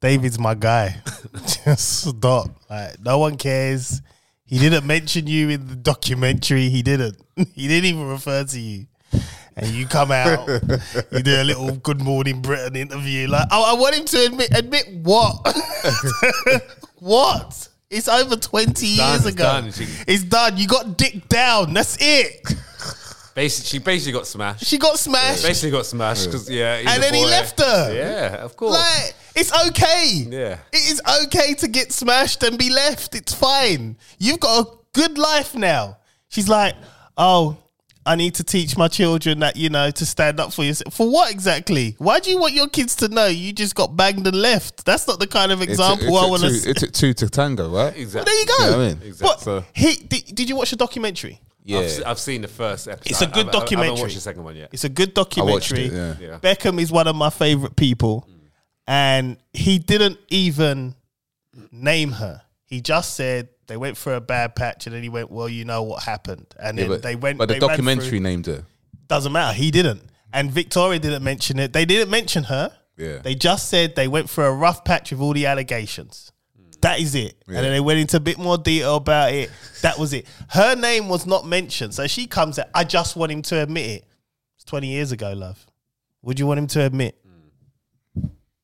[SPEAKER 4] David's my guy. just stop. Like, no one cares. He didn't mention you in the documentary. He didn't. He didn't even refer to you. And you come out, you do a little Good Morning Britain interview. Like, I, I want him to admit, admit what? what? It's over 20
[SPEAKER 5] done,
[SPEAKER 4] years
[SPEAKER 5] it's
[SPEAKER 4] ago.
[SPEAKER 5] done. She-
[SPEAKER 4] It's done. You got dick down. That's it.
[SPEAKER 5] basically, she basically got smashed.
[SPEAKER 4] She got smashed.
[SPEAKER 5] basically got smashed because yeah, he's
[SPEAKER 4] And
[SPEAKER 5] a
[SPEAKER 4] then he
[SPEAKER 5] boy.
[SPEAKER 4] left her.
[SPEAKER 5] Yeah, of course.
[SPEAKER 4] Like, it's okay.
[SPEAKER 5] Yeah.
[SPEAKER 4] It is okay to get smashed and be left. It's fine. You've got a good life now. She's like, oh, I need to teach my children that, you know, to stand up for yourself. For what exactly? Why do you want your kids to know you just got banged and left? That's not the kind of
[SPEAKER 1] It took-
[SPEAKER 4] example
[SPEAKER 1] it
[SPEAKER 4] I
[SPEAKER 1] took
[SPEAKER 4] want to
[SPEAKER 1] two- It took two to tango, right?
[SPEAKER 4] Well,
[SPEAKER 5] exactly.
[SPEAKER 4] there you go.
[SPEAKER 1] You know what I mean?
[SPEAKER 4] But
[SPEAKER 5] Exactly. So-
[SPEAKER 4] he, did, did you watch the documentary?
[SPEAKER 1] Yeah.
[SPEAKER 5] I've, se- I've seen the first episode.
[SPEAKER 4] It's a
[SPEAKER 5] I-
[SPEAKER 4] good
[SPEAKER 5] I, I, I haven't
[SPEAKER 4] documentary.
[SPEAKER 5] watched the second one yet.
[SPEAKER 4] It's a good documentary.
[SPEAKER 1] it, yeah. Mm.
[SPEAKER 5] Yeah.
[SPEAKER 4] Beckham is one of my favorite people, and he didn't even name her. He just said they went through a bad patch, and then he went, "Well, you know what happened." And then
[SPEAKER 1] but,
[SPEAKER 4] they went.
[SPEAKER 1] But the
[SPEAKER 4] they ran
[SPEAKER 1] documentary
[SPEAKER 4] through-
[SPEAKER 1] named her.
[SPEAKER 4] doesn't matter. He didn't, and Victoria didn't mention it. They didn't mention her.
[SPEAKER 1] Yeah.
[SPEAKER 4] They just said they went through a rough patch with all the allegations.
[SPEAKER 5] Mm.
[SPEAKER 4] That is it. And then they went into a bit more detail about it. That was it. Her name was not mentioned. So she comes out, I just want him to admit it. It's 20 years ago, love. Would you want him to admit?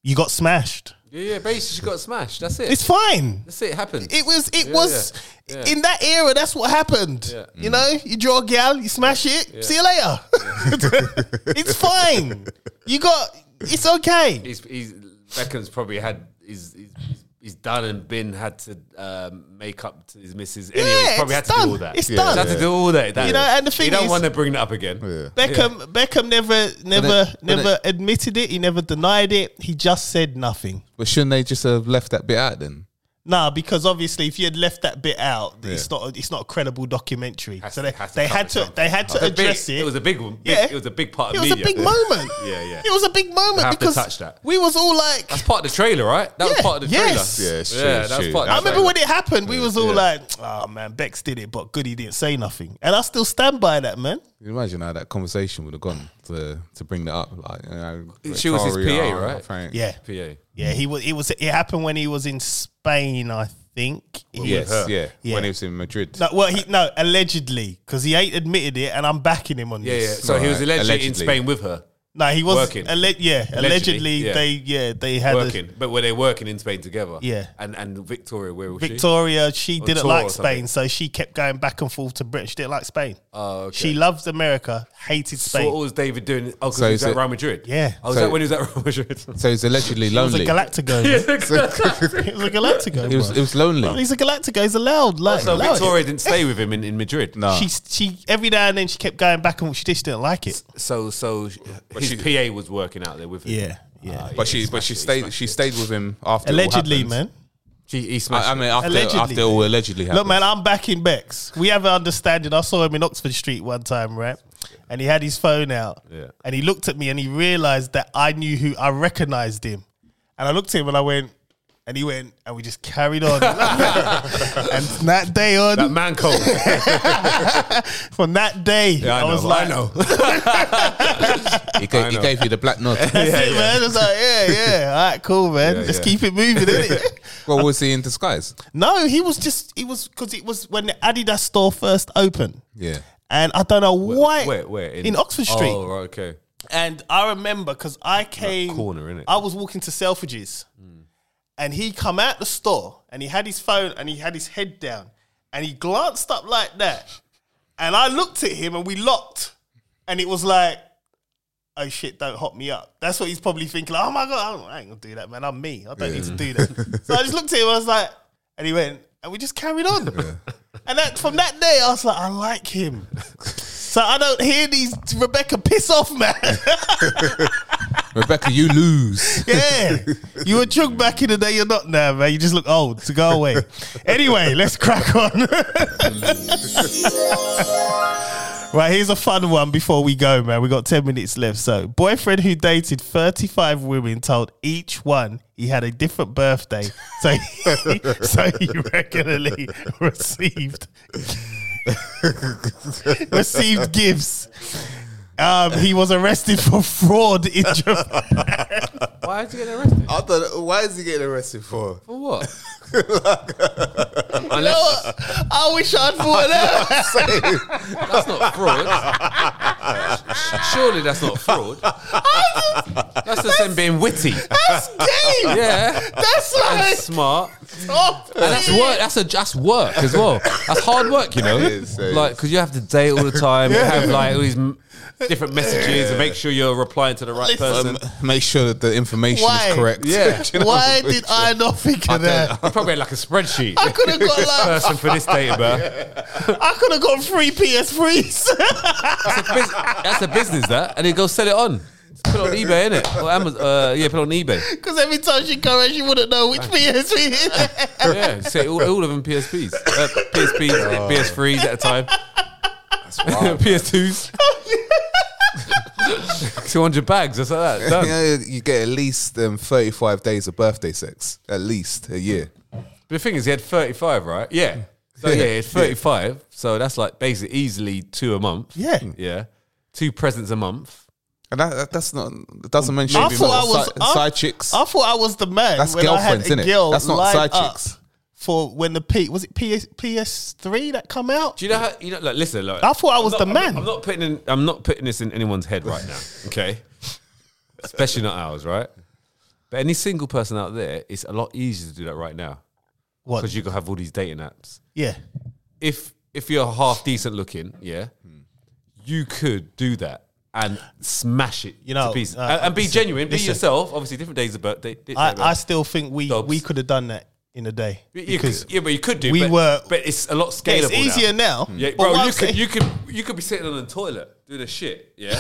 [SPEAKER 4] You got smashed.
[SPEAKER 5] Mm. Yeah, yeah. Basically, she got smashed. That's it.
[SPEAKER 4] It's fine.
[SPEAKER 5] That's it. It happened.
[SPEAKER 4] It was, it
[SPEAKER 5] Yeah,
[SPEAKER 4] was,
[SPEAKER 5] yeah, yeah.
[SPEAKER 4] in that era, that's what happened.
[SPEAKER 5] Yeah. Mm.
[SPEAKER 4] You know, you draw a gal, you smash it, see you later. it's fine. You got, it's okay.
[SPEAKER 5] he's, he's Beckham's probably had he's, he's he's done and been had to um, make up to his missus. Anyway,
[SPEAKER 4] Yeah,
[SPEAKER 5] he's probably had
[SPEAKER 4] it's
[SPEAKER 5] to
[SPEAKER 4] done.
[SPEAKER 5] do all that.
[SPEAKER 4] It's done.
[SPEAKER 5] He's had to do all that. that
[SPEAKER 4] You know, and the
[SPEAKER 5] you
[SPEAKER 4] thing
[SPEAKER 5] don't
[SPEAKER 4] is-
[SPEAKER 5] want to bring that up again.
[SPEAKER 4] Beckham Beckham never never
[SPEAKER 1] it- but
[SPEAKER 4] never admitted it. He never denied it. He just said nothing.
[SPEAKER 1] But shouldn't they just have left that bit out then?
[SPEAKER 4] Nah, because obviously, if you had left that bit out, it's not it's not a credible documentary.
[SPEAKER 5] Has
[SPEAKER 4] so
[SPEAKER 5] to-
[SPEAKER 4] they,
[SPEAKER 5] has to
[SPEAKER 4] they
[SPEAKER 5] cover
[SPEAKER 4] had to
[SPEAKER 5] something.
[SPEAKER 4] they had to
[SPEAKER 5] It's a big-
[SPEAKER 4] address it.
[SPEAKER 5] It was a big one. Big,
[SPEAKER 4] Yeah.
[SPEAKER 5] It was a big part
[SPEAKER 4] It
[SPEAKER 5] of
[SPEAKER 4] was
[SPEAKER 5] media.
[SPEAKER 4] a big moment.
[SPEAKER 5] Yeah, yeah.
[SPEAKER 4] It was a big moment
[SPEAKER 5] have to
[SPEAKER 4] because
[SPEAKER 5] touch that.
[SPEAKER 4] we was all like,
[SPEAKER 5] That's part of the trailer, right? That was
[SPEAKER 4] Yeah.
[SPEAKER 5] part of the
[SPEAKER 4] Yes.
[SPEAKER 5] trailer.
[SPEAKER 1] Yeah, it's true,
[SPEAKER 5] yeah,
[SPEAKER 1] it's
[SPEAKER 5] that's
[SPEAKER 1] true.
[SPEAKER 5] part. Of the
[SPEAKER 4] I remember
[SPEAKER 5] trailer.
[SPEAKER 4] when it happened, we was all
[SPEAKER 1] yeah.
[SPEAKER 4] like, "Oh man, Bex did it, but Goody didn't say nothing," and I still stand by that, man.
[SPEAKER 1] You imagine how that conversation would have gone to to bring that up. Like, you know,
[SPEAKER 5] She was his
[SPEAKER 1] Victoria,
[SPEAKER 5] PA, right?
[SPEAKER 1] Frank.
[SPEAKER 4] Yeah,
[SPEAKER 5] PA.
[SPEAKER 4] yeah, he was. It was. It happened when he was in Spain, I think. He-
[SPEAKER 1] Yes. Yeah.
[SPEAKER 4] Yeah.
[SPEAKER 1] When he was in Madrid.
[SPEAKER 4] No, well, he no allegedly because he ain't admitted it, and I'm backing him on
[SPEAKER 5] Yeah, yeah.
[SPEAKER 4] this.
[SPEAKER 5] So he was
[SPEAKER 1] Right.
[SPEAKER 5] allegedly, in
[SPEAKER 1] Allegedly.
[SPEAKER 5] Spain with her,
[SPEAKER 4] No, he was
[SPEAKER 5] Working.
[SPEAKER 4] alle- yeah, allegedly,
[SPEAKER 5] yeah.
[SPEAKER 4] they yeah they had a-
[SPEAKER 5] working. But were they working in Spain together?
[SPEAKER 4] Yeah.
[SPEAKER 5] And and Victoria, where was she?
[SPEAKER 4] Victoria, she
[SPEAKER 5] On
[SPEAKER 4] didn't
[SPEAKER 5] tour
[SPEAKER 4] like
[SPEAKER 5] or
[SPEAKER 4] Spain, so
[SPEAKER 5] something.
[SPEAKER 4] she kept going back and forth to Britain. She didn't like Spain.
[SPEAKER 5] Oh, okay.
[SPEAKER 4] She loves America, hated
[SPEAKER 5] So
[SPEAKER 4] Spain.
[SPEAKER 5] what was David doing? Oh, because
[SPEAKER 1] So
[SPEAKER 5] he was
[SPEAKER 1] is
[SPEAKER 5] at
[SPEAKER 1] it-
[SPEAKER 5] Real Madrid.
[SPEAKER 4] Yeah.
[SPEAKER 5] Oh, was
[SPEAKER 1] So-
[SPEAKER 5] that when he was at Real Madrid?
[SPEAKER 1] So he's allegedly
[SPEAKER 4] It was a
[SPEAKER 1] lonely.
[SPEAKER 4] Galactico. It was a Galactico.
[SPEAKER 1] It was it
[SPEAKER 4] bro.
[SPEAKER 1] was lonely.
[SPEAKER 4] He's a Galactico. He's allowed. Like,
[SPEAKER 5] so
[SPEAKER 4] allow it.
[SPEAKER 5] Victoria didn't stay with him in, in Madrid.
[SPEAKER 1] No.
[SPEAKER 4] She she every now and then she kept going back and forth. she just didn't like it.
[SPEAKER 5] So so his PA was working out there with him.
[SPEAKER 4] yeah.
[SPEAKER 5] Ah,
[SPEAKER 1] But she but she stayed she stayed with him after it all
[SPEAKER 4] Allegedly,
[SPEAKER 1] happened.
[SPEAKER 4] man.
[SPEAKER 5] She, he smashed.
[SPEAKER 1] I, I mean after
[SPEAKER 4] Allegedly.
[SPEAKER 1] after it all allegedly happened.
[SPEAKER 4] Look, man, I'm backing Bex. We have an understanding. I saw him in Oxford Street one time, right? And he had his phone out.
[SPEAKER 5] Yeah.
[SPEAKER 4] And he looked at me and he realized that I knew who I recognized him. And I looked at him and I went, and he went, and we just carried on. and from that day on,
[SPEAKER 5] that man cold.
[SPEAKER 4] from that day,
[SPEAKER 5] Yeah, I
[SPEAKER 4] I, was
[SPEAKER 5] know, I
[SPEAKER 4] like,
[SPEAKER 5] know.
[SPEAKER 1] he, gave, he gave you the black nod.
[SPEAKER 4] That's it, man. It's like, yeah, yeah, all right, cool, man.
[SPEAKER 5] Yeah,
[SPEAKER 4] Let's
[SPEAKER 5] yeah.
[SPEAKER 4] keep it moving, innit?
[SPEAKER 1] well, was he in disguise?
[SPEAKER 4] no, he was just, he was, because it was when the Adidas store first opened.
[SPEAKER 1] Yeah.
[SPEAKER 4] And I don't know why.
[SPEAKER 5] Where where
[SPEAKER 4] In Oxford Street.
[SPEAKER 5] Oh right, okay.
[SPEAKER 4] And I remember because I came
[SPEAKER 5] corner, innit? Hmm.
[SPEAKER 4] I was walking to Selfridges, and he come out the store, and he had his phone, and he had his head down, and he glanced up like that, and I looked at him, and we locked, and it was like, oh shit, don't hop me up. That's what he's probably thinking. Like, oh my god, I ain't gonna do that, man. I'm me. I don't need to do that. so I just looked at him. I was like, and he went, and we just carried on. And that from that day, I was like, I like him. So I don't hear these Rebecca piss off, man.
[SPEAKER 1] Rebecca, you lose.
[SPEAKER 4] Yeah. You were drunk back in the day, you're not now, man. You just look old, so go away. anyway, let's crack on. right, here's a fun one before we go, man. We got 10 minutes left. So, boyfriend who dated 35 women told each one he had a different birthday. So he, so he regularly received received gifts. Um, he was arrested for fraud in Japan.
[SPEAKER 5] Why did you get arrested?
[SPEAKER 1] I thought, why is he getting arrested for?
[SPEAKER 5] For what?
[SPEAKER 4] You know
[SPEAKER 5] Unless
[SPEAKER 4] what? I wish I'd thought that.
[SPEAKER 5] that's not fraud. Surely that's not fraud. That's just them being witty.
[SPEAKER 4] That's game.
[SPEAKER 5] Yeah.
[SPEAKER 4] That's
[SPEAKER 5] And
[SPEAKER 4] like
[SPEAKER 5] smart.
[SPEAKER 4] oh,
[SPEAKER 5] And that's work. That's a that's work as well. That's hard work, you know.
[SPEAKER 1] It is, it
[SPEAKER 5] like
[SPEAKER 1] is.
[SPEAKER 5] because you have to date all the time. You have like all these m- different messages and make sure you're replying to the right person.
[SPEAKER 1] Um, make sure that the information
[SPEAKER 4] Why?
[SPEAKER 1] is correct.
[SPEAKER 5] Yeah.
[SPEAKER 1] Do you know
[SPEAKER 4] Why
[SPEAKER 1] what I'm
[SPEAKER 4] did I not think of that?
[SPEAKER 5] You probably had like a spreadsheet.
[SPEAKER 4] I could have got like
[SPEAKER 5] person for this date of birth.
[SPEAKER 4] I could have got free PS3s.
[SPEAKER 5] That's a, bus- that's a business that, and then go sell it on. Put it on eBay, innit? Or Amazon? Uh, yeah, put it on eBay.
[SPEAKER 4] Because every time she come out, she wouldn't know which PS3 is.
[SPEAKER 5] Yeah, say all, all of them PSPs, uh, PSPs,
[SPEAKER 4] Oh.
[SPEAKER 5] PS3s at a time. PS2s.
[SPEAKER 4] Oh,
[SPEAKER 5] 200 bags, just like that.
[SPEAKER 1] saying?
[SPEAKER 5] Done.
[SPEAKER 1] You, know, you get at least um, 35 days of birthday sex, at least a year.
[SPEAKER 5] But the thing is, he had 35, right? Yeah. So, yeah, he had 35. So that's like basically easily two a month.
[SPEAKER 4] Yeah.
[SPEAKER 5] Yeah. Two presents a month.
[SPEAKER 1] And that, that, that's not, that doesn't mention
[SPEAKER 4] Mm. I
[SPEAKER 1] maybe
[SPEAKER 4] thought I
[SPEAKER 1] not
[SPEAKER 4] was
[SPEAKER 1] side,
[SPEAKER 4] I,
[SPEAKER 1] side chicks.
[SPEAKER 4] I thought I was the man.
[SPEAKER 1] That's
[SPEAKER 4] when I had
[SPEAKER 1] girlfriends,
[SPEAKER 4] a
[SPEAKER 1] innit?
[SPEAKER 4] girl
[SPEAKER 1] That's not
[SPEAKER 4] lined
[SPEAKER 1] side
[SPEAKER 4] up
[SPEAKER 1] chicks.
[SPEAKER 4] For when the P was it PS PS3 that come out?
[SPEAKER 5] Do you know how you know? Like, listen, like,
[SPEAKER 4] I thought I was
[SPEAKER 5] I'm not-
[SPEAKER 4] the man.
[SPEAKER 5] I'm not- I'm not putting in. I'm not putting this in anyone's head right now. Okay, especially not ours, right? But any single person out there, it's a lot easier to do that right now
[SPEAKER 4] What?
[SPEAKER 5] because you can have all these dating apps.
[SPEAKER 4] yeah.
[SPEAKER 5] If if you're half decent looking, yeah, you could do that and smash it.
[SPEAKER 4] You know,
[SPEAKER 5] to pieces.
[SPEAKER 4] uh,
[SPEAKER 5] and, and be
[SPEAKER 4] listen,
[SPEAKER 5] genuine.
[SPEAKER 4] listen.
[SPEAKER 5] be yourself. Obviously, different days of birthday.
[SPEAKER 4] I, I still think we
[SPEAKER 5] Dogs.
[SPEAKER 4] we could have done that in a day.
[SPEAKER 5] You- you
[SPEAKER 4] Because
[SPEAKER 5] could- yeah, but you could do.
[SPEAKER 4] we
[SPEAKER 5] but,
[SPEAKER 4] were-
[SPEAKER 5] but it's a lot scalable.
[SPEAKER 4] yeah, it's
[SPEAKER 5] now.
[SPEAKER 4] easier now.
[SPEAKER 5] Yeah,
[SPEAKER 4] but what
[SPEAKER 5] bro,
[SPEAKER 4] I'm
[SPEAKER 5] you could,
[SPEAKER 4] saying-
[SPEAKER 5] you could you could be sitting on the toilet doing a shit, yeah,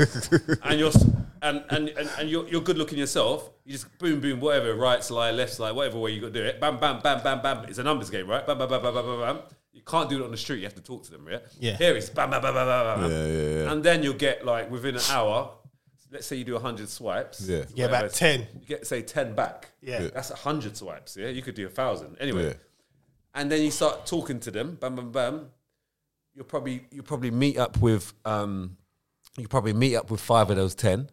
[SPEAKER 5] and you're s- and and, and, and you're, you're good looking yourself. You just boom boom whatever right slide left slide whatever way you got to do it. Bam bam bam bam bam. It's a numbers game, right? Bam bam bam bam bam bam. bam. You can't do it on the street. You have to talk to them, yeah.
[SPEAKER 4] Yeah.
[SPEAKER 5] Here it's bam bam bam bam bam. bam.
[SPEAKER 6] Yeah, yeah, yeah.
[SPEAKER 5] And then you'll get like within an hour. Let's say you do hundred swipes.
[SPEAKER 1] Yeah.
[SPEAKER 4] Yeah,
[SPEAKER 5] whatever,
[SPEAKER 4] about 10.
[SPEAKER 5] You get say ten back.
[SPEAKER 4] Yeah. Yeah.
[SPEAKER 5] That's hundred swipes. Yeah. You could do a thousand. Anyway
[SPEAKER 6] Yeah.
[SPEAKER 5] and then you start talking to them, bam, bam, bam. You'll probably you probably meet up with um, you probably meet up with five of those ten.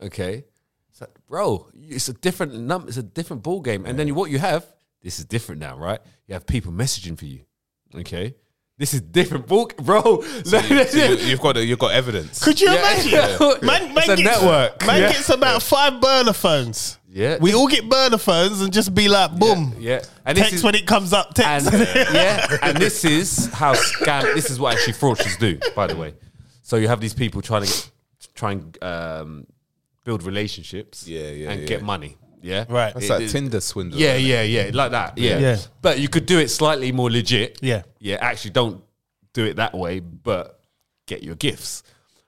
[SPEAKER 5] Okay, it's like, bro, it's a different num, it's a different ball game. And then you, what you have, this is different now, right? You have people messaging for you. Okay, this is different ball, bro.
[SPEAKER 1] So you, you've got you've got evidence.
[SPEAKER 4] Could you
[SPEAKER 5] Yeah.
[SPEAKER 4] imagine?
[SPEAKER 5] Yeah.
[SPEAKER 4] Man, man
[SPEAKER 5] It's a
[SPEAKER 4] gets,
[SPEAKER 5] network.
[SPEAKER 4] Man
[SPEAKER 5] Yeah.
[SPEAKER 4] gets about five burner phones.
[SPEAKER 5] Yeah.
[SPEAKER 4] We all get burner phones and just be like, boom.
[SPEAKER 5] yeah. And this
[SPEAKER 4] Text
[SPEAKER 5] is-
[SPEAKER 4] when it comes up.
[SPEAKER 5] and uh,
[SPEAKER 4] Text.
[SPEAKER 5] yeah, and this is how scam. This is what actually fraudsters do, by the way. So you have these people trying to get, try and um, build relationships,
[SPEAKER 1] Yeah, yeah,
[SPEAKER 5] and
[SPEAKER 1] yeah.
[SPEAKER 5] get money, yeah,
[SPEAKER 4] Right.
[SPEAKER 1] That's
[SPEAKER 5] It-
[SPEAKER 1] like
[SPEAKER 5] it-
[SPEAKER 1] Tinder swindle.
[SPEAKER 5] yeah, yeah, yeah, like that, yeah.
[SPEAKER 4] Yeah.
[SPEAKER 5] But you could do it slightly more legit,
[SPEAKER 4] Yeah.
[SPEAKER 5] yeah. Actually, don't do it that way, but get your gifts.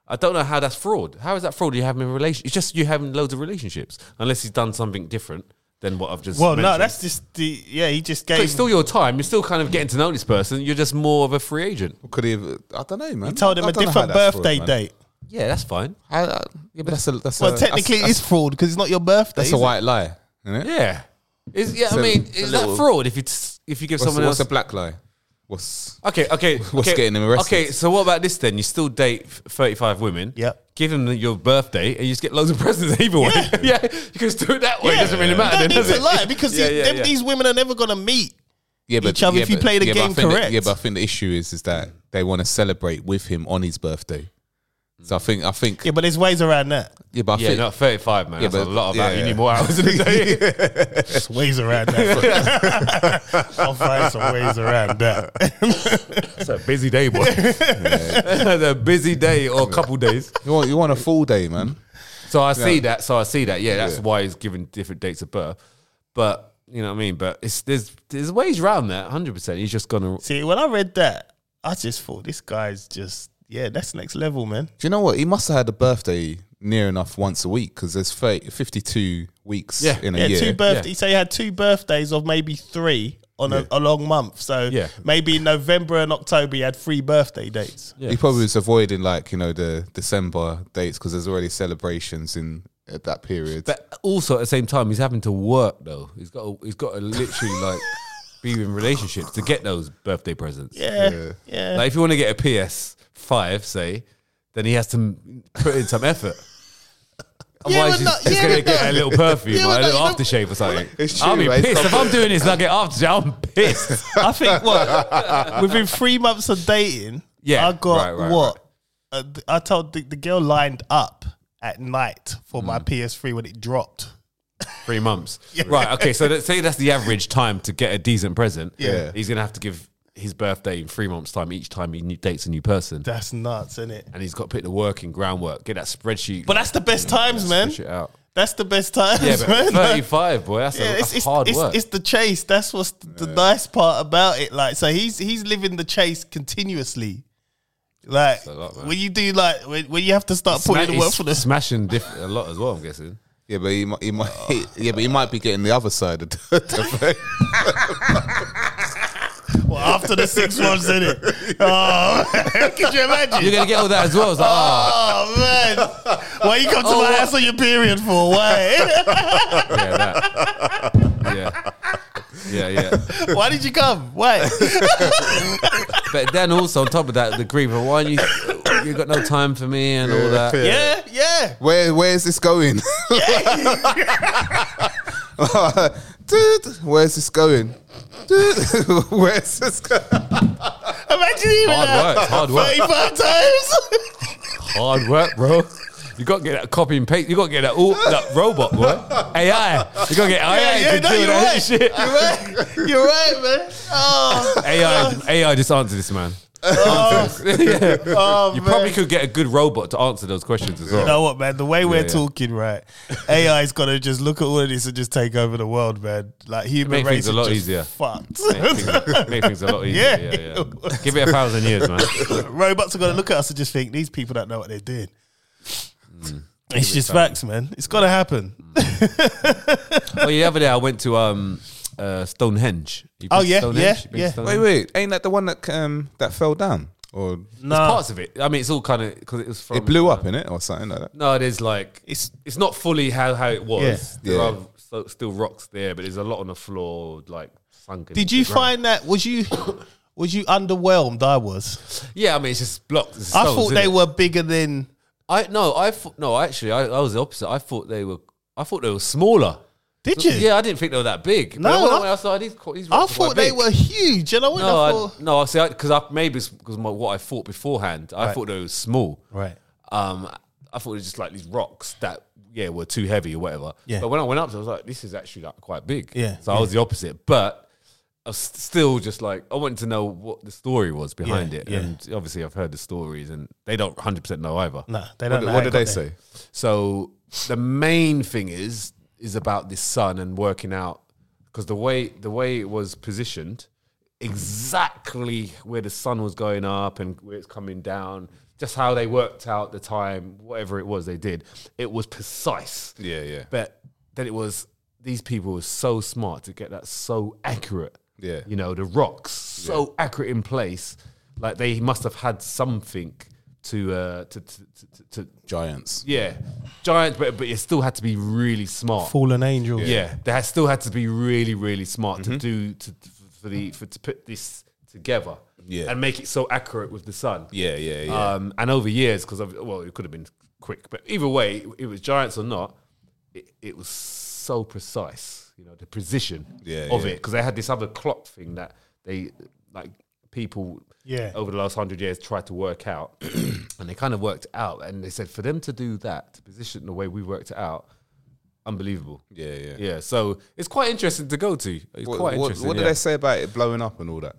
[SPEAKER 5] I don't know how that's fraud. How is that fraud? You have him in relation. It's just you having loads of relationships, unless he's done something different than what I've just.
[SPEAKER 4] well, no,
[SPEAKER 5] mentioned.
[SPEAKER 4] that's just the yeah. He just gave.
[SPEAKER 5] But it's still your time. You're still kind of getting to know this person. You're just more of a free agent.
[SPEAKER 1] Could he? Have, I don't know, man.
[SPEAKER 4] he told him
[SPEAKER 1] I
[SPEAKER 4] a
[SPEAKER 1] don't know
[SPEAKER 4] different
[SPEAKER 1] how that's
[SPEAKER 4] birthday
[SPEAKER 1] fraud, man.
[SPEAKER 4] date.
[SPEAKER 5] Yeah, that's fine.
[SPEAKER 1] I, I, yeah, but that's a that's
[SPEAKER 4] Well,
[SPEAKER 1] a,
[SPEAKER 4] technically,
[SPEAKER 1] that's,
[SPEAKER 4] it's fraud because it's not your birthday.
[SPEAKER 1] that's a
[SPEAKER 4] is it?
[SPEAKER 1] white lie. Isn't it?
[SPEAKER 5] Yeah. Is, yeah, I
[SPEAKER 1] So,
[SPEAKER 5] mean,
[SPEAKER 1] it's a
[SPEAKER 5] is
[SPEAKER 1] little-
[SPEAKER 5] that fraud if you if you give
[SPEAKER 1] What's,
[SPEAKER 5] someone
[SPEAKER 1] what's a
[SPEAKER 5] else?
[SPEAKER 1] black lie? What's
[SPEAKER 5] okay, okay.
[SPEAKER 1] what's
[SPEAKER 5] okay,
[SPEAKER 1] getting them arrested?
[SPEAKER 5] Okay, so what about this then? You still date f- thirty-five women.
[SPEAKER 4] Yep.
[SPEAKER 5] Give them your birthday, and you just get loads of presents either way. Yeah, you can just do it that way. it doesn't really matter.
[SPEAKER 4] You don't
[SPEAKER 5] then,
[SPEAKER 4] need
[SPEAKER 5] does
[SPEAKER 4] to
[SPEAKER 5] it?
[SPEAKER 4] lie because
[SPEAKER 5] Yeah,
[SPEAKER 4] the-
[SPEAKER 5] yeah,
[SPEAKER 4] them-
[SPEAKER 5] yeah.
[SPEAKER 4] these women are never gonna meet.
[SPEAKER 1] yeah,
[SPEAKER 4] each other if you play the
[SPEAKER 1] but I
[SPEAKER 4] game
[SPEAKER 1] think that-
[SPEAKER 4] correct.
[SPEAKER 1] yeah, but I think the issue is is that they want to celebrate with him on his birthday. So I think I think
[SPEAKER 4] Yeah, but there's ways around that.
[SPEAKER 1] yeah, but I
[SPEAKER 5] Yeah,
[SPEAKER 1] think
[SPEAKER 5] not thirty-five, man.
[SPEAKER 1] Yeah,
[SPEAKER 5] That's
[SPEAKER 1] but-
[SPEAKER 5] a lot of that.
[SPEAKER 1] yeah,
[SPEAKER 5] You
[SPEAKER 1] yeah.
[SPEAKER 5] need more hours in a day.
[SPEAKER 4] There's ways around that. I'll find some ways around that.
[SPEAKER 5] it's a busy day, boy. It's a busy day or a couple days.
[SPEAKER 1] you want you want a full day, man.
[SPEAKER 5] So I see that. So I see that. Yeah, that's why he's given different dates of birth. But you know what I mean. But it's there's there's ways around that. Hundred percent. He's just gonna.
[SPEAKER 4] See, when I read that, I just thought this guy's just yeah, that's next level, man.
[SPEAKER 1] Do you know what? He must have had a birthday near enough once a week because there's 30, 52 weeks
[SPEAKER 5] Yeah.
[SPEAKER 1] in a
[SPEAKER 4] Yeah,
[SPEAKER 1] year.
[SPEAKER 4] two birthdays.
[SPEAKER 5] Yeah.
[SPEAKER 4] So he had two birthdays of maybe three on a, a long month. So
[SPEAKER 5] Yeah.
[SPEAKER 4] maybe in November and October he had three birthday dates.
[SPEAKER 1] He probably was avoiding like you know the December dates because there's already celebrations in at that period.
[SPEAKER 5] But also at the same time, he's having to work though. He's got to, he's got to literally like be in relationships to get those birthday presents.
[SPEAKER 4] Yeah, yeah.
[SPEAKER 5] Like if you want to get a PS five, say, then he has to m- put in some effort.
[SPEAKER 4] but
[SPEAKER 5] Otherwise, he's,
[SPEAKER 4] no-
[SPEAKER 5] he's
[SPEAKER 4] yeah,
[SPEAKER 5] gonna
[SPEAKER 4] but
[SPEAKER 5] get
[SPEAKER 4] no-
[SPEAKER 5] a little perfume
[SPEAKER 4] Yeah,
[SPEAKER 5] or
[SPEAKER 4] but
[SPEAKER 5] a
[SPEAKER 4] no,
[SPEAKER 5] little
[SPEAKER 4] you know-
[SPEAKER 5] aftershave or something.
[SPEAKER 1] It's
[SPEAKER 5] I'll
[SPEAKER 1] true,
[SPEAKER 5] be
[SPEAKER 1] mate, it's
[SPEAKER 5] pissed
[SPEAKER 1] not
[SPEAKER 5] if I'm doing this. and I get aftershave. I'm pissed.
[SPEAKER 4] I think what within three months of dating,
[SPEAKER 5] Yeah,
[SPEAKER 4] I got
[SPEAKER 5] right, right,
[SPEAKER 4] what Uh, th- I told the, the girl lined up at night for my PS3 when it dropped.
[SPEAKER 5] three months. Right. Okay. So that, say that's the average time to get a decent present.
[SPEAKER 1] Yeah.
[SPEAKER 5] He's gonna have to give his birthday in three months' time each time he new- dates a new person,
[SPEAKER 4] That's nuts, isn't it?
[SPEAKER 5] and he's got to put the work in groundwork, get that spreadsheet,
[SPEAKER 4] But that's the best times, man.
[SPEAKER 5] shit out.
[SPEAKER 4] That's the best times,
[SPEAKER 5] Yeah, but
[SPEAKER 4] man.
[SPEAKER 5] thirty-five, boy, that's, a,
[SPEAKER 4] Yeah,
[SPEAKER 5] that's hard
[SPEAKER 4] it's,
[SPEAKER 5] work.
[SPEAKER 4] It's the chase. That's what's th- the nice part about it. Like, so he's he's living the chase continuously. Like
[SPEAKER 5] lot, man.
[SPEAKER 4] when you do like when, when you have to start putting in the
[SPEAKER 5] Sma-
[SPEAKER 4] work
[SPEAKER 5] he's
[SPEAKER 4] for this.
[SPEAKER 5] smashing diff- a lot as well. I'm guessing.
[SPEAKER 1] yeah, but he might, he might yeah, but he might be getting the other side of the, the
[SPEAKER 4] Well, after the six months in it, oh, could you imagine?
[SPEAKER 5] You're gonna get all that as well. It's like, oh,
[SPEAKER 4] Oh man, why you come to my house on your period for? Why?
[SPEAKER 5] yeah, that. yeah, yeah, yeah.
[SPEAKER 4] why did you come? Why?
[SPEAKER 5] But then also on top of that, the grief of why you you got no time for me and all that.
[SPEAKER 4] yeah, yeah.
[SPEAKER 1] Where where's this going? Dude, where's this going? Dude, where's this going?
[SPEAKER 4] Imagine even
[SPEAKER 5] Hard work,
[SPEAKER 4] that.
[SPEAKER 5] hard work.
[SPEAKER 4] Thirty-five times.
[SPEAKER 5] Hard work, bro. You got to get that copy and paste. You got to get that all that robot, boy. AI. You got to get AI
[SPEAKER 4] yeah,
[SPEAKER 5] to
[SPEAKER 4] no,
[SPEAKER 5] do
[SPEAKER 4] you're
[SPEAKER 5] that
[SPEAKER 4] right.
[SPEAKER 5] shit.
[SPEAKER 4] You're right, man. Oh.
[SPEAKER 5] AI, AI, just answer this, man. Yeah.
[SPEAKER 4] Oh,
[SPEAKER 5] you
[SPEAKER 4] man.
[SPEAKER 5] probably could get a good robot to answer those questions as well.
[SPEAKER 4] You know what, man? The way we're
[SPEAKER 5] yeah.
[SPEAKER 4] talking, right? AI's got to just look at all of this and just take over the world, man. Like human
[SPEAKER 5] Make
[SPEAKER 4] race
[SPEAKER 5] things a
[SPEAKER 4] is
[SPEAKER 5] lot
[SPEAKER 4] just
[SPEAKER 5] easier.
[SPEAKER 4] Fucked.
[SPEAKER 5] Make things, make things a lot easier.
[SPEAKER 4] Yeah.
[SPEAKER 5] Yeah, yeah, Give it a thousand years, man.
[SPEAKER 4] Robots are going to look at us and just think these people don't know what they're doing.
[SPEAKER 5] Mm.
[SPEAKER 4] It's just facts, man. It's got to happen.
[SPEAKER 5] oh, yeah, the other day I went to um, uh, Stonehenge. You
[SPEAKER 4] Oh,
[SPEAKER 5] been to
[SPEAKER 4] yeah, yeah,
[SPEAKER 5] You been to
[SPEAKER 4] yeah.
[SPEAKER 1] Wait,
[SPEAKER 5] Stonehenge?
[SPEAKER 1] wait, ain't that the one that um, that fell down or
[SPEAKER 5] There's parts of it. I mean, it's all kind of because it was from
[SPEAKER 1] it blew
[SPEAKER 5] uh,
[SPEAKER 1] up in it or something like that?
[SPEAKER 5] No, there's like it's it's not fully how how it was.
[SPEAKER 4] Yeah.
[SPEAKER 5] There
[SPEAKER 1] Yeah.
[SPEAKER 5] are so, still rocks there, but there's a lot on the floor, like sunken.
[SPEAKER 4] Did
[SPEAKER 5] into
[SPEAKER 4] you
[SPEAKER 5] the ground.
[SPEAKER 4] find that? Was you was you underwhelmed? I was.
[SPEAKER 5] Yeah, I mean, it's just blocks. It's
[SPEAKER 4] I
[SPEAKER 5] stones,
[SPEAKER 4] thought
[SPEAKER 5] isn't
[SPEAKER 4] they
[SPEAKER 5] it?
[SPEAKER 4] were bigger than.
[SPEAKER 5] I no, I thought no. Actually, I, I was the opposite. I thought they were. I thought they were smaller.
[SPEAKER 4] Did you?
[SPEAKER 5] Yeah, I didn't think they were that big.
[SPEAKER 4] No,
[SPEAKER 5] but when I,
[SPEAKER 4] I-
[SPEAKER 5] went outside, these, co- these
[SPEAKER 4] I
[SPEAKER 5] rocks are
[SPEAKER 4] thought
[SPEAKER 5] quite
[SPEAKER 4] they
[SPEAKER 5] big.
[SPEAKER 4] were huge, and I went.
[SPEAKER 5] No,
[SPEAKER 4] I
[SPEAKER 5] I,
[SPEAKER 4] thought,
[SPEAKER 5] no. I see, because I, maybe it's because what I thought beforehand, I thought they were small.
[SPEAKER 4] Right.
[SPEAKER 5] Um, I thought it was just like these rocks that yeah were too heavy or whatever.
[SPEAKER 4] Yeah.
[SPEAKER 5] But when I went up, to it, I was like, this is actually like quite big.
[SPEAKER 4] Yeah,
[SPEAKER 5] So I was the opposite, but. I was still just like I wanted to know what the story was behind
[SPEAKER 4] Yeah,
[SPEAKER 5] it,
[SPEAKER 4] yeah.
[SPEAKER 5] and obviously I've heard the stories, and they don't hundred percent know either.
[SPEAKER 4] no, they
[SPEAKER 1] What,
[SPEAKER 4] don't.
[SPEAKER 1] did-
[SPEAKER 4] know
[SPEAKER 1] what
[SPEAKER 4] how it
[SPEAKER 1] did they
[SPEAKER 4] got there.
[SPEAKER 1] say?
[SPEAKER 5] So the main thing is is about this sun and working out because the way the way it was positioned, exactly where the sun was going up and where it's coming down, just how they worked out the time, whatever it was they did, it was precise.
[SPEAKER 1] Yeah, yeah.
[SPEAKER 5] But then it was these people were so smart to get that so accurate.
[SPEAKER 1] Yeah.
[SPEAKER 5] You know, the rocks so accurate in place. Like they must have had something to uh to to, to, to
[SPEAKER 1] Giants.
[SPEAKER 5] yeah, giants, but but it still had to be really smart.
[SPEAKER 4] Fallen angels.
[SPEAKER 5] yeah. they had, still had to be really really smart
[SPEAKER 1] Mm-hmm.
[SPEAKER 5] to do to for the for to put this together.
[SPEAKER 1] Yeah.
[SPEAKER 5] and make it so accurate with the sun.
[SPEAKER 1] Yeah, yeah, yeah.
[SPEAKER 5] Um, and over years, because well, it could have been quick, but either way, it, it was giants or not, it, it was so precise. You know, the precision
[SPEAKER 1] Yeah,
[SPEAKER 5] of
[SPEAKER 1] yeah.
[SPEAKER 5] it because they had this other clock thing that they like people
[SPEAKER 4] Yeah.
[SPEAKER 5] over the last hundred years tried to work out, and they kind of worked it out. And they said for them to do that, to position the way we worked it out, unbelievable.
[SPEAKER 1] yeah, yeah.
[SPEAKER 5] Yeah, so it's quite interesting to go to. It's
[SPEAKER 1] What,
[SPEAKER 5] quite
[SPEAKER 1] what-
[SPEAKER 5] interesting.
[SPEAKER 1] what did
[SPEAKER 5] yeah.
[SPEAKER 1] they say about it blowing up and all that?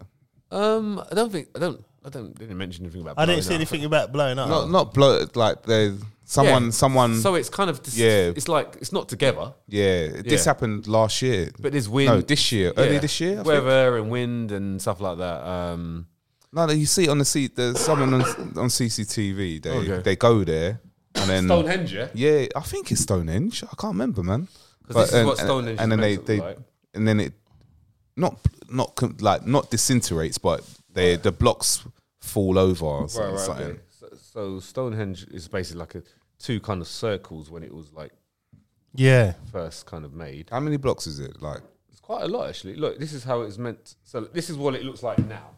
[SPEAKER 5] Um, I don't think I don't I don't they didn't mention anything about.
[SPEAKER 4] I didn't
[SPEAKER 5] blowing
[SPEAKER 4] see
[SPEAKER 5] up.
[SPEAKER 4] anything about blowing up.
[SPEAKER 1] Not not blow like they someone
[SPEAKER 5] Yeah.
[SPEAKER 1] someone
[SPEAKER 5] So it's kind of dis-
[SPEAKER 1] Yeah.
[SPEAKER 5] It's like it's not together,
[SPEAKER 1] yeah, This happened last year.
[SPEAKER 5] but there's wind.
[SPEAKER 1] No, this year, early this year. I think.
[SPEAKER 5] weather and wind and stuff like that. Um,
[SPEAKER 1] No, no, you see it on the seat. There's someone on, on CCTV. They
[SPEAKER 5] Okay.
[SPEAKER 1] they go there and then
[SPEAKER 5] Stonehenge, yeah.
[SPEAKER 1] Yeah, I think it's Stonehenge. I can't remember, man.
[SPEAKER 5] 'Cause this is what Stonehenge
[SPEAKER 1] and
[SPEAKER 5] is
[SPEAKER 1] then they,
[SPEAKER 5] meant to
[SPEAKER 1] they
[SPEAKER 5] look like.
[SPEAKER 1] and then it not not com- like not disintegrates, but they the blocks fall over or something.
[SPEAKER 5] Right, right.
[SPEAKER 1] something.
[SPEAKER 5] okay. So, so Stonehenge is basically like a two kind of circles when it was like
[SPEAKER 4] yeah.
[SPEAKER 5] first kind of made.
[SPEAKER 1] How many blocks is it? Like
[SPEAKER 5] It's quite a lot actually. Look, this is how it's meant. So this is what it looks like now.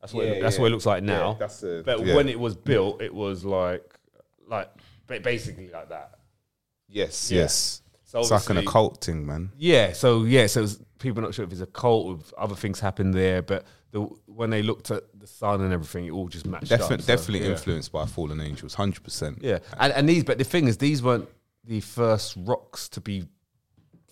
[SPEAKER 5] That's what it,
[SPEAKER 1] Yeah,
[SPEAKER 5] that's
[SPEAKER 1] yeah.
[SPEAKER 5] what it looks like now.
[SPEAKER 1] Yeah, that's a-
[SPEAKER 5] but
[SPEAKER 1] yeah.
[SPEAKER 5] when it was built, it was like like ba- basically like that.
[SPEAKER 1] yes,
[SPEAKER 5] Yeah.
[SPEAKER 1] yes.
[SPEAKER 5] So
[SPEAKER 1] it's like an
[SPEAKER 5] obviously-
[SPEAKER 1] occult thing, man.
[SPEAKER 5] Yeah. So yeah. So it's- people are not sure if it's a cult or if other things happened there, but the, when they looked at the sun and everything, it all just matched
[SPEAKER 1] Defi-
[SPEAKER 5] up. so,
[SPEAKER 1] definitely
[SPEAKER 5] yeah.
[SPEAKER 1] influenced by Fallen Angels, hundred percent.
[SPEAKER 5] Yeah, and, and these, but the thing is, these weren't the first rocks to be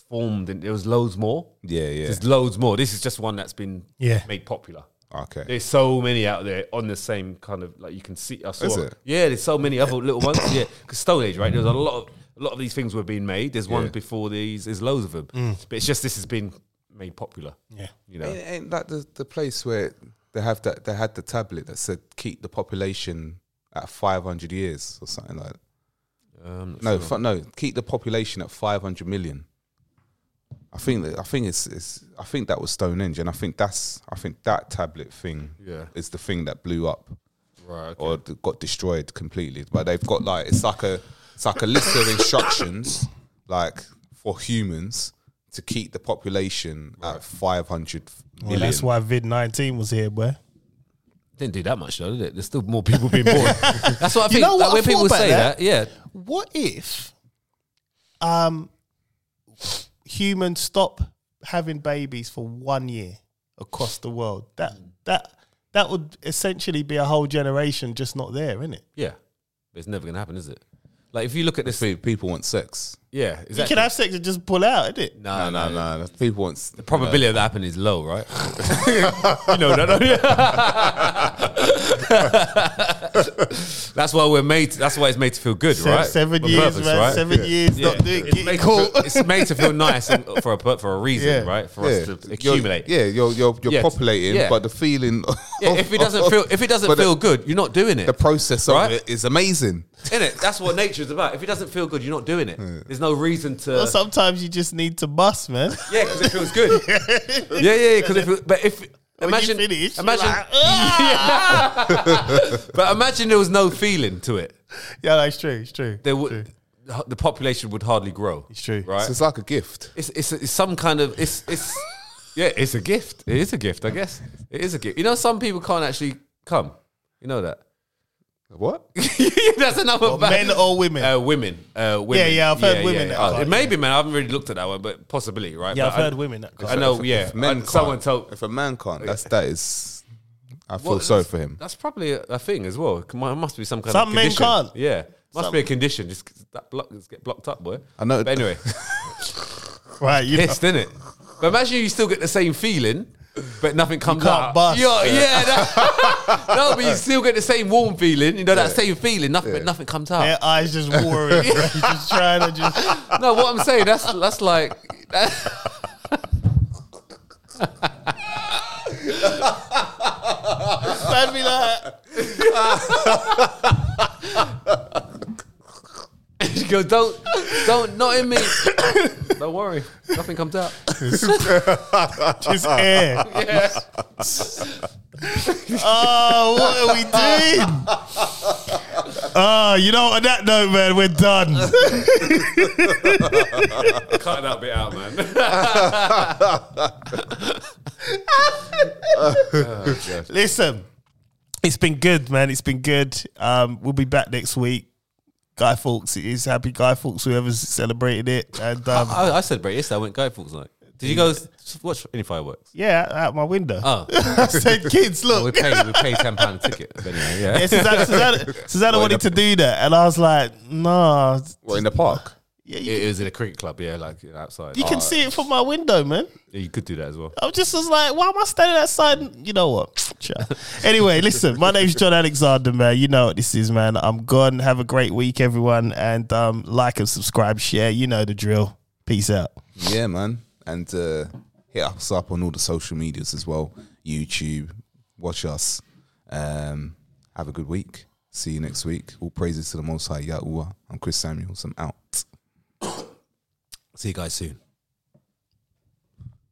[SPEAKER 5] formed, and there was loads more.
[SPEAKER 1] Yeah, yeah.
[SPEAKER 5] There's loads more. This is just one that's been
[SPEAKER 4] Yeah.
[SPEAKER 5] made popular.
[SPEAKER 1] Okay.
[SPEAKER 5] There's so many out there on the same kind of like you can see. I saw.
[SPEAKER 1] Is it?
[SPEAKER 5] Yeah, there's so many other little ones. Yeah, because Stone Age, right? There's a lot of a lot of these things were being made. There's ones
[SPEAKER 1] Yeah.
[SPEAKER 5] before these. There's loads of them.
[SPEAKER 4] Mm.
[SPEAKER 5] But it's just this has been made popular. Yeah, you know.
[SPEAKER 1] Ain't, ain't that the, the place where they have that they had the tablet that said keep the population at five hundred years or something like that?
[SPEAKER 5] Um,
[SPEAKER 1] No, fu- no, keep the population at five hundred million. I think that I think it's, it's I think that was Stonehenge, and I think that's I think that tablet thing
[SPEAKER 5] Yeah.
[SPEAKER 1] is the thing that blew up
[SPEAKER 5] right.
[SPEAKER 1] or d- got destroyed completely. But they've got like it's like a it's like a list of instructions like for humans to keep the population at five hundred
[SPEAKER 4] Well,
[SPEAKER 1] million.
[SPEAKER 4] that's why Vid nineteen was here, boy.
[SPEAKER 5] Didn't do that much though, did it? There's still more people being born. That's what I think.
[SPEAKER 4] know what?
[SPEAKER 5] like,
[SPEAKER 4] I
[SPEAKER 5] when
[SPEAKER 4] thought
[SPEAKER 5] people
[SPEAKER 4] about
[SPEAKER 5] say
[SPEAKER 4] that.
[SPEAKER 5] that, yeah,
[SPEAKER 4] What if, um, humans stop having babies for one year across the world? That
[SPEAKER 5] Mm.
[SPEAKER 4] that that would essentially be a whole generation just not there, isn't it?
[SPEAKER 5] Yeah. But it's never going to happen, is it? Like, if you look at this,
[SPEAKER 1] Pe- people want sex.
[SPEAKER 5] Yeah,
[SPEAKER 4] You
[SPEAKER 5] exactly.
[SPEAKER 4] can have sex and just pull out, isn't it?
[SPEAKER 5] no, no, no.
[SPEAKER 1] no. People want s-
[SPEAKER 5] The probability of that happening is low, right? you know that, don't you? that's why we're made. That's why it's made to feel good,
[SPEAKER 4] Se-
[SPEAKER 5] right?
[SPEAKER 4] Seven
[SPEAKER 5] On
[SPEAKER 4] years,
[SPEAKER 5] purpose,
[SPEAKER 4] man.
[SPEAKER 5] right?
[SPEAKER 4] Seven years.
[SPEAKER 5] Yeah.
[SPEAKER 4] Not doing
[SPEAKER 5] It's
[SPEAKER 4] getting
[SPEAKER 5] made to
[SPEAKER 4] caught.
[SPEAKER 5] feel- it's made to feel nice and for a pur- for a reason,
[SPEAKER 4] Yeah.
[SPEAKER 5] right? For us to
[SPEAKER 1] You're-
[SPEAKER 5] accumulate.
[SPEAKER 1] yeah, you're you're, you're
[SPEAKER 5] Yeah.
[SPEAKER 1] populating,
[SPEAKER 5] Yeah.
[SPEAKER 1] but the feeling.
[SPEAKER 5] Yeah, if it doesn't feel if it doesn't
[SPEAKER 1] But the-
[SPEAKER 5] feel good, you're not doing it.
[SPEAKER 1] the process of
[SPEAKER 5] Right?
[SPEAKER 1] it is amazing.
[SPEAKER 5] in it, that's what nature is about. If it doesn't feel good, you're not doing it. There's no reason to.
[SPEAKER 4] Well, sometimes you just need to bust, man.
[SPEAKER 5] Yeah, because it feels good. yeah, yeah, because if it- but if
[SPEAKER 4] When you
[SPEAKER 5] imagine
[SPEAKER 4] finish, you're
[SPEAKER 5] imagine
[SPEAKER 4] like, "Ah!"
[SPEAKER 5] but imagine there was no feeling to it.
[SPEAKER 4] yeah, that's true. It's true.
[SPEAKER 5] There
[SPEAKER 4] True.
[SPEAKER 5] would the population would hardly grow.
[SPEAKER 4] It's true.
[SPEAKER 5] right?
[SPEAKER 1] So it's like a gift.
[SPEAKER 5] It's it's, it's some kind of it's it's yeah, it's a gift. It is a gift, I guess. It is a gift. You know, some people can't actually come. You know that.
[SPEAKER 1] What?
[SPEAKER 5] That's another
[SPEAKER 4] Well, men or women?
[SPEAKER 5] Uh, women, uh, women.
[SPEAKER 4] Yeah, yeah, I've heard women that
[SPEAKER 5] Oh,
[SPEAKER 4] can't,
[SPEAKER 5] it may be men. I haven't really looked at that one, but possibility, right?
[SPEAKER 4] Yeah,
[SPEAKER 5] But
[SPEAKER 4] I've
[SPEAKER 5] I-
[SPEAKER 4] heard women. That
[SPEAKER 5] I know. Yeah,
[SPEAKER 1] If men
[SPEAKER 5] I- someone
[SPEAKER 1] can't-
[SPEAKER 5] told.
[SPEAKER 1] If a man can't, that's that is. I feel
[SPEAKER 5] Well,
[SPEAKER 1] sorry
[SPEAKER 5] that's-
[SPEAKER 1] for him.
[SPEAKER 5] That's probably a, a thing as well. It mu- must be some kind
[SPEAKER 4] Some
[SPEAKER 5] of
[SPEAKER 4] men
[SPEAKER 5] condition.
[SPEAKER 4] can't.
[SPEAKER 5] Yeah, must be a condition. Just 'cause that block, just get blocked up, boy.
[SPEAKER 1] I know-
[SPEAKER 5] But anyway,
[SPEAKER 4] right. You know.
[SPEAKER 5] pissed, innit? But imagine you still get the same feeling, but nothing comes
[SPEAKER 4] can't
[SPEAKER 5] out.
[SPEAKER 4] bust.
[SPEAKER 5] You're- yeah, that- no, but you still get the same warm feeling. You know that same feeling, nothing, but nothing comes out.
[SPEAKER 4] Their eyes just watering. right? just trying to just.
[SPEAKER 5] No, what I'm saying that's that's like.
[SPEAKER 4] I'd be like,
[SPEAKER 5] You go, don't, don't, not in me. don't worry, nothing comes out.
[SPEAKER 4] just air. Oh, what are we doing? Oh, you know, on that note, man, we're done.
[SPEAKER 5] Cut that bit out, man.
[SPEAKER 4] Listen, it's been good, man. It's been good. Um, we'll be back next week. Guy Fawkes, it is happy Guy Fawkes, whoever's celebrated it. And um,
[SPEAKER 5] I, I celebrate yesterday. I went go for night. Did you go s- watch any fireworks?
[SPEAKER 4] yeah, out my window.
[SPEAKER 5] Oh,
[SPEAKER 4] I said, kids,
[SPEAKER 5] we
[SPEAKER 4] look.
[SPEAKER 5] paid we paid ten pound a ticket. But anyway, yeah.
[SPEAKER 4] Yeah, Susanna, Susanna, Susanna wanted to do that. And I was like, no.
[SPEAKER 1] Well, in the park. Oh.
[SPEAKER 4] Yeah, you,
[SPEAKER 5] It was in a cricket club, yeah, like outside. Uh,
[SPEAKER 4] you can see it from my window, man.
[SPEAKER 5] Yeah, you could do that as well.
[SPEAKER 4] I was just was like, why am I standing outside? And- You know what? Sure. anyway, listen, my name's John Alexander, man. You know what this is, man. I'm gone. Have a great week, everyone. And um, like and subscribe, share. You know the drill. Peace out.
[SPEAKER 1] Yeah, man. And uh, hit us up on all the social medias as well. YouTube. Watch us. Um, have a good week. See you next week. All praises to the Most High Yahuwah. I'm Chris Samuels. I'm out.
[SPEAKER 5] See you guys soon.